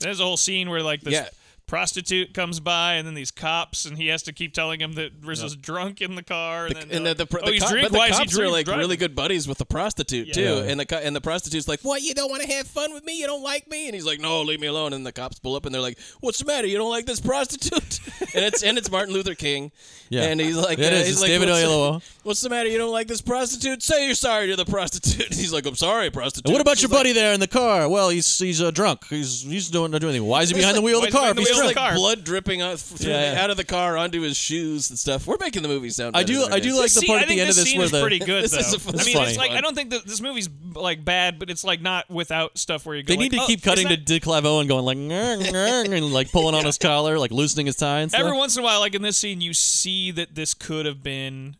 And there's a whole scene where like this
Yeah.
prostitute comes by, and then these cops, and he has to keep telling him that Rizzo's drunk in the car, and then
and
they're
the, the, pr-
like,
the
oh, he's
cop-
drunk.
but the
Why is he
cops are
drunk-
like
driving?"
really good buddies with the prostitute too,
Yeah.
and the co- and the prostitute's like, "What? You don't want to have fun with me? You don't like me?" And he's like, "No, leave me alone." And the cops pull up and they're like, "What's the matter? You don't like this prostitute?" [laughs] and it's and it's Martin Luther King,
Yeah.
and he's like,
It
uh,
is.
he's
It's
like,
David
what's,
Oyelowo.
[laughs] What's the matter? You don't like this prostitute? Say you're sorry to the prostitute." [laughs] And he's like, "I'm sorry, prostitute."
And what about
She's
your
like,
buddy there in the car? Well, he's he's uh, drunk. He's he's doing not doing anything. Why is he behind the wheel
Why
of the
is he
car?
behind
If
the
he's
still in the
like
car.
blood dripping out, through
Yeah.
the, out of the car onto his shoes and stuff. We're making the movie sound.
I
better
do-
than it
I do
is.
like the
See,
part
I
at
think
the end of
this
[laughs] this
scene
where
is
the-
pretty good,
This
though.
is a-
I
it's
mean,
funny.
it's like I don't think that this movie's like bad, but it's like not without stuff where you go.
They need
like,
to
"Oh,
keep
is
cutting
that-
to Dick Clavo and going like "Ngrr, ngrr," and like pulling on his collar, like loosening his tie and stuff.
Every once in a while, like in this scene, you see that this could have been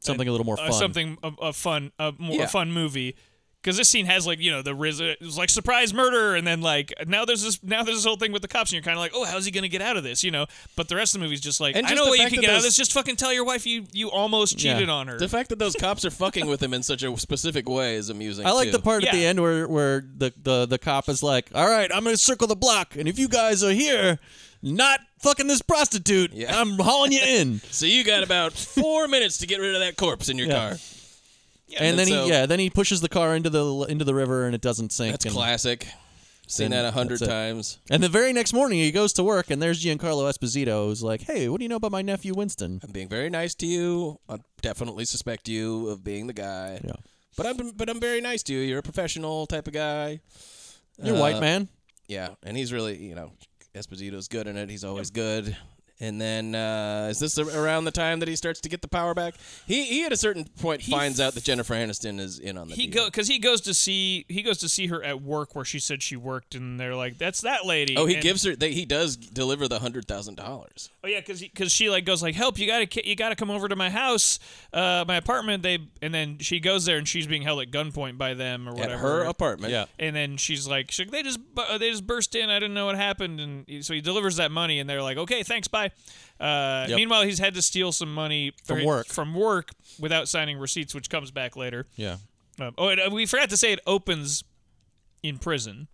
something a little more fun.
uh, something a, a fun, a more
Yeah.
a fun movie. Because this scene has like you know the riz- it was like surprise murder, and then like now there's this now there's this whole thing with the cops, and you're kind of like, oh, how's he gonna get out of this, you know? But the rest of the movie's just like,
And
I
just
know
the
a way you
fact
can
that
get out of
those-
this. Just fucking tell your wife you you almost
Yeah.
cheated on her.
The fact that those cops are fucking with him in such a specific way is amusing.
I like
too.
the part at the
Yeah.
end where where the, the the cop is like, "All right, I'm gonna circle the block, and if you guys are here, not fucking this prostitute,
Yeah.
I'm hauling you in."
So you got about four minutes to get rid of that corpse in your
Yeah.
car.
and then
so-
he yeah, then he pushes the car into the into the river, and it doesn't sink.
That's
and,
classic. Seen
Then
that a hundred
that's it.
times.
and the very next morning, he goes to work, and there's Giancarlo Esposito, who's like, "Hey, what do you know about my nephew Winston?"
I'm being very nice to you. I definitely suspect you of being the guy.
Yeah.
But I'm but I'm very nice to you. You're a professional type of guy.
You're a white
Uh,
man.
Yeah, and he's really you know Esposito's good in it. He's always good. And then uh, is this around the time that he starts to get the power back? He he at a certain point finds out that Jennifer Aniston is in on the
he
deal.
go because he goes to see he goes to see her at work where she said she worked, and they're like, "That's that lady."
Oh, he
And-
gives her. They, he does deliver the hundred thousand dollars.
Oh yeah, because because she like goes like, "Help! You gotta ki- you gotta come over to my house, uh, my apartment." They and then she goes there and she's being held at gunpoint by them or
at
whatever.
her apartment. Yeah.
and then she's like, she's like, "They just bu- they just burst in. I didn't know what happened." And he- so he delivers that money, and they're like, "Okay, thanks, bye." Uh,
Yep.
Meanwhile, he's had to steal some money
From
for-
work.
from work without signing receipts, which comes back later.
Yeah.
Um, oh, and uh, we forgot to say it opens in prison.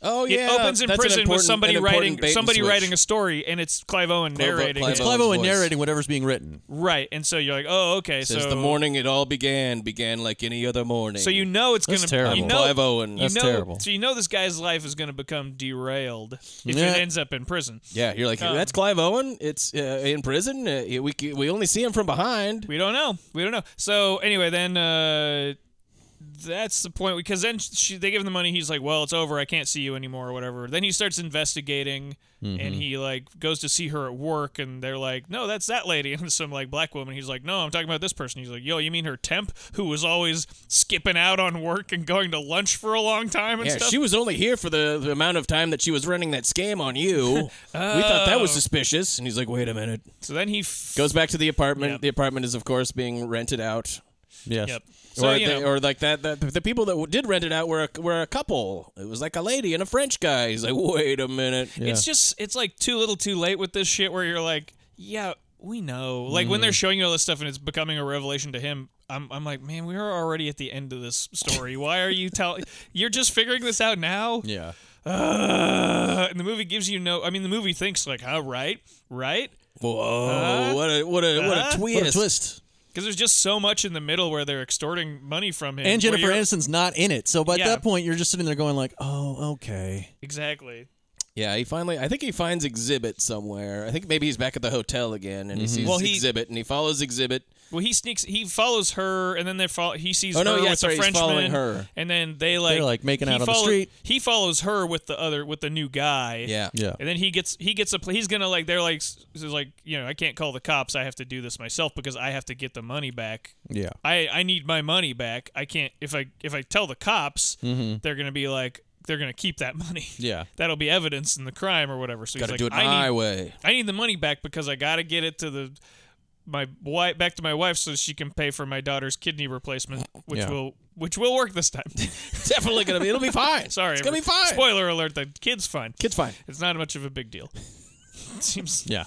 Oh
It
yeah.
opens in
That's an
prison with
important-
somebody
an important
writing
bait and
somebody
switch.
writing a story, and it's Clive Owen narrating.
Clive
it.
Owen's
It's Clive Owen
voice.
narrating whatever's being written.
Right, and so you're like, oh, okay,
Since
so
the morning it all began, began like any other morning.
So you know it's
That's
gonna.
terrible.
You
I'm
know,
Clive Owen.
You
That's
know,
terrible.
So you know this guy's life is gonna become derailed if
Yeah.
it ends up in prison.
yeah, you're like
Um,
that's Clive Owen. It's uh, in prison. Uh, we c- we only see him from behind.
We don't know. We don't know. So anyway, then uh, that's the point. Because then she, they give him the money. He's like, "Well, it's over. I can't see you anymore, or whatever." Then he starts investigating,
Mm-hmm.
and he like goes to see her at work, and they're like, "No, that's that lady," [laughs] and some like black woman. He's like, "No, I'm talking about this person." He's like, "Yo, you mean her temp who was always skipping out on work and going to lunch for a long time and
yeah,
stuff?"
she was only here for the, the amount of time that she was running that scam on
[laughs]
you. We thought that
Oh.
was suspicious. And he's like, wait a minute.
so then he f-
Goes back to the apartment.
Yep.
The apartment is, of course, being rented out.
Yes.
Yep. So
or,
you
they-
know,
or like that, that the people that w- did rent it out were a, were a couple. It was like a lady and a French guy. He's like, wait a minute.
It's just it's like too little, too late with this shit. Where you're like, yeah, we know. Like when
Mm.
they're showing you all this stuff and it's becoming a revelation to him. I'm, I'm like, man, we are already at the end of this story. Why are you telling? [laughs] You're just figuring this out now.
Yeah.
Ugh. and the movie gives you no. I mean, the movie thinks like, huh, right, right,
Whoa!
Uh-huh.
what a what a what a twist!
What a twist.
because there's just so much in the middle where they're extorting money from him.
And
where
Jennifer
you're-
Aniston's not in it, so by
Yeah.
that point, you're just sitting there going like, "Oh, okay."
Exactly.
Yeah, he finally. I think he finds Exhibit somewhere. I think maybe he's back at the hotel again, and he sees
Mm-hmm. Well, he-
Exhibit, and he follows Exhibit.
Well, he sneaks. He follows her, and then they follow. He sees
Oh, no,
her
yeah,
with
sorry,
the
he's
Frenchman,
following her.
and then they like
They're, like, making
he
out on the street.
He follows her with the other with the new guy.
Yeah,
Yeah.
And then he gets he gets a pl- he's gonna like they're like s- s- like you know I can't call the cops I have to do this myself because I have to get the money back
Yeah.
I I need my money back I can't if I if I tell the cops
Mm-hmm.
they're gonna be like they're gonna keep that money
Yeah.
[laughs] that'll be evidence in the crime or whatever so
got to
he's
do
like
it my
I need
way.
I need the money back because I got to get it to the my wife back to my wife so she can pay for my daughter's kidney replacement, which
Yeah.
will which will work this time.
Definitely gonna be. It'll be
[laughs]
fine.
Sorry,
[laughs] it's gonna be
every-
fine.
Spoiler alert: the kid's fine.
Kid's fine.
It's not much of a big deal. [laughs] It seems.
Yeah.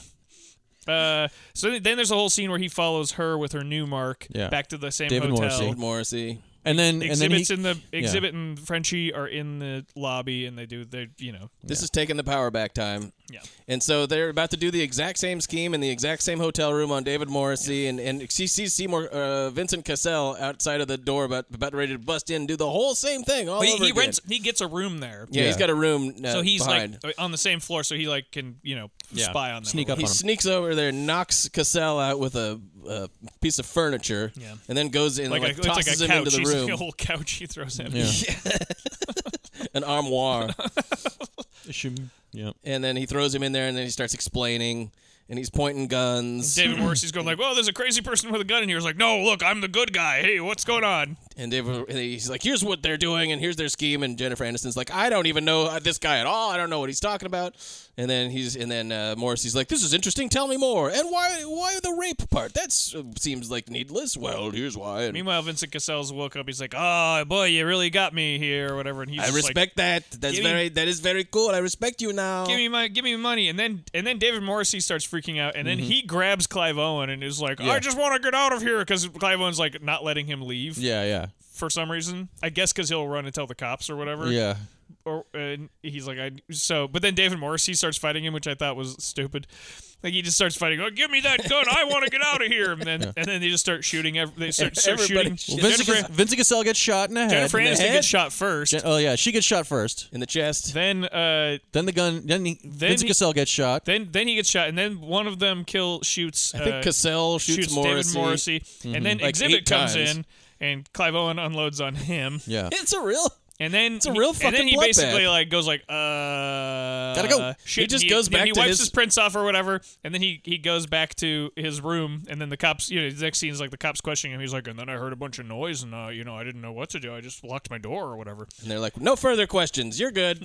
Uh, so then then there's a whole scene where he follows her with her new mark
Yeah.
back to the same
David
hotel.
Morrissey.
Morrissey.
And then and then
Exhibits
he,
in the exhibit and Frenchie are in the lobby and they do they you know
This is taking the power back time.
Yeah.
And so they're about to do the exact same scheme in the exact same hotel room on David Morrissey, and, and she sees Seymour, uh, Vincent Cassell outside of the door, about, about ready to bust in and do the whole same thing all
But he,
over
he
again.
rents he gets a room there
yeah, he's got a room uh,
so he's
behind.
like on the same floor so he like can you know spy on them
Sneak
or
up
He
on him.
sneaks over there, knocks Cassell out with a, a piece of furniture,
Yeah.
and then goes in
like,
and like,
a, it's like
tosses
a
him
couch.
into the
He's
room,
like a whole couch he throws him. [laughs]
Yeah.
an armoire.
Yep.
And then he throws him in there, and then he starts explaining, and he's pointing guns.
David Morrissey's going like, "Well, there's a crazy person with a gun in here." He's like, "No, look, I'm the good guy. Hey, what's going on?"
and they were, and he's like, "Here's what they're doing, and here's their scheme." And Jennifer Aniston's like, "I don't even know uh, this guy at all. I don't know what he's talking about." And then he's, and then uh, Morrissey's like, "This is interesting. Tell me more." And why, why the rape part? That uh, seems like needless. Well, here's why. And
Meanwhile, Vincent Cassel's woke up. He's like, "Oh boy, you really got me here," or whatever. And he's
I
just like,
respect that. That's
give me-
very, that is very cool. I respect you now.
give me my give me money and then and then David Morrissey starts freaking out and then
Mm-hmm.
he grabs Clive Owen and is like I just want to get out of here because Clive Owen's like not letting him leave
Yeah, yeah,
for some reason I guess because he'll run and tell the cops or whatever
yeah.
or and he's like I so but then David Morrissey starts fighting him which I thought was stupid like he just starts fighting oh give me that gun I want to get out of here and then and then they just start shooting ev- they start, start shooting
Everybody shoots.
Well, Vincent,
Jennifer,
Cas- Vincent Cassell gets shot in the head.
Jennifer
in the
Aniston
head.
gets shot first
Je- oh yeah, she gets shot first.
in the chest.
then uh
Then the gun. Then, he, Vincent
he-
Cassell gets shot.
then then he gets shot and then one of them kill shoots
I think
uh,
Cassell shoots, Morrissey. Mm-hmm.
David Morrissey, and then
Like
Exhibit
eight
comes
times.
in, and Clive Owen unloads on him.
yeah.
[laughs] It's a real.
And then it's
a real
And then
fucking
he
bloodbath.
basically like goes like, uh,
Gotta go.
Shit.
He just
he,
goes
then
back
He
to
wipes
his-
his prints off or whatever, and then he he goes back to his room, and then the cops. You know, the next scene is like the cops questioning him. He's like, and then I heard a bunch of noise, and uh, you know, I didn't know what to do. I just locked my door or whatever. [laughs]
And they're like, "No further questions. You're good.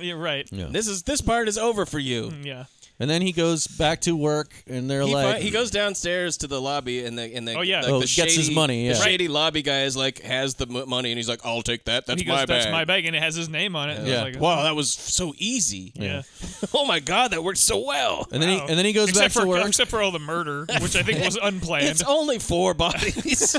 You're right. Yeah.
This is this part is over for you."
Hmm.
And then he goes back to work, and they're
He,
like,
fi- he goes downstairs to the lobby and the and the
Oh, yeah.
like,
Oh,
the
gets his
shady-
money,
The
yeah.
shady lobby guy is like has the m- money and he's like, "I'll take that. That's
He goes,
my
that's
bag."
my bag, and it has his name on it. And I was
Yeah.
Like,
Wow, that was so easy.
Yeah.
[laughs] oh my god, that worked so well.
and then he
Wow.
and then he goes
except
back
for,
to work.
Except for all the murder, which I think was unplanned.
It's only four
[laughs]
bodies.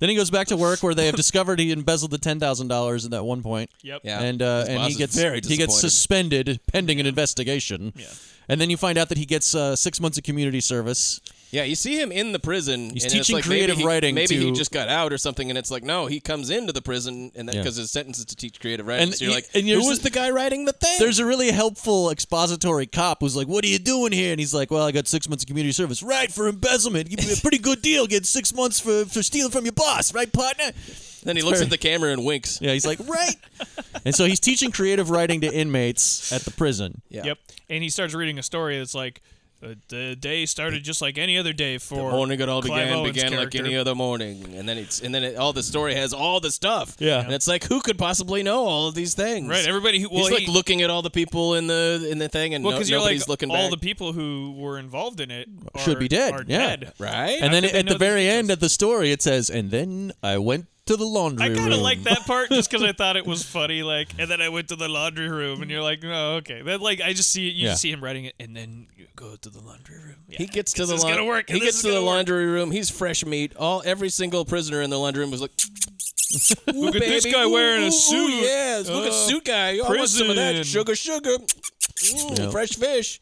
Then he goes back to work where they have discovered he embezzled the ten thousand dollars at that one point.
Yep.
Yeah.
And uh,
His
and
boss
he
is
gets
very
he gets
disappointed.
suspended pending an investigation. Yeah. And then you find out that he gets uh, six months of community service.
yeah, you see him in the prison.
He's
and it's
teaching
like maybe
creative
he-
writing
Maybe he
to-
just got out or something, and it's like, no, he comes into the prison, and
Yeah.
because his sentence is to teach creative writing.
And
so you're
y-
like,
and
who
there's
was
a-
the guy writing the thing?
There's a really helpful expository cop who's like, "What are you doing here?" And he's like, "Well, I got six months of community service, right, for embezzlement. Give me a pretty good deal. Get six months for for stealing from your boss, right, partner?"
then he looks at the camera and winks.
Yeah, he's like, "Right." and so he's teaching creative writing to inmates at the prison.
Yeah.
Yep. And he starts reading a story that's like the, the day started just like any other day for
The morning it all
Clive
began
Owen's
began like
character.
any other morning, and then it's and then it, all the story has all the stuff.
Yeah.
and it's like who could possibly know all of these things?
Right, everybody who- well,
he's like
he-
looking at all the people in the in the thing, and
Well,
no-
because you're
nobody's
like
looking
all
back.
the people who were involved in it are,
Should be dead,
Are
yeah.
dead.
right,
And then
could they
at
know
the
the
very
details?
end of the story, it says, "And then I went to the laundry
I kind of
room."
like that part just because I thought it
[laughs]
was funny. Like, and then I went to the laundry room, and you're like, oh, okay. Then like I just see you
Yeah.
just see him writing it, and then you go to the laundry room. Yeah.
He gets to
This
the
is
laun-
gonna work, and
He
this
gets
is
to the
gonna work.
laundry room. He's fresh meat. All every single prisoner in the laundry room was like,
[laughs] Look at this
baby,
guy
ooh,
wearing
ooh,
a
ooh,
suit.
yes, look at
Uh,
suit guy. I want some of that
prison.
sugar, sugar, Mm,
Yeah.
fresh fish.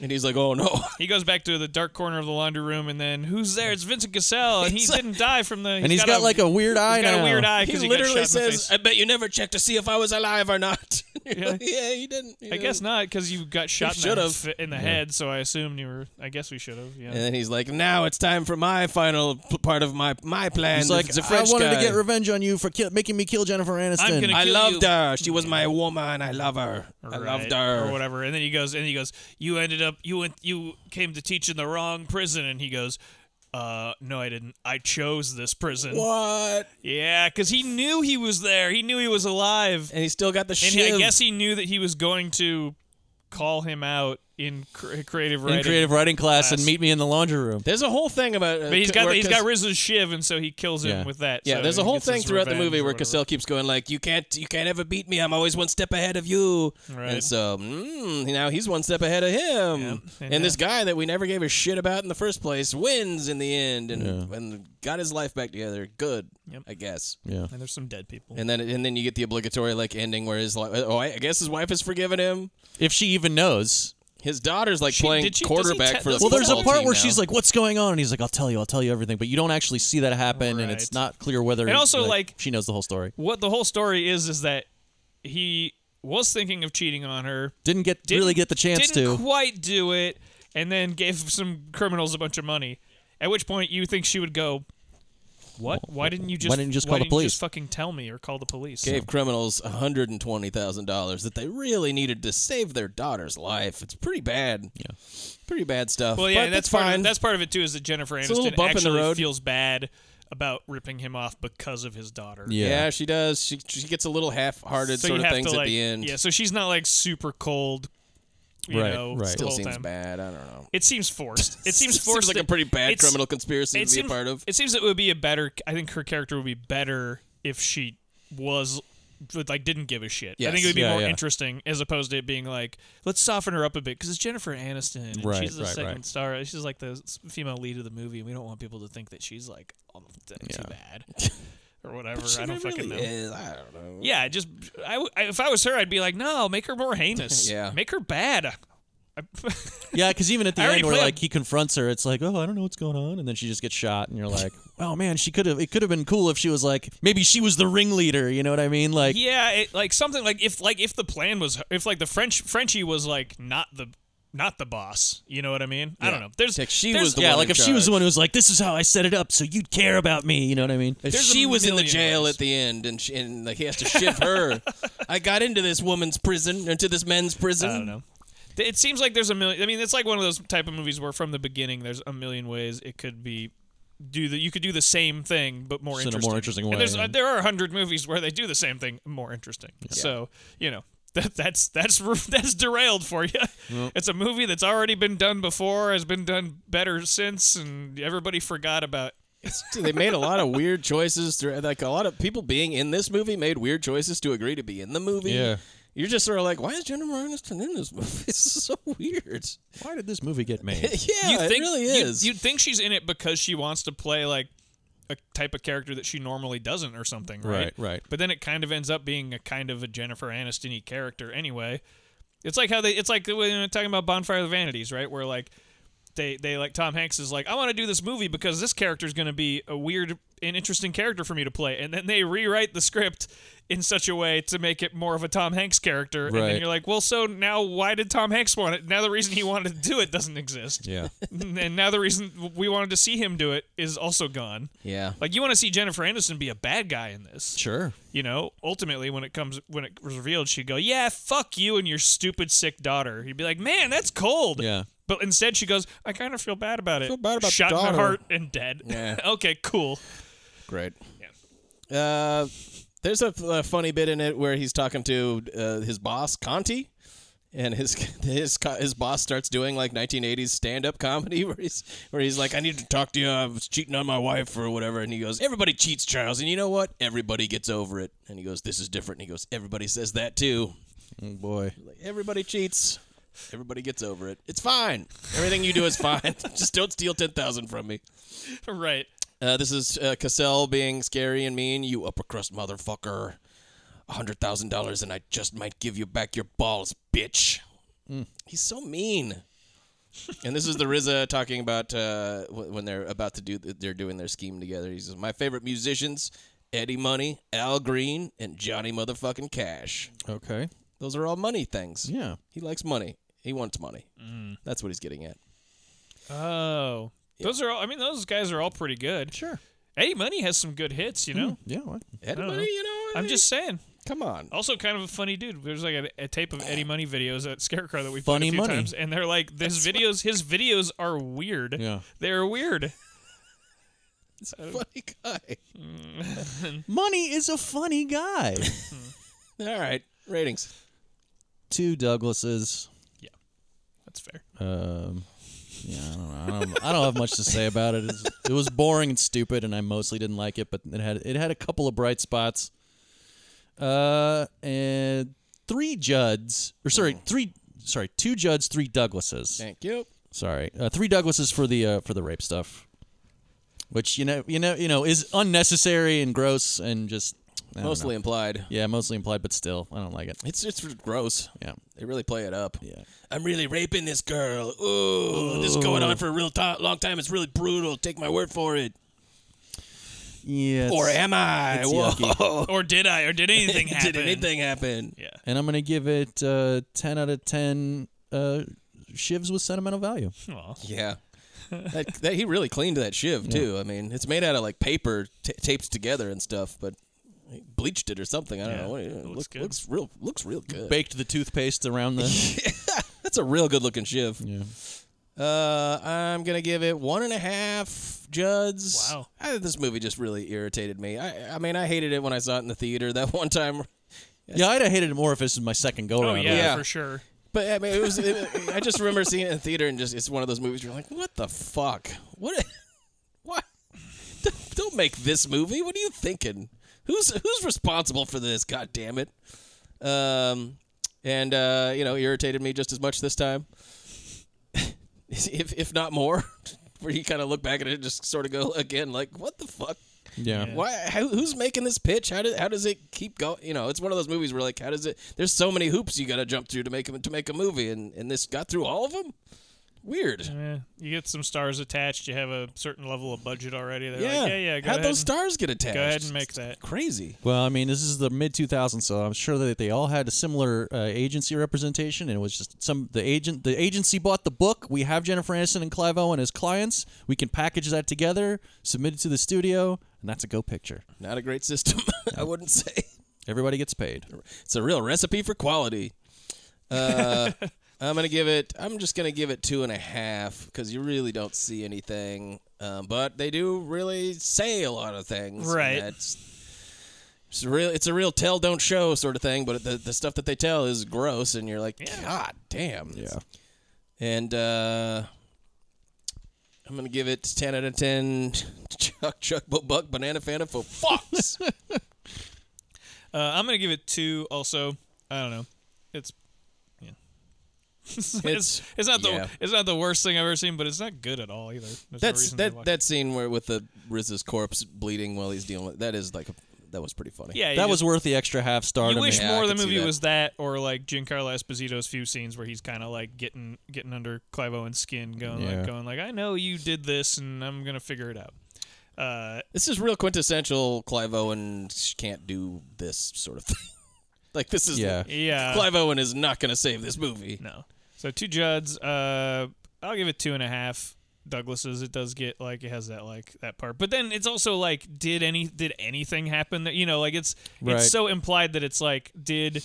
And he's like, oh no.
He goes back to the dark corner of the laundry room, and then who's there? It's Vincent Cassell, and he
It's like-
didn't die from the.
and he's got, like a weird eye
he's got
now.
a weird eye
He
because he,
literally
got shot in the
says,
face.
"I bet you never checked to see if I was alive or not." [laughs] yeah.
Yeah.
yeah, he didn't. you
I
know.
guess not, because you got shot in the,
should've.
f- in the head. So I assumed you were. I guess we should have. Yeah.
And then he's like, "Now it's time for my final p- part of my my plan."
He's like,
the
"I
fresh
wanted to
guy.
get revenge on you for kill- making me kill Jennifer Aniston."
I'm gonna
I
kill
loved
you.
her. She was my woman. I love her. I
Right,
loved her.
or whatever. And then he goes, and he goes, "You ended up. You went. You came to teach in the wrong prison." And he goes. Uh no I didn't I chose this prison
What?
yeah because he knew he was there he knew he was alive
And he still got the
and
shit.
he, I guess he knew that he was going to call him out in cr- creative
in
writing
creative writing class,
class.
and meet me in the laundry room.
there's a whole thing about. uh,
but he's got he's got Rizzo's shiv and so he kills him
Yeah.
with that
Yeah,
so
there's a
he
whole
gets his
thing throughout the
revenge
movie
or
where
whatever.
Cassell keeps going like, "You can't, you can't ever beat me. I'm always one step ahead of you."
Right.
And so mm, now he's one step ahead of him.
And,
And, this guy that we never gave a shit about in the first place wins in the end, and and got his life back together. Good, I guess.
Yeah.
and there's some dead people
And then and then you get the obligatory like ending where his li- oh I, I guess his wife has forgiven him.
If she even knows.
His daughter's like
She-
playing
did she- does he
quarterback
te-
for the
does
Well, there's a
football
part
team
where
now.
she's like, "What's going on?" And he's like, "I'll tell you. I'll tell you everything." But you don't actually see that happen, and it's
Right.
not clear whether.
And also, like-
she knows the whole story.
what the whole story is is that he was thinking of cheating on her.
Didn't get really get the chance
didn't
to.
quite do it, and then gave some criminals a bunch of money. At which point you think she would go, What? Why didn't you just?
Why didn't you just call the
didn't
police?
fucking tell me or call the police.
Gave criminals $120,000 that they really needed to save their daughter's life. It's pretty bad. Yeah. Pretty bad stuff.
Well, yeah,
but
that's
it's
part
fine.
Of it, that's part of it too. Is that Jennifer
It's a little
Aniston
bump in the
actually
road.
feels bad about ripping him off because of his daughter.
yeah.
Yeah.
she does. She, she gets a little half-hearted
so
sort
you
of
have
things
to
at
like,
the end.
yeah. So she's not like super cold. You
Right,
know,
right.
the
Still
whole
seems
time.
bad. I don't know.
It seems forced.
[laughs]
It seems forced.
like
that-
a pretty bad
it's-
criminal conspiracy to be
seems,
a part of.
It seems it would be a better. I think her character would be better if she was like didn't give a shit. I think
Yes.
it would be
Yeah,
more
yeah.
interesting as opposed to it being like let's soften her up a bit because it's Jennifer Aniston. And
Right,
she's the
right,
second
right.
star. She's like the s- female lead of the movie, and we don't want people to think that she's like oh, that's too
[laughs]
bad or whatever. I don't fucking know.
I don't know.
Yeah, just I, w- I- if I was her, I'd be like, no, make her more heinous.
[laughs] Yeah.
make her bad. I-
[laughs]
[laughs]
Yeah, because even at [laughs] the
I already
end, where
planned-
like he confronts her, it's like, oh, I don't know what's going on, and then she just gets shot, and you're [laughs] like, oh man, she could have. It could have been cool if she was like, maybe she was the ringleader. You know what I mean? Like,
yeah, it, like something like if like if the plan was if like the French Frenchie was like not the not the boss, you know what I mean? I don't know. There's
Like, she
there's-
was the
yeah,
one
like
in
if she was the
charge.
one who was like, this is how I set it up, so you'd care about me. You know what I mean?
If
There's a
she was in the
million
jail
ways.
at the end, and, she, and like he has to shiv
[laughs]
her. I got into this woman's prison, into this men's prison.
I don't know. Th- It seems like there's a million. I mean, it's like one of those type of movies where from the beginning there's a million ways it could be. Do the you could do the same thing but more
Just in a
interesting.
more interesting
And
way,
there's,
yeah.
there are a hundred movies where they do the same thing more interesting. So you know that that's that's [laughs] that's derailed for you. It's a movie that's already been done before, has been done better since, and everybody forgot about.
Dude, they made a lot of weird choices. Through, like a lot of people being in this movie made weird choices to agree to be in the movie.
Yeah.
You're just sort of like, why is Jennifer Aniston in this movie? [laughs] It's so weird.
Why did this movie get
yeah,
[laughs] made?
it really
you-
is.
You'd think she's in it because she wants to play like a type of character that she normally doesn't or something, right?
Right, right.
But then it kind of ends up being a kind of a Jennifer Aniston character anyway. It's like how they it's like when we're talking about Bonfire of the Vanities, right? Where like they they like Tom Hanks is like, I want to do this movie because this character is going to be a weird and interesting character for me to play, and then they rewrite the script in such a way to make it more of a Tom Hanks character, and then
Right.
you're like, well, so now why did Tom Hanks want it? Now the reason he wanted to do it doesn't exist,
Yeah.
[laughs] and now the reason we wanted to see him do it is also gone.
yeah.
Like you want to see Jennifer Aniston be a bad guy in this,
Sure.
you know, ultimately when it comes when it was revealed, she'd go, "Yeah, fuck you and your stupid sick daughter." You'd be like, "Man, that's cold."
Yeah.
But instead, she goes, "I kind of feel bad about it.
Feel bad about the
shot in
daughter."
the heart and dead."
Yeah.
[laughs] okay, cool.
Great. Uh, there's a, a funny bit in it where he's talking to uh, his boss Conti, and his [laughs] his co- his boss starts doing like 1980s stand up comedy [laughs] where he's where he's like, I need to talk to you. I was cheating on my wife or whatever, and he goes, Everybody cheats, Charles, and you know what? Everybody gets over it. And he goes, This is different. And he goes, Everybody says that too.
Oh boy.
Like, Everybody cheats. Everybody gets over it. It's fine. Everything you do is fine. [laughs] Just don't steal ten thousand from me.
right.
Uh, this is uh, Cassell being scary and mean. You upper crust motherfucker. hundred thousand dollars, and I just might give you back your balls, bitch.
Hmm.
He's so mean. and this is the RZA [laughs] talking about uh, wh- when they're about to do they're doing their scheme together. He says, "My favorite musicians: Eddie Money, Al Green, and Johnny Motherfucking Cash.
Okay.
Those are all money things.
Yeah.
He likes money. He wants money.
Mm.
That's what he's getting at.
Oh, those are all. I mean, those guys are all pretty good. Sure. Eddie Money has some good hits,
Hmm.
you know.
Yeah. What?
Eddie
don't
Money,
know.
you know.
I'm just Oh. saying.
come on.
Also, kind of a funny dude. There's like a, a tape of Eddie Money videos at Scarecrow that we played
Funny
a few
Money.
times, and they're like, "His videos, his videos are weird.
Yeah.
They're weird."
Funny guy.
Money is a funny [laughs] guy.
All right, ratings.
Two Douglases.
That's fair.
Um, yeah, I don't know. I don't, Um, I don't have much to say about it. It's, it was boring and stupid, and I mostly didn't like it. But it had it had a couple of bright spots. Uh, and three Judds, or sorry, three, sorry, two Judds, three Douglases.
Thank you.
Sorry, uh, three Douglases for the uh, for the rape stuff, which you know, you know, you know, is unnecessary and gross and just I don't know.
Mostly implied.
yeah, mostly implied, but still, I don't like it.
It's it's gross.
Yeah,
They really play it up.
Yeah.
I'm really raping this girl. Ooh, this is going on for a real ti long time. It's really brutal. Take my word for it.
yeah. it's-
or am I?
it's
Whoa.
yucky.
Or did I? Or did anything happen?
[laughs] Oh. Did anything happen?
Yeah.
and I'm gonna give it uh, ten out of ten uh, shivs with sentimental value. [laughs]
Well, oh,
Yeah. that, that he really cleaned that shiv too. I mean, it's made out of like paper t- taped together and stuff, but he bleached it or something. I don't
Yeah,
know. What,
it
it
looks
looks,
good.
looks real. Looks real good.
[laughs] Baked the toothpaste around the.
That's a real good looking shiv. Uh, I'm gonna give it one and a half Juds.
Wow.
I, this movie just really irritated me. I, I mean, I hated it when I saw it in the theater that [laughs] one time.
yeah, I'd have hated it more if this was my second go
Oh
round.
yeah,
Yeah.
for sure.
But I mean, it was. It, I just remember seeing it in theater and just it's one of those movies where you're like, what the fuck? What? What? Don't, don't make this movie. What are you thinking? Who's who's responsible for this? God damn it. Um, and uh, you know, irritated me just as much this time, [laughs] if if not more. [laughs] Where you kind of look back at it and just sort of go again, like, what the fuck?
Yeah.
[laughs] Why? How, who's making this pitch? How does how does it keep going? You know, it's one of those movies where like, how does it? There's so many hoops you got to jump through to make a- to make a movie, and and this got through all of them. Weird.
Yeah, you get some stars attached. You have a certain level of budget already. They're
yeah,
like, yeah, yeah. Go
How'd
ahead
those
and-
stars get attached?
Go ahead and make that.
Crazy.
Well, I mean, this is the mid 2000s, so I'm sure that they all had a similar uh, agency representation, and it was just some the agent the agency bought the book. We have Jennifer Aniston and Clive Owen as clients. We can package that together, submit it to the studio, and that's a go picture.
Not a great system, [laughs] I wouldn't say.
Everybody gets paid.
It's a real recipe for quality. Uh, [laughs] I'm gonna give it. I'm just gonna give it two and a half because you really don't see anything, um, but they do really say a lot of things. and
Right.
That's it's a real. It's a real tell don't show sort of thing. But the the stuff that they tell is gross, and you're like, God damn. Yeah. And uh, I'm gonna give it ten out of ten. [laughs] Chuck Chuck Buck Buck Banana Fanta for Fox.
Uh, I'm gonna give it two. Also, I don't know. It's yeah. [laughs] it's, it's not the
yeah.
it's not the worst thing I've ever seen, but it's not good at all either. There's no
That's
reason to
that
watch it.
that scene where with the Riz's corpse bleeding while he's dealing with that is like a, that was pretty funny.
yeah. you
that
just-
was worth the extra half star to
You wish
me.
Yeah,
more
I
of the
could see
movie
that.
was that, or like Giancarlo Esposito's few scenes where he's kind of like getting getting under Clive Owen's skin, going
Yeah.
like going like I know you did this, and I'm gonna figure it out. Uh,
This is real quintessential Clive Owen sh- can't do this sort of [laughs] thing. like this is
Yeah.
yeah,
Clive Owen is not going to save this movie.
No. So two Judds. Uh, I'll give it two and a half Douglases. It does get like it has that like that part, but then it's also like did any did anything happen that you know like it's
Right.
it's so implied that it's like did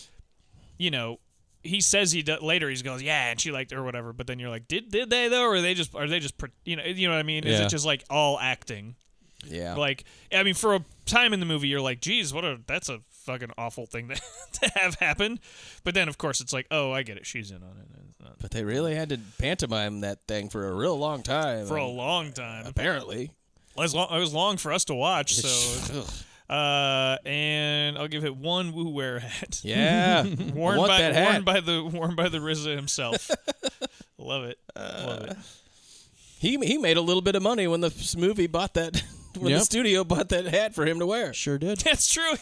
you know he says he do, later he goes yeah and she liked or whatever but then you're like did did they though or are they just are they just pre- you know you know what I mean is
Yeah.
it just like all acting
Yeah.
like I mean for a time in the movie you're like geez what a that's a fucking awful thing [laughs] to, to have happened but then of course it's like oh I get it she's in on it and it's not
but they really had to pantomime that thing for a real long time.
for a
and
long time.
apparently.
It was long, it was long for us to watch.
[laughs]
So,
Ugh.
uh, and I'll give it one woo wear hat. [laughs]
yeah.
worn
I want
by
that hat.
worn by the worn by the RZA
[laughs]
himself. Love it.
Uh,
Love it. [laughs]
he he made a little bit of money when the s- movie bought that [laughs] when
Yep.
the studio bought that hat for him to wear.
Sure did.
That's true.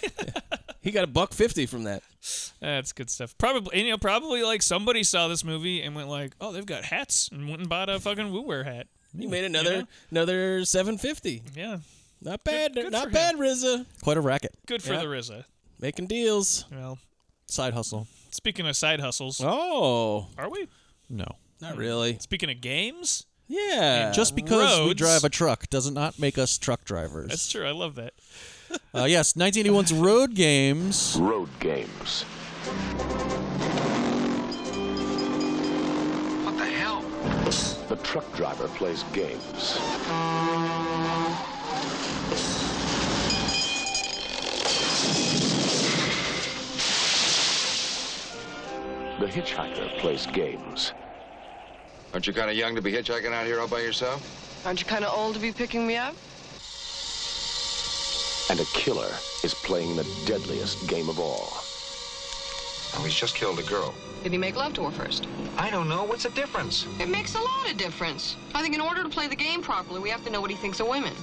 He got a buck 50 from that.
[laughs] That's good stuff. Probably and, you know probably like somebody saw this movie and went like, "Oh, they've got hats." and went and bought a fucking woo wear hat.
He made another
Yeah.
another 750.
Yeah.
Not bad,
good for
not
him.
bad, Rizza.
Quite a racket.
Good for
Yeah.
the RZA.
Making deals.
Well,
Side hustle.
speaking of side hustles,
Oh,
are we?
No.
not really.
Speaking of games?
Yeah,
Just because we
Uh, roads.
drive a truck does not make us truck drivers.
That's true. I love that.
Uh, yes, 1981's Road Games.
Road games.
What the hell?
The truck driver plays games. The hitchhiker plays games.
Aren't you kind of young to be hitchhiking out here all by yourself?
Aren't you kind of old to be picking me up?
And a killer is playing the deadliest game of all.
Oh, he's just killed a girl.
Did he make love to her first?
I don't know. What's the difference?
It makes a lot of difference. I think in order to play the game properly, we have to know what he thinks of women.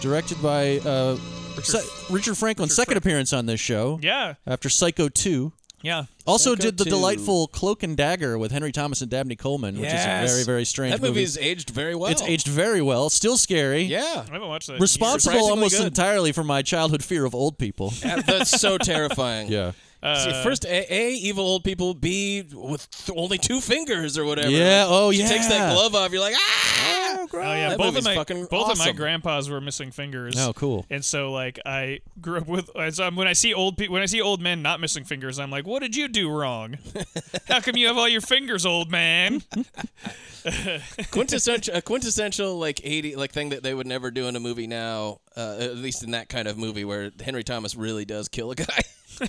directed by uh, Richard, Richard Franklin's second appearance on this show.
Yeah.
After Psycho 2.
Yeah.
Also
Psycho
did the
2.
delightful Cloak and Dagger with Henry Thomas and Dabney Coleman, which
Yes.
is a very, very strange
That movie's aged very well.
It's aged very well. Still scary.
Yeah, [laughs]
I haven't watched that. in years.
Responsible
Surprisingly
almost
good.
entirely for my childhood fear of old people.
that's so terrifying.
yeah.
See, first, a, a evil old people. B with th- only two fingers or whatever.
Yeah, oh,
She takes
yeah.
that glove off. You're like, ah,
Oh, gross.
Oh yeah,
That
both of
movie's
my
fucking
both of my
awesome.
grandpas were missing fingers.
Oh, cool.
And so like I grew up with and so I'm- when I see old people when I see old men not missing fingers, I'm like, what did you do
[laughs]
wrong? How come you have all your fingers, old man?
quintessential, a quintessential like eighty like thing that they would never do in a movie now, uh, at least in that kind of movie where Henry Thomas really does kill a guy. [laughs]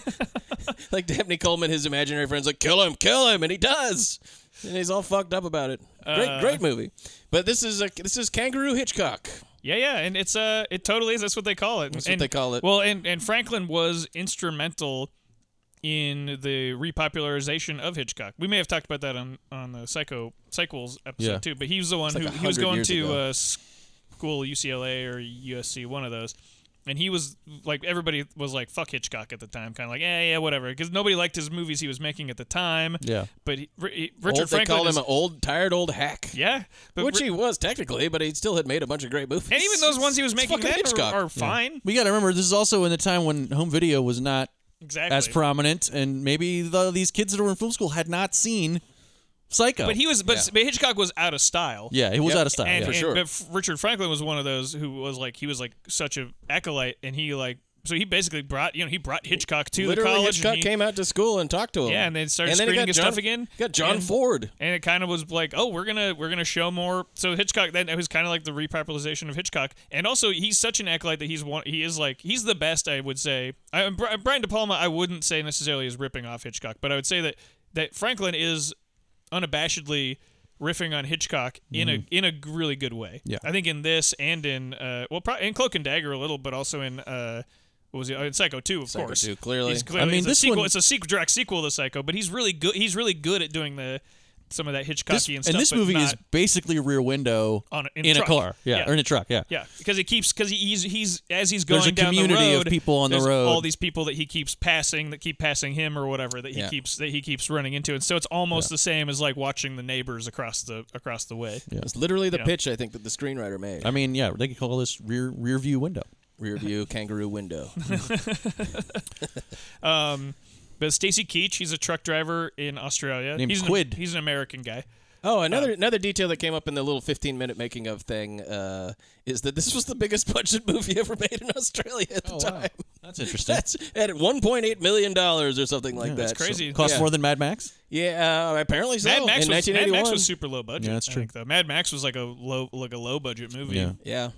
like Daphne Coleman, his imaginary friends like kill him, kill him, and he does, and he's all fucked up about it. Great, great movie. But this is a this is Kangaroo Hitchcock.
Yeah, yeah, and it's uh, it totally is. That's what they call it.
That's what
And-
they call it.
Well, and and Franklin was instrumental in the repopularization of Hitchcock. We may have talked about that on on the Psycho sequels episode
Yeah.
too. But he was the one
like
who
a
he was
hundred
going
years
to
ago.
uh, school UCLA or USC, one of those. And he was like everybody was like fuck Hitchcock at the time, kind of like yeah yeah whatever, because nobody liked his movies he was making at the time.
Yeah.
But he, he,
Old-
Richard
they
Franklin
called
is-
him an old, tired old hack.
yeah, but
Which
Ri-
he was technically, but he still had made a bunch of great movies.
and even those ones he was
It's
making
fucking
then are-
Hitchcock.
are, fine.
We got to remember this is also in the time when home video was not
Exactly.
as prominent, and maybe the, these kids that were in film school had not seen Psycho.
But he was, but, but Hitchcock was out of style.
yeah, it was
Yep.
out of style.
and,
yeah.
and-
sure.
But F- Richard Franklin was one of those who was like he was like such a acolyte, and he like so he basically brought you know he brought Hitchcock to
Literally,
the college. and
Hitchcock
he-
came out to school and talked to him.
Yeah, and they started
he
screening
got
his
John-
stuff again.
Got John
And-
Ford.
and it kind of was like, oh, we're gonna we're gonna show more. So Hitchcock then it was kind of like the repopularization of Hitchcock, and also he's such an acolyte that he's one. He is like he's the best. I would say I, Bri- Brian De Palma. I wouldn't say necessarily is ripping off Hitchcock, but I would say that that Franklin is unabashedly riffing on Hitchcock in
Mm-hmm.
a in a g- really good way.
Yeah.
I think in this and in uh well probably in Cloak and Dagger a little, but also in uh what was it? Oh, in Psycho 2, of
Psycho
course.
2, clearly.
He's clearly
I mean,
it's
this
a sequel,
one-
it's a sequ- direct sequel to Psycho, but he's really good he's really good at doing the some of that Hitchcocky
this,
and stuff.
this
but
movie
not
is basically Rear Window
on in,
in a
truck.
car, yeah, or in a truck, yeah.
yeah, because he keeps because he's he's as he's going
There's a
down
community
the
of
road.
people on the
there's
road.
All these people that he keeps passing, that keep passing him or whatever that he
Yeah.
keeps that he keeps running into, and so it's almost the same as like watching the neighbors across the across the way.
It's literally the pitch I think that the screenwriter made.
I mean, yeah, they could call this rear rear view window.
Rear [laughs] view, kangaroo window.
But Stacy Keach, he's a truck driver in Australia.
Named
he's
Quid.
An, he's an American guy.
Oh, another another detail that came up in the little 15 minute making of thing uh, is that this was the biggest [laughs] budget movie ever made in Australia at the
Oh,
time. [laughs]
That's interesting.
That's at 1.8 million dollars or something like that.
It's crazy.
Cost
Yeah.
more than Mad Max.
yeah, uh, apparently so.
Mad Max,
in
was, Mad
1981.
Max was super low budget.
Yeah, that's
I
true.
think, though. Mad Max was like a low, like a low budget movie.
Yeah.
yeah,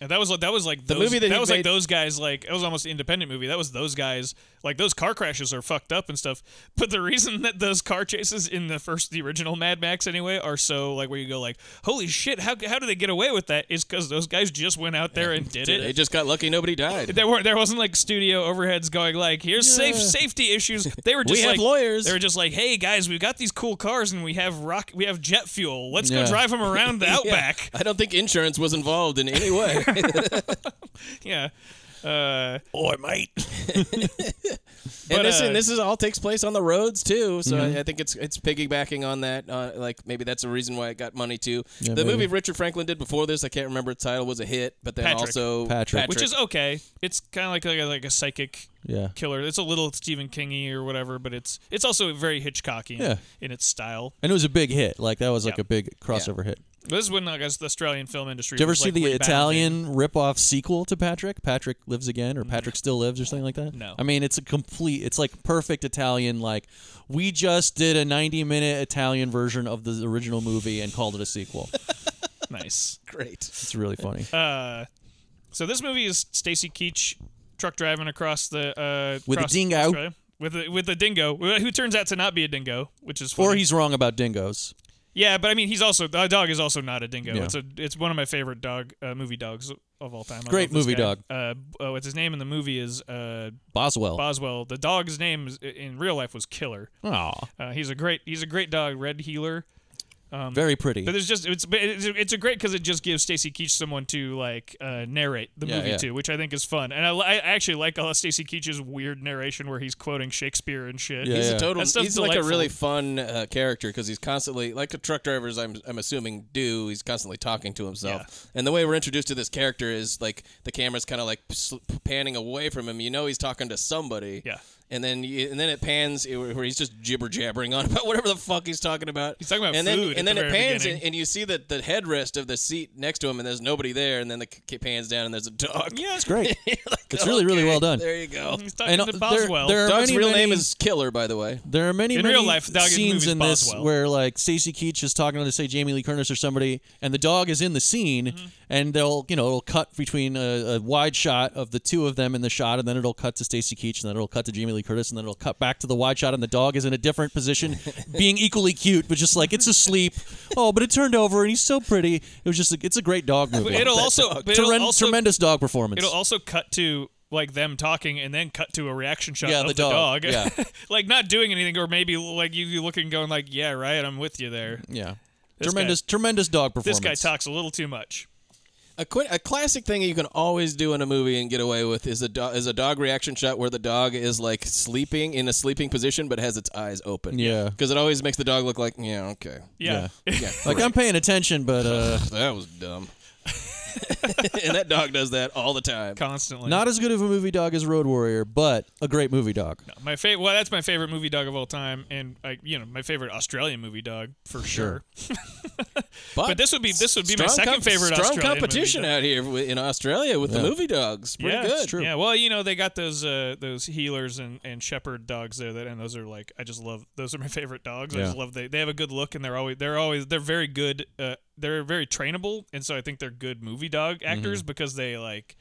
And that was like that was like
The
those-
movie that he
was like
made-
those guys like it was almost an independent movie. That was those guys like those car crashes are fucked up and stuff. But the reason that those car chases in the first the original Mad Max anyway are so like where you go like holy shit how how do they get away with that is because those guys just went out there and did it.
they just got lucky. Nobody died.
There weren't. There wasn't like studio overheads going like, "Here's safe safety issues." They
[laughs]
were
We
just
have
like
lawyers.
They were just like, "Hey guys, we've got these cool cars and we have rock, we have jet fuel. Let's
[laughs] Yeah.
go drive them around the
Yeah.
outback."
I don't think insurance was involved in
[laughs]
any way.
Yeah. Uh,
Boy, mate.
But,
and this,
uh, Mm-hmm.
and this is all takes place on the roads too. So I, I think it's it's piggybacking on that. Uh, like maybe that's the reason why it got money too. the
maybe.
movie Richard Franklin did before this, I can't remember its title, was a hit. But then
Patrick.
also
Patrick.
which is okay. It's kind of like like a, like a psychic
Yeah.
killer. It's a little Stephen Kingy or whatever, but it's it's also very Hitchcocky in,
Yeah.
in its style.
And it was a big hit. Like that was like
Yeah.
a big crossover hit.
This is when like, as the Australian film industry.
Did you ever
was,
see
like,
the
rebounding.
Italian rip-off sequel to Patrick? Patrick Lives Again or Patrick Still Lives or something like that?
Mm-hmm. No.
I mean, it's a complete it's like perfect Italian like we just did a 90-minute Italian version of the original movie and called it
[laughs]
a sequel.
Nice.
Great.
It's really funny.
Um, So this movie is Stacy Keach truck driving across the uh,
With a
across
dingo.
Australia. with a, with a dingo who turns out to not be a dingo, which is funny.
or he's wrong about dingoes.
yeah, but I mean he's also a dog is also not a dingo.
Yeah.
It's a it's one of my favorite dog uh, movie dogs of all time. I
Great
love this
movie
guy.
dog.
Uh, oh, what's his name in the movie is uh,
Boswell.
Boswell. The dog's name is, in real life was Killer.
Aw.
Uh, he's a great he's a great dog, Red Healer.
Very pretty.
Um, But there's just it's but it's, it's a great because it just gives Stacy Keach someone to like uh, narrate the
Yeah,
movie
yeah.
to, which I think is fun. And I, li- I actually like all of Stacy Keach's weird narration where he's quoting Shakespeare and shit.
Yeah,
He's
yeah.
a total.
That
He's
stuff's
like a
delightful.
really fun uh, character because he's constantly like the truck drivers. I'm I'm assuming do. He's constantly talking to himself. And the way we're introduced to this character is like the camera's kind of like sl- panning away from him. You know he's talking to somebody.
Yeah.
and then you, and then it pans it- where he's just gibber jabbering on [laughs] about whatever the fuck he's talking about.
He's talking about
and
food
Then,
at
and then
the
it
very
pans
beginning.
and, and you see that the headrest of the seat next to him, and there's nobody there. And then the c- pans down and there's a dog.
Yeah,
[laughs]
it's [laughs]
Great.
Like,
It's really, really
okay,
well done.
There you go.
He's talking
And uh,
to
there-
Boswell.
there are
Dog's
many,
real
many-
name is Killer, by the way.
There are many,
In
many
real life, dog in the
scenes
movie's
in this
Boswell.
where like Stacy Keach is talking to say Jamie Lee Curtis or somebody, and the dog is in the scene,
Mm-hmm.
and they'll you know it'll cut between a, a wide shot of the two of them in the shot, and then it'll cut to Stacy Keach, and then it'll cut to Jamie Lee Curtis, and then it'll cut back to the wide shot, and the dog is in a
[laughs]
different position, being equally cute, but just like it's asleep. oh, but it turned over, and he's so pretty. It was just a, it's a great dog movie.
But
[laughs]
it'll also, but it'll
Teren-
also
tremendous dog performance.
It'll also cut to like them talking and then cut to a reaction shot
Yeah,
of
the
the
dog.
dog.
Yeah.
[laughs] like not doing anything or maybe like you, you looking and going like, "Yeah, right, I'm with you there."
yeah,
This
tremendous,
guy-
tremendous dog
This
performance.
guy talks a little too much.
A, qu- a classic thing you can always do in a movie and get away with is a do- is a dog reaction shot where the dog is like sleeping in a sleeping position but has its eyes open.
Yeah.
because it always makes the dog look like yeah okay
Yeah.
yeah
Like I'm paying attention, but uh,
that was dumb. [laughs] and that dog does that all the time.
[laughs] Constantly.
not as good of a movie dog as Road Warrior, but a great movie dog.
my favorite well, that's my favorite movie dog of all time and like, you know, my favorite Australian movie dog for sure. [laughs] But this would be this would be my
strong
second
comp-
favorite
Strong
Australian
competition
movie dog.
out here wi- in Australia with the movie dogs. Pretty
yeah,
good.
it's Yeah, well, you know they got those uh, those healers and, and shepherd dogs there that, and those are like I just love those are my [laughs] favorite dogs. I just love they they have a good look and they're always they're always they're very good. Uh, they're very trainable, and so I think they're good movie
Mm-hmm.
dog actors because they like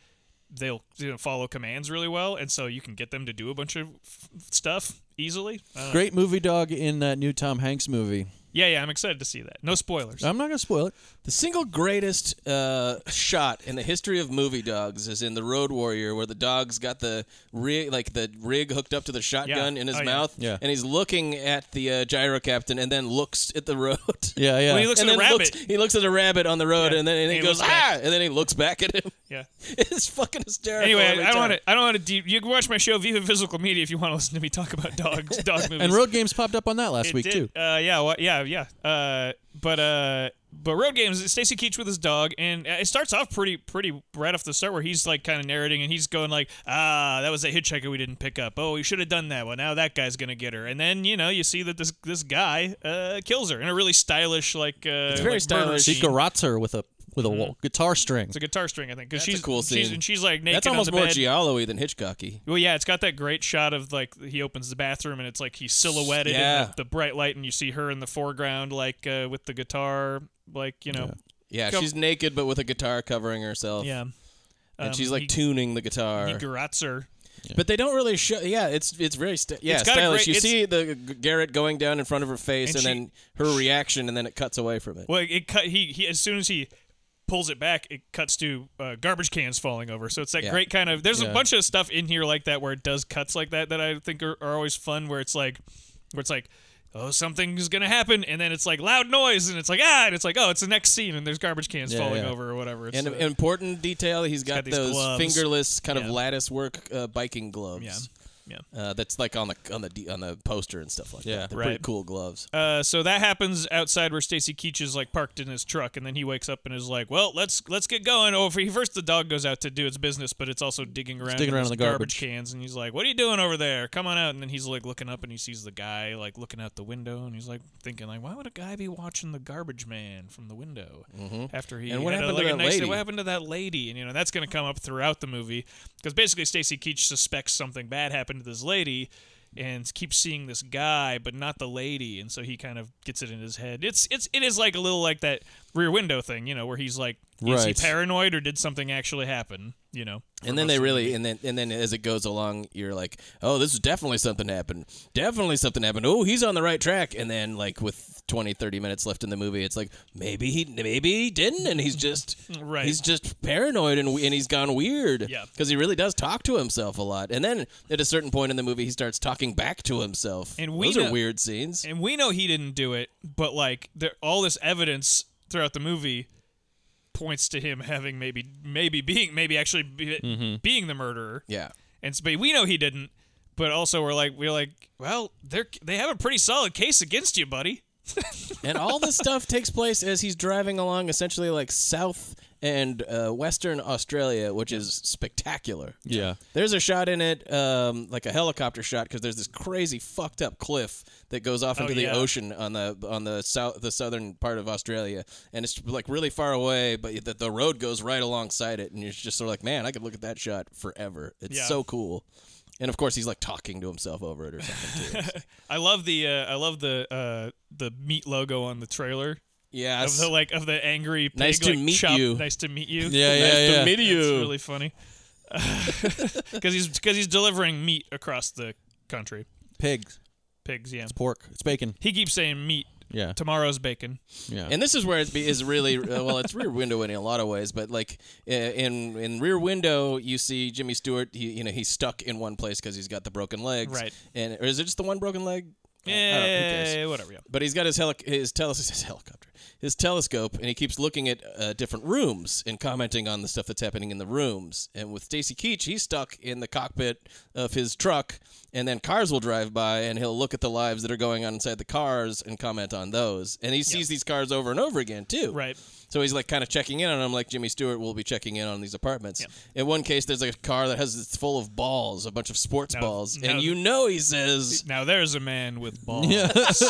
they'll you know, follow commands really well, and so you can get them to do a bunch of f- stuff easily. Uh,
Great movie dog in that new Tom Hanks movie.
yeah, yeah, I'm excited to see that. No spoilers.
I'm not gonna spoil it.
The single greatest uh, shot in the history of movie dogs is in The Road Warrior, where the dog's got the rig, like the rig hooked up to the shotgun
Yeah.
in his
Oh, yeah.
mouth,
Yeah.
and he's looking at the uh, gyro captain, and then looks at the road.
[laughs] Yeah, yeah.
When he looks
and
at a
then
rabbit.
Looks, he looks at a rabbit on the road,
Yeah.
and then and he,
And he
goes
looks back.
ah, and then he looks back at him.
[laughs]
yeah.
[laughs] it's fucking hysterical.
Anyway,
every
I don't
time.
want to. I don't want to. De- you can watch my show Viva Physical Media if you want to listen to me talk about
[laughs]
dogs, dog movies.
and Road Games popped up on that last
It
week too.
did. Uh, yeah, well, yeah, yeah. Uh, but uh, but Road Games, Stacy Keach with his dog, and uh, it starts off pretty pretty right off the start where he's like kind of narrating and he's going like, ah, that was a hitchhiker we didn't pick up. Oh, we should have done that. Well, now that guy's gonna get her. And then you know you see that this this guy uh, kills her in a really stylish like uh,
very
like, murder
stylish.
She
scene.
garrots her with a with a
Mm-hmm.
wa- guitar string.
It's a guitar string, I think, because
That's
she's
a cool
she's-
scene.
and she's like naked
That's
on
almost
the
more
bed.
Giallo-y than Hitchcocky.
Well, yeah, it's got that great shot of like he opens the bathroom and it's like he's silhouetted in
Yeah.
the, the bright light, and you see her in the foreground, like uh, with the guitar, like you know,
Yeah,
Come-
she's naked but with a guitar covering herself.
yeah,
and
Um,
she's like
he-
tuning the guitar.
he garrots her.
But they don't really show. Yeah, it's it's very sti- yeah
It's got a
stylish.
great-
you
it's-
see the G- Garrett going down in front of her face,
And
and, then her reaction, and then it cuts away from it.
Well, it cut. He, he as soon as he pulls it back, it cuts to uh, garbage cans falling over. So it's that
Yeah.
great kind of. There's
Yeah.
a bunch of stuff in here like that where it does cuts like that that I think are, are always fun. Where it's like, where it's like. Oh, something's gonna happen, and then it's like loud noise, and it's like ah, and it's like oh, it's the next scene, and there's garbage cans
Yeah,
falling
yeah.
over or whatever. It's,
And
uh,
an important detail, he's got,
got these
those
gloves.
fingerless kind of
Yeah.
lattice work uh, biking gloves.
Yeah. Yeah.
Uh, that's like on the on the d- on the poster and stuff like
Yeah.
that. They're
Right.
pretty cool gloves.
Uh, so that happens outside where Stacy Keach is like parked in his truck, and then he wakes up and is like, "Well, let's let's get going." Over he first the dog goes out to do its business, but it's also digging around,
digging
in
around
these
in the garbage.
cans, and he's like, "What are you doing over there? Come on out!" And then he's like looking up and he sees the guy like looking out the window, and he's like thinking like, "Why would a guy be watching the garbage man from the window?" After he
And what
had a-
happened to
like, a
that
nice day-
lady?
What happened to that lady? And you know that's going to come up throughout the movie because basically Stacy Keach suspects something bad happened to this lady and keeps seeing this guy but not the lady and so he kind of gets it in his head it's it's it is like a little like that rear window thing you know where he's like is he
Right.
paranoid or did something actually happen you know for
And then
most
they
of the
really,
movie.
and then and then as it goes along, you're like, oh, this is definitely something happened. Definitely something happened. Oh, he's on the right track. And then like with 20, 30 minutes left in the movie, it's like maybe he, maybe he didn't, and he's just
[laughs] Right.
He's just paranoid and we- and he's gone weird.
Yeah.
because he really does talk to himself a lot. And then at a certain point in the movie, he starts talking back to himself.
And we
those
know-
are weird scenes.
and we know he didn't do it but like there all this evidence throughout the movie points to him having maybe maybe being maybe actually be, being the murderer
yeah,
and so, but we know he didn't. But also, we're like, we're like, well, they're they have a pretty solid case against you, buddy.
and all this stuff takes place as he's driving along, essentially like south and uh, Western Australia, which is spectacular.
Yeah.
There's a shot in it, um, like a helicopter shot, because there's this crazy fucked up cliff that goes off
Oh,
into
yeah.
the ocean on the on the south the southern part of Australia, and it's like really far away, but the, the road goes right alongside it, and you're just sort of like, man, I could look at that shot forever. It's
Yeah.
so cool. And of course, he's like talking to himself over it or something too.
I love the uh, I love the uh, the meat logo on the trailer [laughs]
yeah,
of the like of the angry pig,
Nice to
like,
meet
chop-
you.
Nice to meet you.
Yeah, yeah,
to
yeah.
meet
That's
you.
really funny [laughs] because he's because he's delivering meat across the country.
Pigs,
Pigs, yeah.
pork, it's bacon.
He keeps saying meat.
Yeah.
Tomorrow's bacon.
Yeah.
And this is where it be- is really uh, well. It's Rear Window in a lot of ways, but like uh, in in Rear Window, you see Jimmy Stewart. He you know he's stuck in one place because he's got the broken legs,
Right.
And or is it just the one broken leg? I- I don't know, who cares?
Yeah, Eh, whatever. Yeah.
But he's got his heli- his, teles- [laughs] his helicopter, his telescope, and he keeps looking at uh, different rooms and commenting on the stuff that's happening in the rooms. And with Stacy Keach, he's stuck in the cockpit of his truck, and then cars will drive by, and he'll look at the lives that are going on inside the cars and comment on those. And he sees these cars over and over again too.
Right.
So he's like kind of checking in on them, like Jimmy Stewart will be checking in on these apartments. In one case, there's a car that has it's full of balls, a bunch of sports balls,
now-
and you know he says.
Now there's a man
[laughs]
with balls.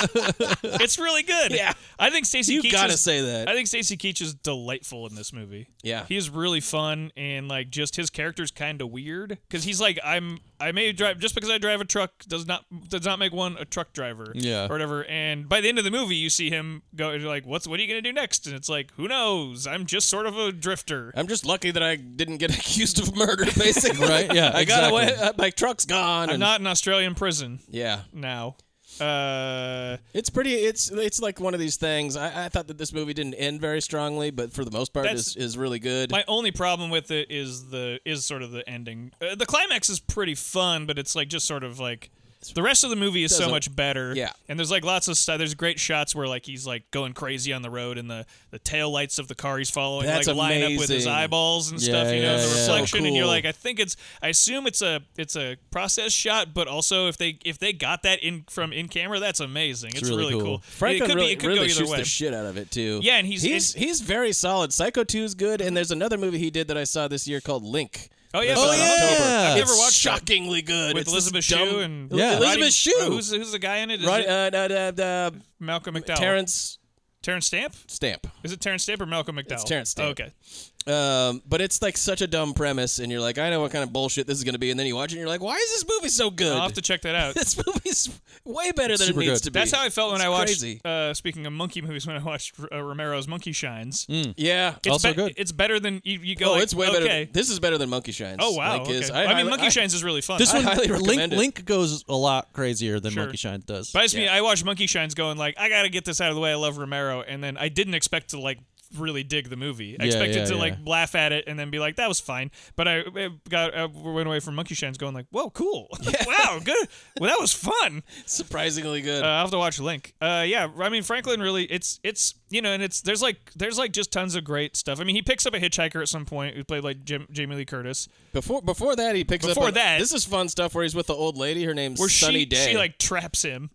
it's really good.
Yeah.
I think Stacey
You
Keach
gotta
is-
say that.
I think Stacey Keach is delightful in this movie.
Yeah.
He is really fun and like just his character's kind of weird cuz he's like I'm I may drive just because I drive a truck does not does not make one a truck driver
Yeah.
or whatever and by the end of the movie you see him go you're like what's what are you going to do next and it's like who knows I'm just sort of a drifter.
I'm just lucky that I
[laughs]
didn't get accused of [laughs] murder, basically.
Right, yeah,
I got away.
exactly.
uh, My truck's gone.
I'm
and-
not in Australian prison
Yeah,
now. Uh
it's pretty. It's it's like one of these things. I, I thought that this movie didn't end very strongly, but for the most part,
That's-
is is really good.
My only problem with it is the is sort of the ending. Uh, the climax is pretty fun, but it's like just sort of like the rest of the movie is so
Doesn't-
much better.
yeah.
and there's like lots of stuff. There's great shots where like he's like going crazy on the road, and the the tail lights of the car he's following
That's
like line up with his
amazing.
eyeballs and
Yeah,
stuff. You know,
yeah,
the
yeah. So
reflection, and you're
cool.
like, I think it's. I assume it's a it's a process shot, but also if they if they got that in from in camera, that's amazing. It's,
really cool.
it
Franklin
could
really,
be, it could
really
go either
shoots
way.
the shit out of it too.
Yeah, and he's-
he's
and-
he's very solid. Psycho 2 is good, and there's another movie he did that I saw this year called Link.
Oh, yeah,
That's
Oh,
out in
yeah.
October.
I've never
It's
watched that.
shockingly good
with
It's this
Elizabeth
dumb-
Shue and
yeah, Elizabeth
Roddy- uh,
Shue.
Who's, who's the guy in it? Is
right?
it
Uh, no, no, no,
Malcolm McDowell.
Terrence
Terrence Stamp?
Stamp.
Is it Terrence Stamp or Malcolm McDowell?
Terrence Stamp.
okay.
Um, but it's like such a dumb premise, and you're like, I know what kind of bullshit this is going to be, and then you watch it, and you're like, why is this movie so good?
I'll have to check that out.
[laughs] this movie's way better than
Super
it needs
good.
to be.
That's how I felt when
It's
I watched.
Crazy.
Uh, speaking of monkey movies, when I watched uh, Romero's Monkey Shines,
yeah.
it's
Also
be-
good.
It's better than you, you go.
Hmm, oh,
like,
it's way
okay.
better. This is better than Monkey Shines.
oh wow.
Like,
okay.
is-
I, mean,
highly-
Monkey
I-
Shines is really fun.
this
I
one,
highly
Link,
recommend it.
Link goes a lot crazier than
Sure.
Monkey Shine does.
But it's me.
Yeah.
I watched Monkey Shines going like, I gotta get this out of the way. I love Romero, and then I didn't expect to like really dig the movie. I
Yeah,
expected
yeah,
to
yeah.
like laugh at it and then be like, that was fine. But I I got I went away from Monkey Shines going like, whoa, cool, [laughs] wow, good. Well, that was fun.
surprisingly good.
Uh, I'll have to watch Link. Uh, yeah, I mean Franklin really. It's it's you know, and it's there's like there's like just tons of great stuff. I mean, he picks up a hitchhiker at some point who played like Jim, Jamie Lee Curtis,
before before that, he picks
Before
up. on-
that-
this is fun stuff where he's with the old lady. Her name's
where
Sunny
she
Day.
she like traps him.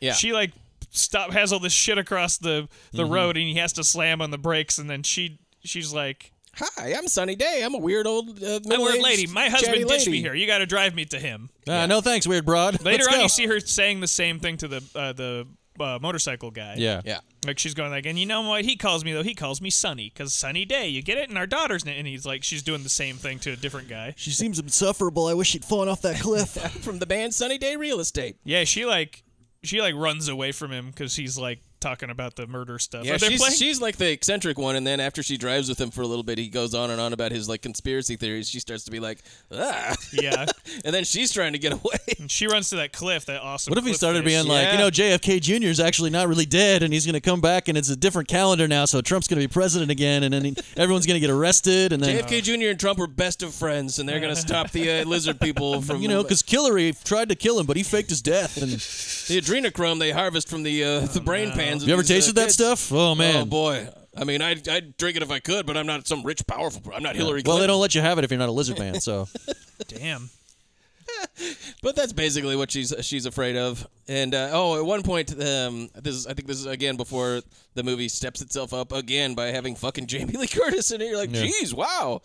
yeah.
She like stop has all this shit across the the
Mm-hmm.
road, and he has to slam on the brakes, and then she she's like,
Hi, I'm Sunny Day. I'm a weird old uh,
"I'm a
middle-aged,
lady. My
chatty
husband ditched
lady.
me here. You got to drive me to him."
Uh, No thanks, weird broad.
Later
Let's
on,
go.
you see her saying the same thing to the uh, the uh, motorcycle guy.
yeah.
Yeah.
Like she's going like, and you know what he calls me though? He calls me Sunny because Sunny Day. You get it? And our daughter's na- and he's like, she's doing the same thing to a different guy.
She seems insufferable. I wish she'd fallen off that
[laughs]
cliff.
From the band Sunny Day Real Estate.
Yeah, she like, she like runs away from him because he's like talking about the murder stuff.
Yeah,
Or they're
she's,
playing-
she's like the eccentric one, and then after she drives with him for a little bit, he goes on and on about his like conspiracy theories. She starts to be like, ah, [laughs]
yeah.
and then she's trying to get away. [laughs]
And she runs to that cliff, that awesome.
What if he
cliff
started
face.
being like,
Yeah.
you know, JFK Jr. is actually not really dead, and he's going to come back, and it's a different calendar now, so Trump's going to be president again, and then he- [laughs] everyone's going to get arrested, and then
JFK Jr. and Trump were best of friends, and they're
[laughs]
gonna stop the uh, lizard people from
you know, because Killary tried to kill him, but he faked his death.
[laughs]
And
the adrenochrome they harvest from the uh, the brain pans. of
Oh, you ever
these, uh,
tasted that
kids.
stuff? Oh man.
Oh boy. I mean, I'd, I'd drink it if I could, but I'm not some rich, powerful. I'm not Hillary
Well,
[laughs]
Clinton.
they don't let you have it if you're not a lizard man. So
Damn.
But that's basically what she's she's afraid of. And uh, oh, at one point, um, this is, I think this is again before the movie steps itself up again by having fucking [laughs] Jamie Lee Curtis in it. You're like, geez, wow.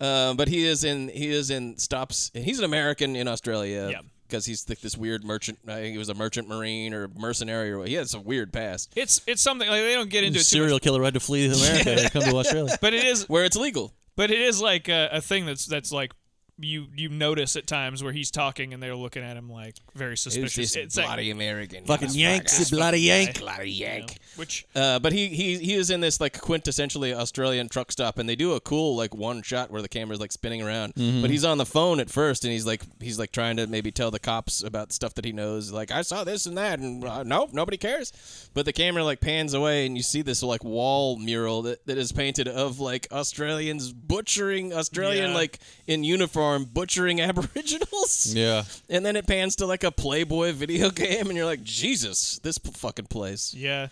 Uh, but he is in he is in stops. And he's an American in Australia.
Yeah.
Because he's like this weird merchant. I think he was a merchant marine or mercenary, or he had some weird past
It's it's something like they don't get into it too much,
serial killer had to flee America to come
[laughs]
to Australia.
but it is
where it's legal.
but it is like a, a thing that's that's like you you notice at times where he's talking and they're looking at him like very
Who's
suspicious.
this
it's like-
bloody American?
Fucking Yanks, bloody Yank.
bloody Yank.
[laughs]
which
Uh, but he, he he is in this like quintessentially Australian truck stop, and they do a cool like one shot where the camera's like spinning around.
Mm-hmm.
But he's on the phone at first, and he's like he's like trying to maybe tell the cops about stuff that he knows. Like I saw this and that, and uh, nope, nobody cares. But the camera like pans away, and you see this like wall mural that, that is painted of like Australians butchering Australian
Yeah.
like in uniform butchering [laughs] Aboriginals.
Yeah.
And then it pans to like a Playboy video [laughs] game, and you're like, Jesus, this p- fucking place.
yeah,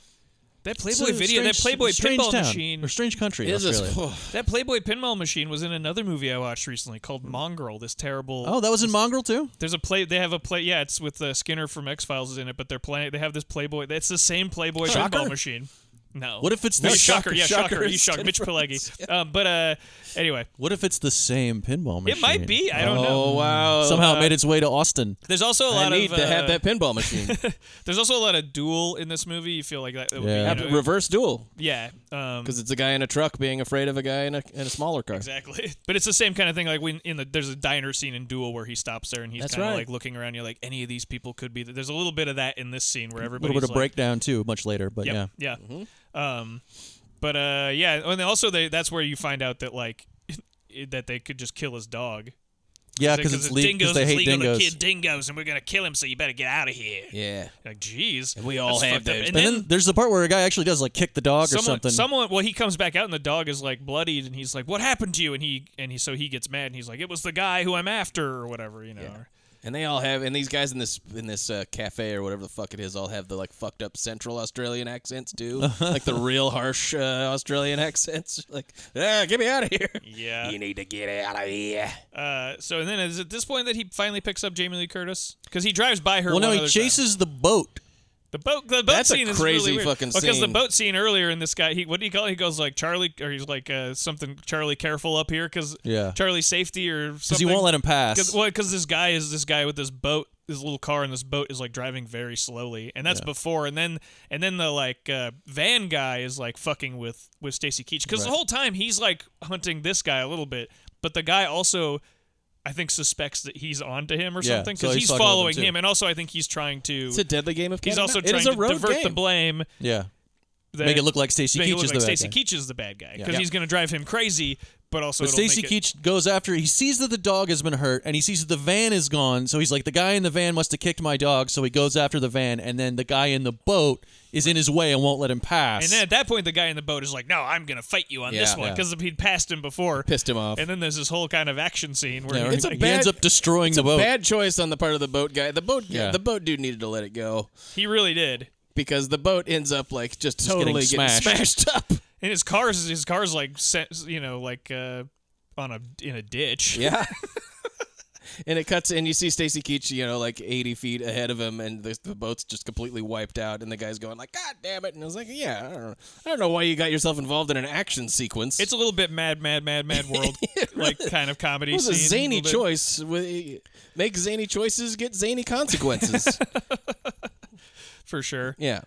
that
It's
Playboy
a
video, that
strange-
Playboy
strange
pinball
town,
machine,
or strange country.
It is oh,
Australia.
[laughs] a,
that Playboy pinball machine was in another movie I watched recently called Mongrel. This terrible.
oh, that was in Mongrel too.
There's a play. They have a play. Yeah, it's with uh, Skinner from X Files is in it, but they're playing. They have this Playboy. That's the same Playboy
Shocker?
pinball machine. No.
What if it's
no,
the-
shocker? Yeah,
Shocker
shocker.
is
He's shocked.
Skinner
Mitch
from
Pileggi.
[laughs]
Um, but uh, anyway,
What if it's the same pinball machine?
it might be. I don't know.
Oh wow!
Somehow it made its way to Austin.
There's also a
I
lot
need
of
to
uh,
have that pinball machine.
[laughs] There's also a lot of duel in this movie. You feel like that, that would
Yeah.
be you know,
Reverse duel
yeah, um,
because it's a guy in a truck being afraid of a guy in a, in a smaller car.
exactly. [laughs] But it's the same kind of thing. Like when in the there's a diner scene in Duel where he stops there and he's
That's
kind of
right.
like looking around. You're like, any of these people could be. th- There's a little bit of that in this scene where
A
everybody's
little bit of
like,
breakdown too, much later. But yeah,
Yep, yeah. Um, but uh, yeah, and then also they, that's where you find out that like [laughs] that they could just kill his dog.
yeah, because it's legal.
dingoes.
Because they
it's
hate
legal
dingoes.
to kid dingoes, and we're gonna kill him. So you better get out of here.
Yeah,
Like, jeez.
we all
that's
have
fucked up.
those.
And
and
then
then there's the part where a guy actually does like kick the dog or
someone,
something.
someone. Well, he comes back out, and the dog is like bloodied, and he's like, "What happened to you?" And he and he so he gets mad, and he's like, "It was the guy who I'm after, or whatever." You know.
and they all have, and these guys in this in this uh, cafe or whatever the fuck it is, all have the like fucked up Central Australian
[laughs]
accents too, like the real harsh uh, Australian accents. [laughs] Like, ah, get me out of here.
Yeah.
You need to get out of here.
Uh, so and then is at this point that he finally picks up Jamie Lee Curtis because he drives by her.
well, no,
one
he
other time.
chases the boat.
The boat, the boat
That's a
scene is
crazy
really weird.
fucking
Because the
scene.
boat scene earlier in this guy, he what do you call it? He goes like Charlie, or he's like uh, something Charlie careful up here because
Yeah.
Charlie safety or
Because
something.
you won't let him pass.
Cause, well, because this guy is this guy with this boat, this little car, and this boat is like driving very slowly, and that's before. And then and then the like uh, van guy is like fucking with with Stacy Keach because the whole time he's like hunting this guy a little bit, but the guy also. I think suspects that he's onto him or
Yeah,
something
so
because
he's
he's
fucking with him,
following
too.
him, and also I think he's trying to
It's a deadly game of. cat
he's
and
also
mouse. It
trying
is
to
a road
divert the
game.
blame.
yeah,
That
make it look like Stacy
make it
Keach
look
is the
like
bad
Stacey
guy.
Keach is the bad guy because
Yeah.
he's going to drive him crazy, but also
But
it'll
Stacy
make it-
Keach goes after. He sees that the dog has been hurt, and he sees that the van is gone. So he's like, "The guy in the van must have kicked my dog." So he goes after the van, and then the guy in the boat is in his way and won't let him pass.
And then at that point, the guy in the boat is like, "No, I'm going to fight you on this
Yeah.
one
Yeah.
because he'd passed him before."
Pissed him off.
And then there's this whole kind of action scene where
Yeah,
he's
he-
a
like-
he ends
bad-
up destroying
It's
the
a
boat.
bad choice on the part of the boat guy. The boat,
Yeah.
the boat dude needed to let it go.
he really did.
because the boat ends up like just,
getting
totally getting smashed. [laughs]
smashed.
up.
And his car's his car's like se- you know like uh, on a in a ditch.
Yeah. [laughs] and it cuts, and you see Stacy Keach, you know, like eighty feet ahead of him, and the, the boat's just completely wiped out, and the guy's going like, "God damn it!" And I was like, "Yeah, I don't know, I don't know why you got yourself involved in an action sequence.
It's a little bit mad, mad, mad,
[laughs]
mad world like kind of comedy.
it was a
scene,
zany
little bit.
choice. With, make zany choices, get zany consequences.
for sure.
yeah.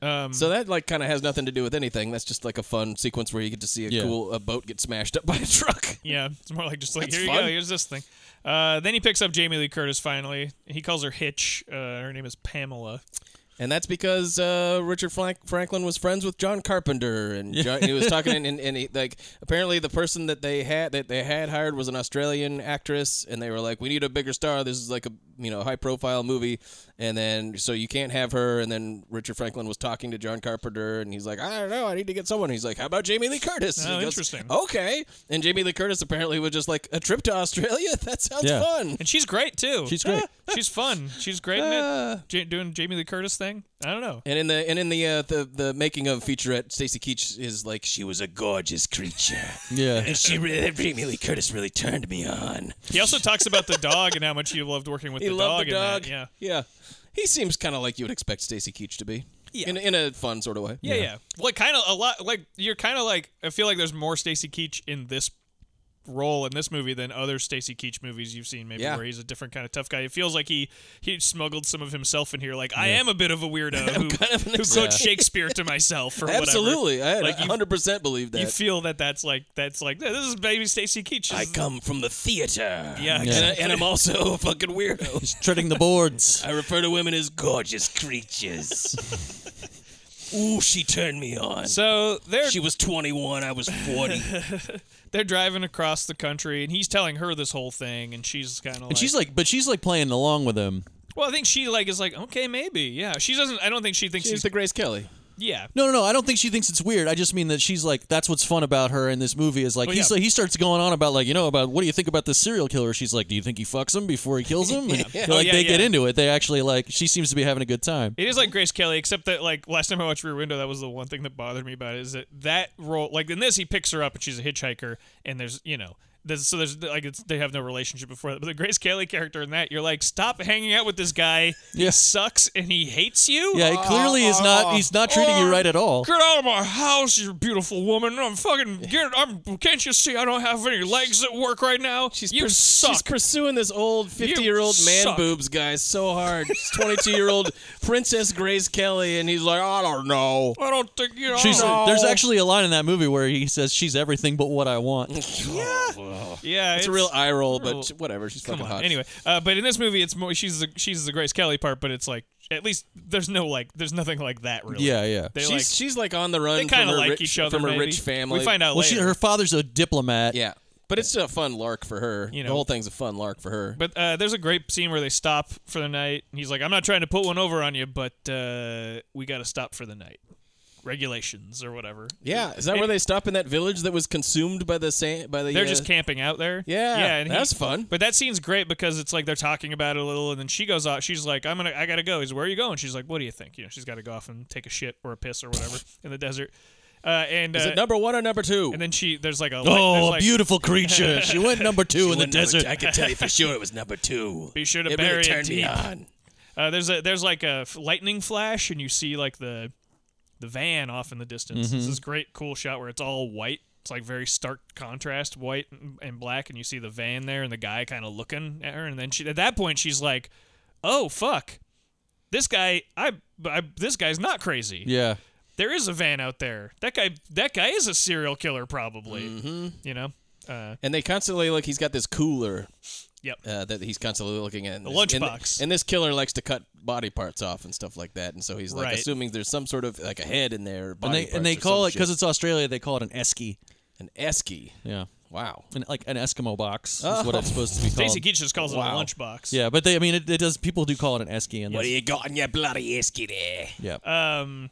Um,
So that like kind of has nothing to do with anything. That's just like a fun sequence where you get to see a
Yeah.
cool a boat get smashed up by a truck.
Yeah, it's more like just like
That's
here you
fun.
go, here's this thing. Uh, then he picks up Jamie Lee Curtis finally. He calls her Hitch. Uh, her name is Pamela.
And that's because uh, Richard Frank- Franklin was friends with John Carpenter, and John, he was talking, and, and,
[laughs]
and he, like apparently the person that they had that they had hired was an Australian actress, and they were like, "We need a bigger star. This is like a you know high profile movie," and then so you can't have her. And then Richard Franklin was talking to John Carpenter, and he's like, "I don't know. I need to get someone." He's like, "How about Jamie Lee Curtis?" And
Oh,
he goes,
interesting.
Okay, and Jamie Lee Curtis apparently was just like a trip to Australia. [laughs] That sounds
Yeah.
fun.
And she's great too.
She's great.
[laughs] She's fun. She's great in
Ah.
it. J- doing Jamie Lee Curtis thing. I don't know.
And in the and in the uh, the the making of featurette, Stacy Keach is like she was a gorgeous creature,
yeah,
and she really, Jamie Lee Curtis really turned me on.
He also talks about the dog and how much he loved working with the dog.
loved the
in that,
dog.
Yeah.
yeah. He seems kind of like you would expect Stacy Keach to be.
Yeah.
In, in a fun sort of way.
Yeah, yeah. Like kind of a lot. Like you're kind of like I feel like there's more Stacy Keach in this role in this movie than other Stacy Keach movies you've seen. Maybe
Yeah.
where he's a different kind of tough guy. It feels like he he smuggled some of himself in here. Like I am a bit of a
[laughs]
weirdo who,
kind of an
who
exception.
quotes Shakespeare to myself or
Absolutely. I
whatever.
had
like you,
100% believe that.
you feel that that's like that's like this is baby Stacy Keach.
I
This is-
come from the theater.
Yeah,
And, I, and
[laughs]
I'm also a fucking weirdo.
Just treading the boards.
I refer to women as gorgeous
[laughs]
creatures. Ooh, she turned me on.
So they're
she was 21, I was
[laughs]
40.
they're driving across the country, and he's telling her this whole thing, and she's kind of
And she's like, but she's like playing along with him.
Well, I think she like is like, okay, maybe, yeah. She doesn't. I don't think she thinks she's,
She's the Grace Kelly.
yeah.
No, no, no. I don't think she thinks it's weird. I just mean that she's like, that's what's fun about her in this movie is like,
Well,
he's
Oh, yeah.
like, he starts going on about like, you know, about what do you think about this serial killer? She's like, do you think he fucks him before he
[laughs]
kills him? And,
Oh,
Like
yeah,
they get
yeah.
into it. They actually like. She seems to be having a good time.
It is like Grace Kelly, except that like last time I watched Rear Window, that was the one thing that bothered me about it is that that role, like in this, he picks her up and she's a hitchhiker, and there's you know. There's, so there's like it's, they have no relationship before that, but the Grace Kelly character in that you're like stop hanging out with this guy.
Yeah.
He sucks and he hates you.
Yeah, it clearly is
[laughs]
not. He's not treating you right at all.
Get out of my house, you beautiful woman. I'm fucking get. I'm can't you see I don't have any legs at work right now.
She's
you
pur-
suck.
She's pursuing this old 50
You
year old man
suck.
boobs guy so hard. 22 year
[laughs]
old Princess Grace Kelly, and he's like, I don't know.
I don't think you. I
She's,
don't know.
There's actually a line in that movie where he says, "She's everything but what I want."
yeah.
It's a real eye roll, but
real-
sh- whatever. She's
Come
fucking
on.
hot.
Anyway, uh, but in this movie, it's more she's the she's the Grace Kelly part, but it's like at least there's no like there's nothing like that really.
Yeah, yeah.
They
she's
like
she's like on the run.
they kind
from
of
her
like
rich-
each other
from a
maybe.
rich family.
We find out
Well,
later.
she, her father's a diplomat.
Yeah, but it's a fun lark for her.
You
the
know.
whole thing's a fun lark for her.
But uh, there's a great scene where they stop for the night, and he's like, "I'm not trying to put one over on you, but uh, we got to stop for the night, regulations or whatever."
yeah, is that where they stop in that village that was consumed by the sand? By the
They're
uh,
just camping out there.
Yeah,
yeah, and he-
that's fun.
But that scene's great because it's like they're talking about it a little, and then she goes off. She's like, "I'm gonna, I gotta go." He's, "Where are you going?" She's like, "What do you think?" You know, she's got to go off and take a shit or a piss or
[sighs]
whatever in the desert. Uh, and
Is
uh,
it number one or number two?
and then she, there's like a,
Oh,
there's
a
like,
beautiful creature. She went number two in the desert.
I can tell you for sure it was number two.
[laughs] Be sure to
it
bury
really
it
turned me
deep.
on.
Uh, there's a, there's like a f- lightning flash, and you see like the, the van off in the distance. It's this great cool shot where it's all white. It's like very stark contrast, white and, and black, and you see the van there and the guy kind of looking at her, and then she, at that point, she's like, "Oh fuck." This guy, I, I, this guy's not crazy.
Yeah.
there is a van out there. That guy, that guy is a serial killer, probably. Mm-hmm. You know, uh,
And they constantly look. He's got this cooler
yep.
uh, that he's constantly looking at. The
lunchbox.
And, and this killer likes to cut body parts off and stuff like that. And so he's like
Right.
assuming there's some sort of like a head in there.
And
body
they and
parts
they
or
call
some
it because
shit.
it's Australia. They call it an esky.
an esky.
Yeah.
Wow.
An, like an Eskimo box is what
Oh.
it's supposed to be called.
Stacy Keach just calls it a
Wow.
lunchbox.
Yeah, but they. I mean, it, it does. People do call it an esky. And
you got in your bloody esky there?
yeah.
Um,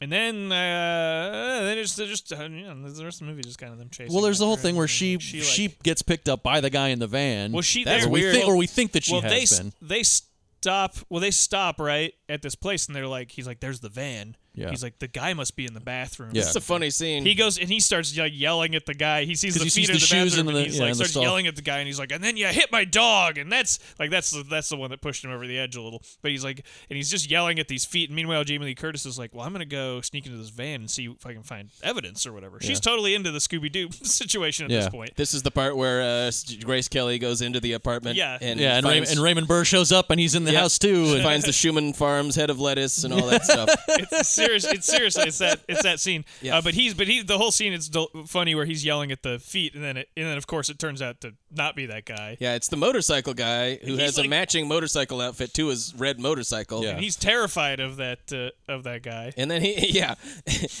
and then uh, then it's they're just uh, you know, the rest of the movie is just kind of them chasing.
well, there's the
after
whole
her
thing
and
where
like,
she she,
she like,
gets picked up by the guy in the van.
well she
That's
they-
or we
weird.
think, or we think that she
well
has
they s-
been.
they stop well they stop right at this place and they're like he's like there's the van.
Yeah.
He's like the guy must be in the bathroom.
Yeah.
It's a funny scene.
He goes and he starts like yelling at the guy. He sees
'Cause
the feet
he sees
in
the
the,
shoes
bathroom
and
and,
the-
he's
yeah,
like
and the
starts
stuff.
yelling at the guy and he's like, and then you hit my dog, and that's like that's the, that's the one that pushed him over the edge a little. But he's like, and he's just yelling at these feet. And meanwhile, Jamie Lee Curtis is like, well, I'm gonna go sneak into this van and see if I can find evidence or whatever. She's totally into the Scooby Doo [laughs] situation at
Yeah.
this point.
This is the part where uh, S- Grace Kelly goes into the apartment.
Yeah.
and
yeah, and, Ray,
finds,
and Raymond Burr shows up and he's in the
Yeah.
house too.
[laughs]
And
finds the Schumann Farms head of lettuce and all
[laughs]
that stuff.
it's serious. It's seriously. It's that. It's that scene. Uh, but he's. But he. The whole scene is del- funny where he's yelling at the feet, and then it, and then of course it turns out to not be that guy.
Yeah, it's the motorcycle guy who has a
like-
matching motorcycle outfit to his red motorcycle.
Yeah.
And he's terrified of that uh, of that guy.
And then he, [laughs] yeah,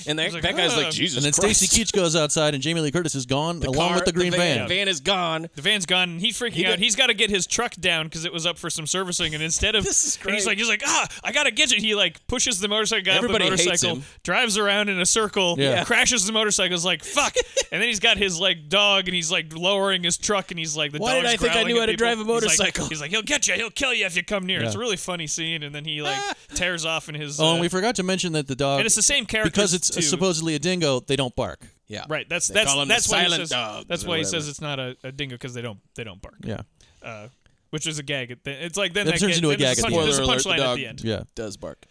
and that,
like,
that guy's
"Ah."
like Jesus.
and then
Christ.
Stacy Keach goes outside, and Jamie Lee Curtis is gone along
Car-
with the green
van.
van.
Van is gone.
The van's gone, and he's freaking
He
out.
did-
He's got to get his truck down because it was up for some servicing, and instead of
[laughs] This is
and he's
great.
like, he's like, ah, I gotta get you. He like pushes the motorcycle guy off
Everybody
the
hates
motorcycle,
him.
drives around in a circle,
Yeah.
crashes the motorcycle. Is like,
[laughs]
fuck, and then he's got his like dog, and he's like lowering his truck, and he's like, the
Why did
dog's
I think I
growling
knew
at
how to
people.
drive a
He's like-
motorcycle?
He's like, he'll get you, he'll kill you if you come near. It's
Yeah.
a really funny scene, and then he
[laughs]
like tears off in his.
Oh,
uh,
and we forgot to mention that the dog.
and it's the same character
because it's uh, supposedly a dingo. They don't bark.
Yeah,
Right, that's
They
that's
call him the
that's why he
silent
says
dogs
that's
or
why he
whatever.
says it's not a, a dingo because they don't they don't bark.
Yeah.
which is a gag. at the- It's like then
That
that
turns
get-
into a
then there's
gag at
punch-
the end.
There's a
Spoiler alert, the
punchline at
dog-
the end.
Yeah.
does bark.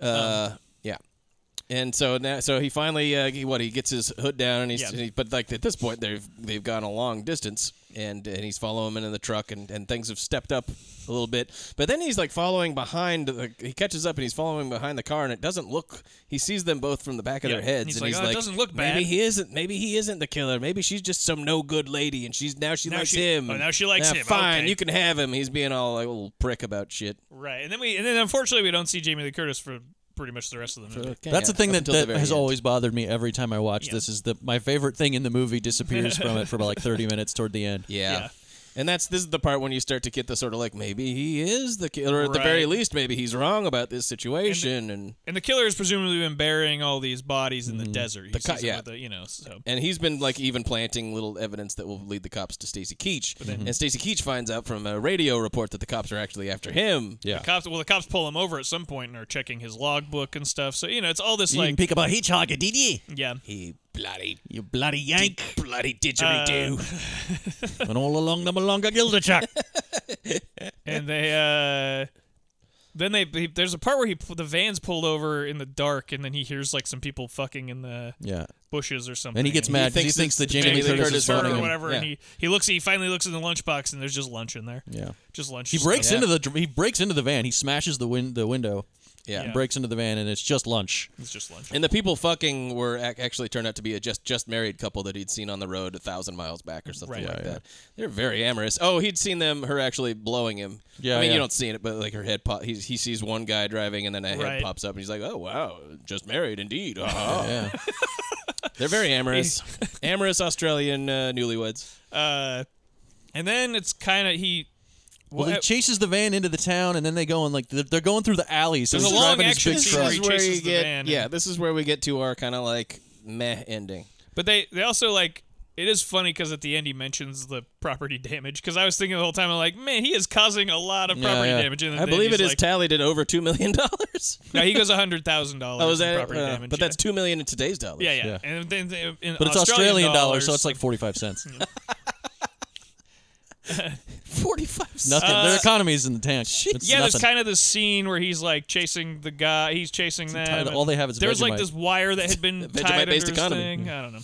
Um,
Uh, yeah. And so now, so he finally, uh, he, what he gets his hood down, and he's,
Yeah.
and he, but like at this point, they've they've gone a long distance, and and he's following him in the truck, and, and things have stepped up a little bit. But then he's like following behind, the, he catches up, and he's following behind the car, and it doesn't look. He sees them both from the back of
Yeah.
their heads,
And he's
and
like,
he's
"Oh, it
like,
doesn't look
Maybe
bad."
he isn't. Maybe he isn't the killer. Maybe she's just some no good lady, and she's now she
Now
likes
she-
him.
oh, now she likes
Ah,
him.
Fine,
Okay.
you can have him. He's being all like a little prick about shit.
Right, and then we and then unfortunately we don't see Jamie Lee Curtis for pretty much the rest of the movie.
That's the thing
up
that,
until the
that
very
has
end.
always bothered me every time I watch
Yeah.
this is that my favorite thing in the movie disappears from it for about like 30 minutes toward the end.
Yeah.
Yeah.
And that's this is the part when you start to get the sort of like maybe he is the killer, or at the very
Right.
least maybe he's wrong about this situation, and and,
And the killer has presumably been burying all these bodies in the
Mm-hmm.
desert. He
The co-
sees it
yeah.
with the- you know, so
he's been like even planting little evidence that will lead the cops to Stacy Keach, and Stacy Keach finds out from a radio report that the cops are actually after him.
Yeah.
cops. Well, the cops pull him over at some point and are checking his logbook and stuff. So you know, it's all this
You can
like,
pick up a hitchhiker, did you?
yeah,
He bloody
You bloody yank.
bloody didgeridoo.
[laughs] and all along the Malonga Gilderchuck.
and they uh then they he, there's a part where he pu- the van's pulled over in the dark and then he hears like some people fucking in the
yeah.
bushes or something
And he gets mad 'cause he
thinks
thinks
it's
that Jamie Lee Curtis, is
her
fucking
or
him.
whatever and
Yeah.
he he looks he finally looks in the lunchbox and there's just lunch in there
Yeah.
just lunch
He breaks
Yeah.
into the he breaks into the van. He smashes the win the window.
Yeah.
And breaks into the van and it's just lunch.
it's just lunch
And the people fucking were ac- actually turned out to be a just just married couple that he'd seen on the road a thousand miles back or something
Right.
like that. They're very amorous. Oh, he'd seen them her actually blowing him.
Yeah,
I mean
yeah.
you don't see it, but like her head pop. He he sees one guy driving and then a head
Right.
pops up and he's like, oh wow, just married indeed. Ah.
Yeah.
[laughs] They're very amorous, [laughs] amorous Australian uh, newlyweds.
uh and then it's kind of he
Well, he chases the van into the town, and then they go and like they're, they're going through the alley. So
There's
he's
a long
driving his
action
big
scene
truck.
where he chases the
get
van and-
yeah. This is where we get to our kind of like meh ending.
But they they also like it is funny because at the end he mentions the property damage because I was thinking the whole time I'm like man he is causing a lot of
Yeah,
property
yeah.
damage and
I
then
believe
he's
it is
like,
tallied at over two million dollars.
no
[laughs]
he goes a hundred thousand dollars
[laughs] Oh, is that?
property
uh,
damage
but
yeah.
that's two million in today's dollars.
yeah yeah,
Yeah.
and then then in
But it's Australian dollars, so it's like forty-five
[laughs]
cents. [laughs]
forty-five.
nothing. Their economy's in the tank. It's
Uh, [laughs] yeah,
nothing.
there's kind of this scene where he's like chasing the guy. He's chasing them.
entitled-
and
all they have is
there's
Vegemite.
like this wire that had been tied under
[laughs] Vegemite-based
his
economy.
thing. I don't know.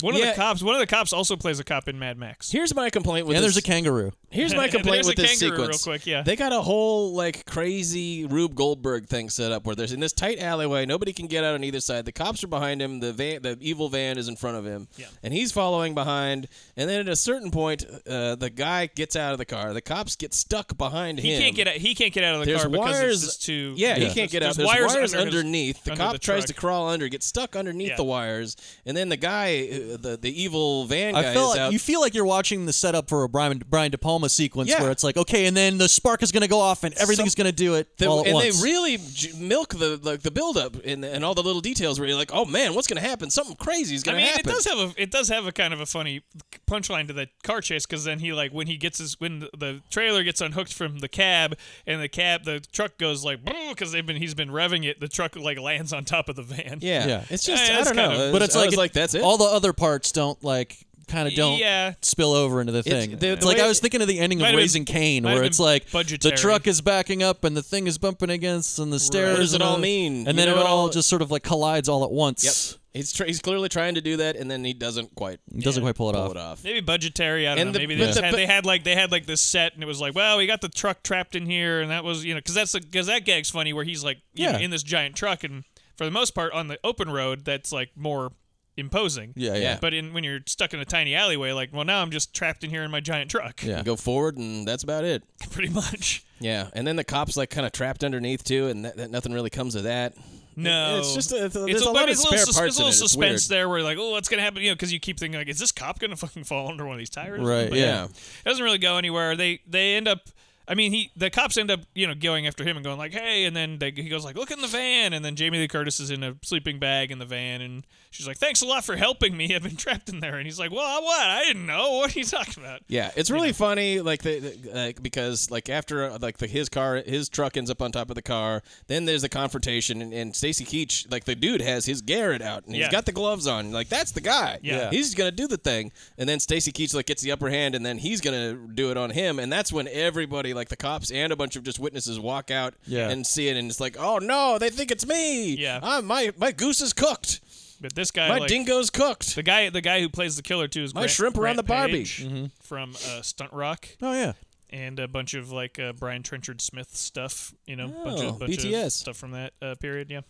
One
Yeah.
of the cops. One of the cops also plays a cop in Mad Max.
Here's my complaint with
and
this.
there's a kangaroo.
Here's
[laughs]
my
And
complaint
there's
with
a
this
kangaroo real
sequence.
quick, yeah.
They got a whole like crazy Rube Goldberg thing set up where there's in this tight alleyway, nobody can get out on either side. The cops are behind him. The van, the evil van, is in front of him,
Yeah.
and he's following behind. And then at a certain point, uh, the guy gets out of the car. The cops get stuck behind
He
him.
can't get out, he can't get out of the
There's
car
wires.
because it's just too
yeah, he
there's-
can't get out.
There's wires, under his-
underneath. the
under
cop tries
truck.
to crawl under, gets stuck underneath
Yeah.
the wires, and then the guy, uh, the the evil van guy,
I feel
is
like
out.
you feel like you're watching the setup for a Brian Brian De Palma sequence
Yeah.
where it's like, okay, and then the spark is going to go off, and everything's going to do it
The-
all at
and
once.
they really j- milk the like the buildup and and all the little details where you're like, oh man, what's gonna happen? Something crazy is
I
gonna
mean,
happen.
it does have a it does have a kind of a funny punchline to that car chase because then he like when he gets his when the, the trailer gets unhooked from the cab and the cab the truck goes like [laughs] because they've been he's been revving it the truck like lands on top of the van
yeah.
Yeah.
it's just
Yeah,
I
Eh, it's
don't
kind
know.
of-
but it's
I
like,
was like that's it.
All the other parts don't like kind of don't
Yeah.
spill over into the thing.
the- the
It's like
way-
I was thinking of the ending
Might
of
have been-
Raising Cain,
might have
where
been
it's like
budgetary.
the truck is backing up and the thing is bumping against and the stairs.
What does it
and
all
the-
mean?
And
You
then
know
it
it
all
all-
just sort of like collides all at
yep.
once.
He's tr- he's clearly trying to do that, and then he doesn't quite
It doesn't quite pull it
pull
off.
it off.
maybe budgetary I don't
And
know
the-
maybe
but
they, just
the-
had,
but-
they had like they had like this set and it was like well we got the truck trapped in here and that was you know because that's because that gag's funny where he's like you know,
Yeah.
in this giant truck and for the most part on the open road that's like more imposing
Yeah, yeah.
But in when you're stuck in a tiny alleyway, like, well, now I'm just trapped in here in my giant truck.
Yeah.
Go forward, and that's about it.
[laughs] pretty much.
Yeah, and then the cops like kind of trapped underneath too, and that, that nothing really comes of that.
No,
it's just a, there's
It's
a
but
lot of
it's
spare
little, sus-
parts
There's a
in it.
little
It's
suspense
weird.
there, where like, oh, what's gonna happen? You know, because you keep thinking like, is this cop gonna fucking fall under one of these tires?
Right,
But
yeah.
it doesn't really go anywhere. They they end up. I mean, he the cops end up you know going after him and going like, hey, and then they, he goes like, look in the van, and then Jamie Lee Curtis is in a sleeping bag in the van, and she's like, thanks a lot for helping me. I've been trapped in there, and he's like, well, I what? I didn't know. [laughs] What are you talking about?
Yeah, it's really funny, like the, the- like because like after uh, like the, his car, his truck ends up on top of the car. Then there's the confrontation, and, and Stacy Keach, like the dude has his Garrett out, and
Yeah.
he's got the gloves on. Like that's the guy.
Yeah. Yeah.
he's gonna do the thing. And then Stacy Keach like gets the upper hand, and then he's gonna do it on him. And that's when everybody, like the cops and a bunch of just witnesses, walk out
Yeah.
and see it, and it's like, oh no, they think it's me.
Yeah.
I'm, my my goose is cooked.
But this guy,
My
like,
dingo's cooked.
the guy, the guy who plays the killer too is
My
Grant,
shrimp around
Grant
the Barbie. Mm-hmm.
Page from uh, Stunt Rock
Oh yeah.
and a bunch of like uh, Brian Trenchard Smith stuff. You know, bunch
Oh,
of bunch of
BTS.
stuff from that uh, period. Yeah.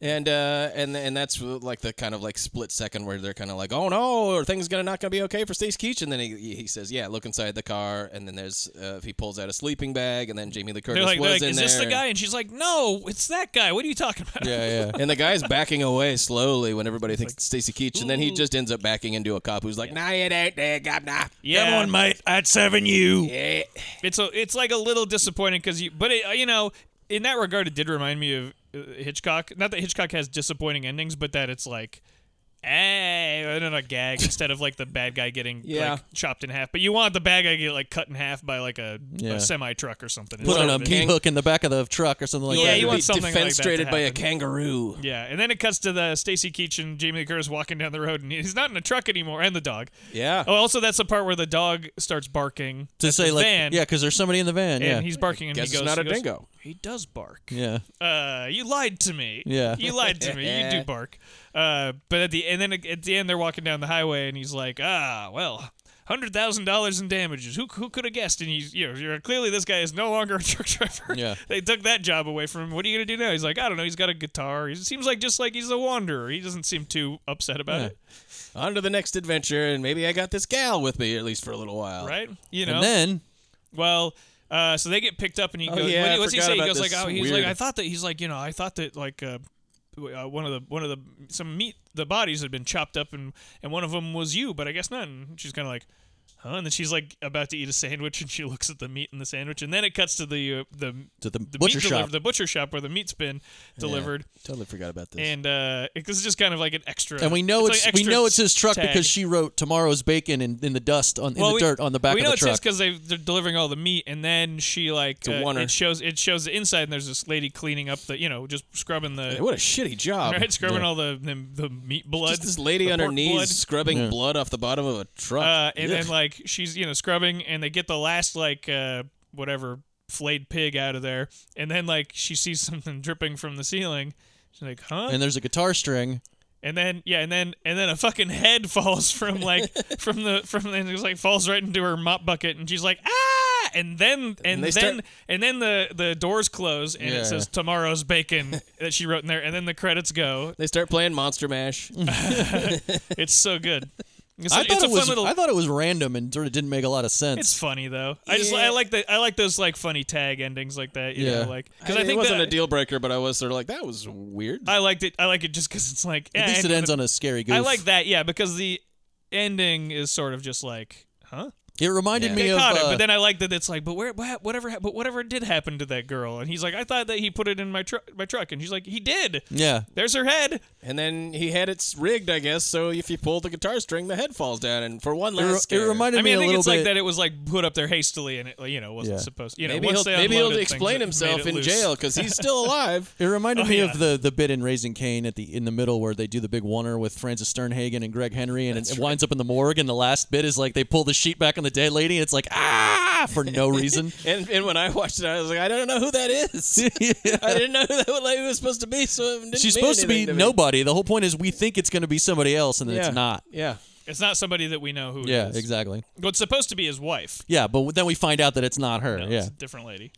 And uh, and and that's like the kind of like split second where they're kind of like, oh no, are things gonna not gonna be okay for Stace Keach? And then he he says, yeah, look inside the car. And then there's uh, he pulls out a sleeping bag, and then Jamie Lee Curtis
They're like, they're
was
like
in
is
there.
this the guy? And she's like, no, it's that guy. What are you talking about?
Yeah, yeah.
And the guy's backing away slowly when everybody thinks it's Stacy Keach, and then he just ends up backing into a cop who's like, "Nah, it ain't there, governor."
[laughs] Yeah.
mate. I'd seven you.
Yeah.
It's a, it's like a little disappointing because you, but it, uh, you know, in that regard, it did remind me of uh, Hitchcock. Not that Hitchcock has disappointing endings, but that it's like, "Eh, hey, and then a gag instead of like the bad guy getting
Yeah.
like chopped in half. But you want the bad guy to get like cut in half by like a,
Yeah.
a semi truck or something.
Put on
Instead
a
of it-
meat hook in the back of the truck or something like
Yeah,
that.
you
Be
want something like that to
defenestrated by a
happen.
kangaroo.
Yeah, and then it cuts to the Stacy Keach and Jamie Lee Curtis walking down the road, and he's not in a truck anymore, and the dog.
Yeah.
Oh, also that's the part where the dog starts barking
to
at
say
the
like
van,
yeah, because there's somebody in the van.
and
yeah.
he's barking, and
Guess
he
it's
goes,
not
he
a
goes,
dingo.
He does bark.
yeah.
uh, you lied to me.
Yeah.
You lied to me. You do bark. Uh, but at the and then at the end they're walking down the highway and he's like, ah, well, hundred thousand dollars in damages. Who who could have guessed? And he's you know you're, clearly this guy is no longer a truck driver.
Yeah.
[laughs] they took that job away from him. What are you gonna do now? He's like, I don't know. He's got a guitar. He seems like just like he's a wanderer. He doesn't seem too upset about it,
On to the next adventure, and maybe I got this gal with me at least for a little while.
right? You know.
Uh, And then
Well, uh, so they get picked up, and he
Oh,
goes.
yeah,
what,
I
what's he
forgot
say? He
about
goes like,
this
oh, he's
weird-
like, I thought that he's like, you know, I thought that like. Uh, w- uh, one of the one of the some meat the bodies had been chopped up and and one of them was you but I guess not and she's kind of like huh and then she's like about to eat a sandwich and she [laughs] looks at the meat in the sandwich and then it cuts to the uh, the
To the
meat
butcher
deliver-
shop.
the butcher shop where the meat's been delivered
Totally forgot about this.
and uh it, this is just kind of like an extra
and we know
like
it's, we
extra
know it's his truck
tag.
because she wrote tomorrow's bacon in, in the dust on in the
we-
dirt on the back
we
of
know
the
it's
truck.
because they, they're delivering all the meat, and then she like
a
uh,
oneer.
it shows it shows the inside, and there's this lady cleaning up the you know just scrubbing the
What a shitty job.
right scrubbing all the, the the meat blood.
Just this lady
the
on her
pork
knees
blood.
scrubbing blood off the bottom of a truck.
Uh, and
Ugh.
then like she's you know scrubbing, and they get the last like uh, whatever flayed pig out of there, and then like she sees something dripping from the ceiling. She's like, huh?
and there's a guitar string.
And then yeah, and then and then a fucking head falls from
[laughs]
like from the from the, and it was like falls right into her mop bucket, and she's like ah, and then and, then
they start-
and then the the doors close, and
Yeah.
it says tomorrow's bacon that she wrote in there, and then the credits go.
they start playing Monster
[laughs]
Mash.
It's so good. It's,
I
a-
thought
it's
it
a
was
fun little.
I thought it was random and sort of didn't make a lot of
it's
sense.
funny though. I just I like the I like those like funny tag endings like that. You
Yeah.
know, like
I,
because I
it
think
wasn't
that,
a deal breaker, but I was sort of like, that was weird.
I liked it. I like it just because it's like eh,
At least it ends on a scary goof.
I like that. Yeah, because the ending is sort of just like huh.
It reminded
Yeah.
me
they
of
caught it,
uh,
but then I like that it's like, but where, what, whatever, hap- but whatever did happen to that girl? And he's like, I thought that he put it in my truck, my truck, and she's like, he did.
yeah.
There's her head.
and then he had it rigged, I guess. So if you pull the guitar string, the head falls down. And for one
It, re-
last scare,
it reminded
I mean, I
me a
think
little
it's
bit.
like that. It was like put up there hastily, and it, like, you know, wasn't
Yeah.
supposed. You know,
maybe
once
he'll,
they
maybe
unloaded
he'll
things, it
explain
made
himself
it
in
loose.
jail because
[laughs]
he's still alive.
It reminded
Oh,
me
yeah.
of the the bit in Raising Cain at the in the middle where they do the big oneer with Francis Sternhagen and Greg Henry, and it, it winds up in the morgue. And the last bit is like they pull the sheet back on the dead lady, and it's like ah for [laughs] no reason.
And, and when I watched it, I was like, I don't know who that
[laughs]
is. I didn't know who that lady was supposed to be. So it didn't
She's
mean
supposed to be
anything me.
nobody. The whole point is we think it's going to be somebody else, and then
Yeah.
it's not.
Yeah.
It's not somebody that we know who. it
Yeah,
is.
exactly.
What's supposed to be his wife.
Yeah, but then we find out that it's not her.
No,
yeah.
It's a different lady.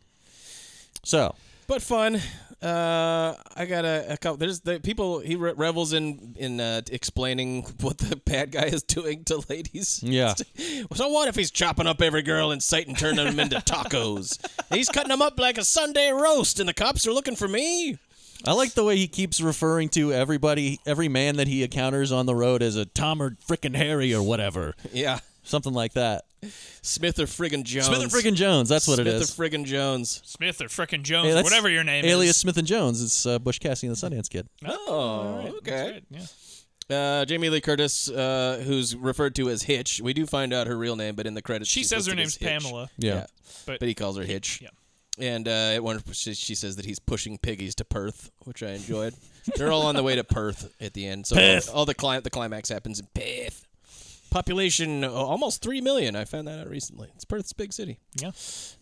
So
but fun. Uh, I got a, a couple. There's the people he re- revels in in uh, explaining [laughs] what the bad guy is doing to ladies.
Yeah.
[laughs] so what if he's chopping up every girl in sight and turning them into tacos? he's cutting them up like a Sunday roast, and the cops are looking for me.
I like the way he keeps referring to everybody, every man that he encounters on the road as a Tom or frickin' Harry or whatever,
Yeah.
something like that.
Smith or friggin' Jones.
Smith and Friggin' Jones. That's what it
Smith
is.
or friggin' Jones.
Smith or frickin' Jones,
Hey,
or
that's
whatever your name
alias
is.
Smith and Jones. It's uh, Bush Cassidy and the Sundance Kid.
Oh,
That's
okay.
right, yeah.
Uh, Jamie Lee Curtis, uh, who's referred to as Hitch. We do find out her real name, but in the credits,
She
she's
says her
listed as
name's
Hitch.
Pamela.
Yeah.
But-
but, he calls her Hitch.
yeah.
And uh, at one, she, she says that he's pushing piggies to Perth, which I enjoyed. They're all on the way to Perth at the end. So
Perth.
all the cli- the climax happens in Perth. Population uh, almost three million. I found that out recently. It's Perth's big city.
Yeah.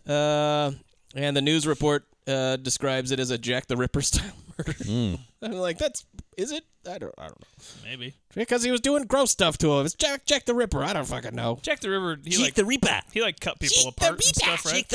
Uh, and the news report uh, describes it as a Jack the Ripper [laughs] style murder.
Hmm.
I'm like, that's is it? I don't, I don't know.
Maybe.
Because he was doing gross stuff to him. It's Jack, Jack the Ripper. I don't fucking know.
Jack the River, he like
Reaper.
he like cut people apart and stuff, right?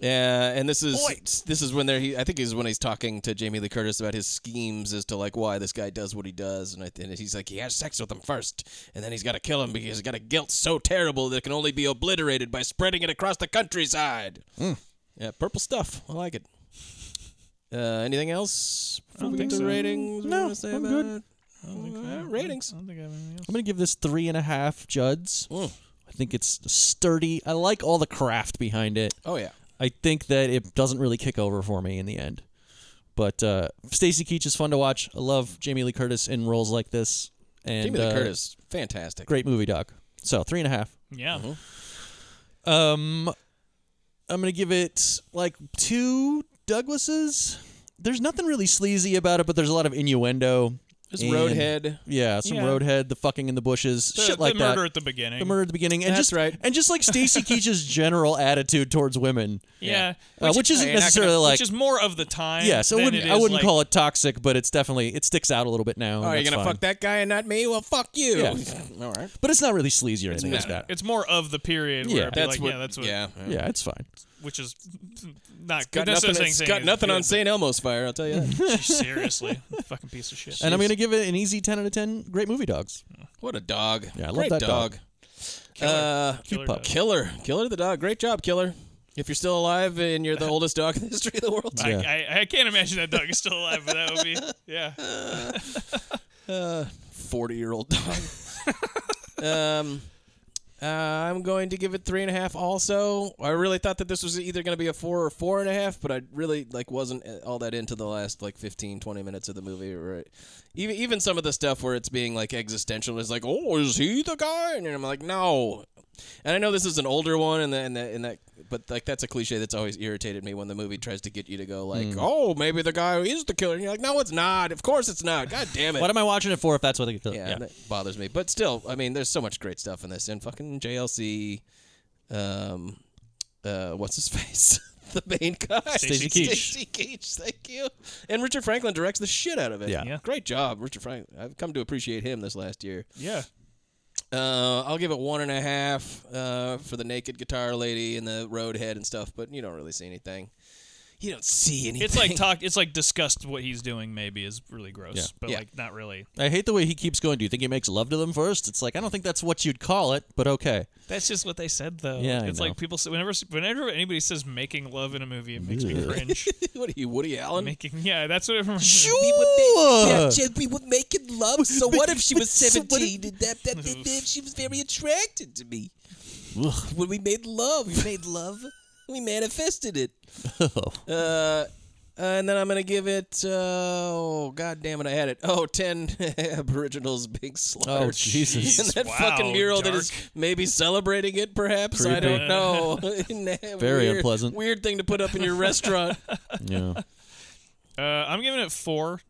Yeah, and this is this is when they're. He, I think is when he's talking to Jamie Lee Curtis about his schemes as to like why this guy does what he does, and, I, and he's like he has sex with him first, and then he's got to kill him because he's got a guilt so terrible that it can only be obliterated by spreading it across the countryside.
Hmm.
Yeah, purple stuff. I like it. Uh, anything else? Before we
think
get to
so.
ratings.
No,
to say
I'm
about
good.
it? Uh, ratings.
I don't think I have anything else.
I'm gonna give this three and a half Juds.
Mm.
I think it's sturdy. I like all the craft behind it.
Oh yeah.
I think that it doesn't really kick over for me in the end. But uh, Stacy Keach is fun to watch. I love Jamie Lee Curtis in roles like this. And
Jamie Lee
uh,
Curtis, fantastic.
great movie, doc. So three and a half.
Yeah.
Uh-huh. Um, I'm gonna give it like two Douglases. There's nothing really sleazy about it, but there's a lot of innuendo.
This
And-
Roadhead.
Yeah, some
Yeah.
roadhead, the fucking in the bushes,
The,
shit
the
like that.
murder at the beginning.
the murder at the beginning, and
That's
just
right.
and just like [laughs] Stacy Keach's general attitude towards women.
yeah.
Uh, which isn't
you're not gonna-
necessarily like
Which is more of the time.
yes, I
than
wouldn't
it
I
is,
wouldn't
like-
call it toxic, but it's definitely it sticks out a little bit now.
Oh, you're gonna fuck that guy and not me? Well, fuck you. [laughs] All right.
But it's not really sleazy or anything like that.
It's more of the period
Yeah.
where it'd be
That's
like,
what.
yeah, that's what,
Yeah.
yeah, it's fine.
which is not
Got
that's
nothing,
what I'm
it's
saying
got
is-
nothing
yeah,
on St. Elmo's fire, I'll tell
[laughs]
you that.
but [laughs] Seriously, [laughs] fucking piece of shit.
And I'm gonna give it an easy ten out of ten. Great movie dogs.
what a dog.
Yeah, I love
Great
that
dog.
dog.
Uh,
Killer
pup.
dog.
killer. Killer the dog. Great job, killer. If you're still alive and
[laughs]
you're the oldest dog in the history of the world.
I,
Yeah.
I, I can't imagine that dog is still alive, but that would
[laughs]
be yeah.
40 year old dog. [laughs] um, uh, I'm going to give it three and a half. Also, I really thought that this was either going to be a four or four and a half, but I really like wasn't uh, all that into the last like 15, 20 minutes of the movie. Right? Even even some of the stuff where it's being like existential is like, oh, is he the guy? And I'm like, no. And I know this is an older one, and that, and that, and that, but like that's a cliche that's always irritated me when the movie tries to get you to go like, oh, maybe the guy is the killer. And you're like, no, it's not. Of course, it's not. God damn it.
What am I watching it for? If that's what they
Yeah, that bothers me. But still, I mean, there's so much great stuff in this. And fucking JLC, um, uh, what's his [laughs] face? the main guy,
Stacy
Keach.
Stacy Keach, thank you. And Richard Franklin directs the shit out of it.
Yeah.
Yeah.
great job, Richard Franklin. I've come to appreciate him this last year.
Yeah.
Uh, I'll give it one and a half uh, for the naked guitar lady and the roadhead and stuff. But you don't really see anything. You don't see anything.
It's like talk it's like disgust what he's doing maybe is really gross,
Yeah.
but
Yeah.
like not really.
I hate the way he keeps going. Do you think he makes love to them first? It's like I don't think that's what you'd call it, but okay. [laughs]
That's just what they said though.
Yeah, I
it's
know.
like people say whenever whenever anybody says making love in a movie, it makes me
[laughs]
cringe.
[laughs] what are you, Woody Allen?
making yeah, that's what it reminds
Sure.
me.
Yeah, just- we were making love. So what if she was seventeen? and that, that, that, that- she was very attracted to me. When we made love, we made love. We manifested it.
Oh,
Uh, and then I'm gonna give it. Uh, oh God damn it! I had it. Oh, 10 [laughs] Aboriginals big slaughter.
[laughs] Oh,
[laughs]
Jesus.
And that
Wow,
fucking mural that is
dark.
maybe celebrating it. Perhaps I
Creepy.
don't [laughs] know.
Very
Weird-
unpleasant.
Weird thing to put up in your restaurant.
Yeah.
Uh, I'm giving it four.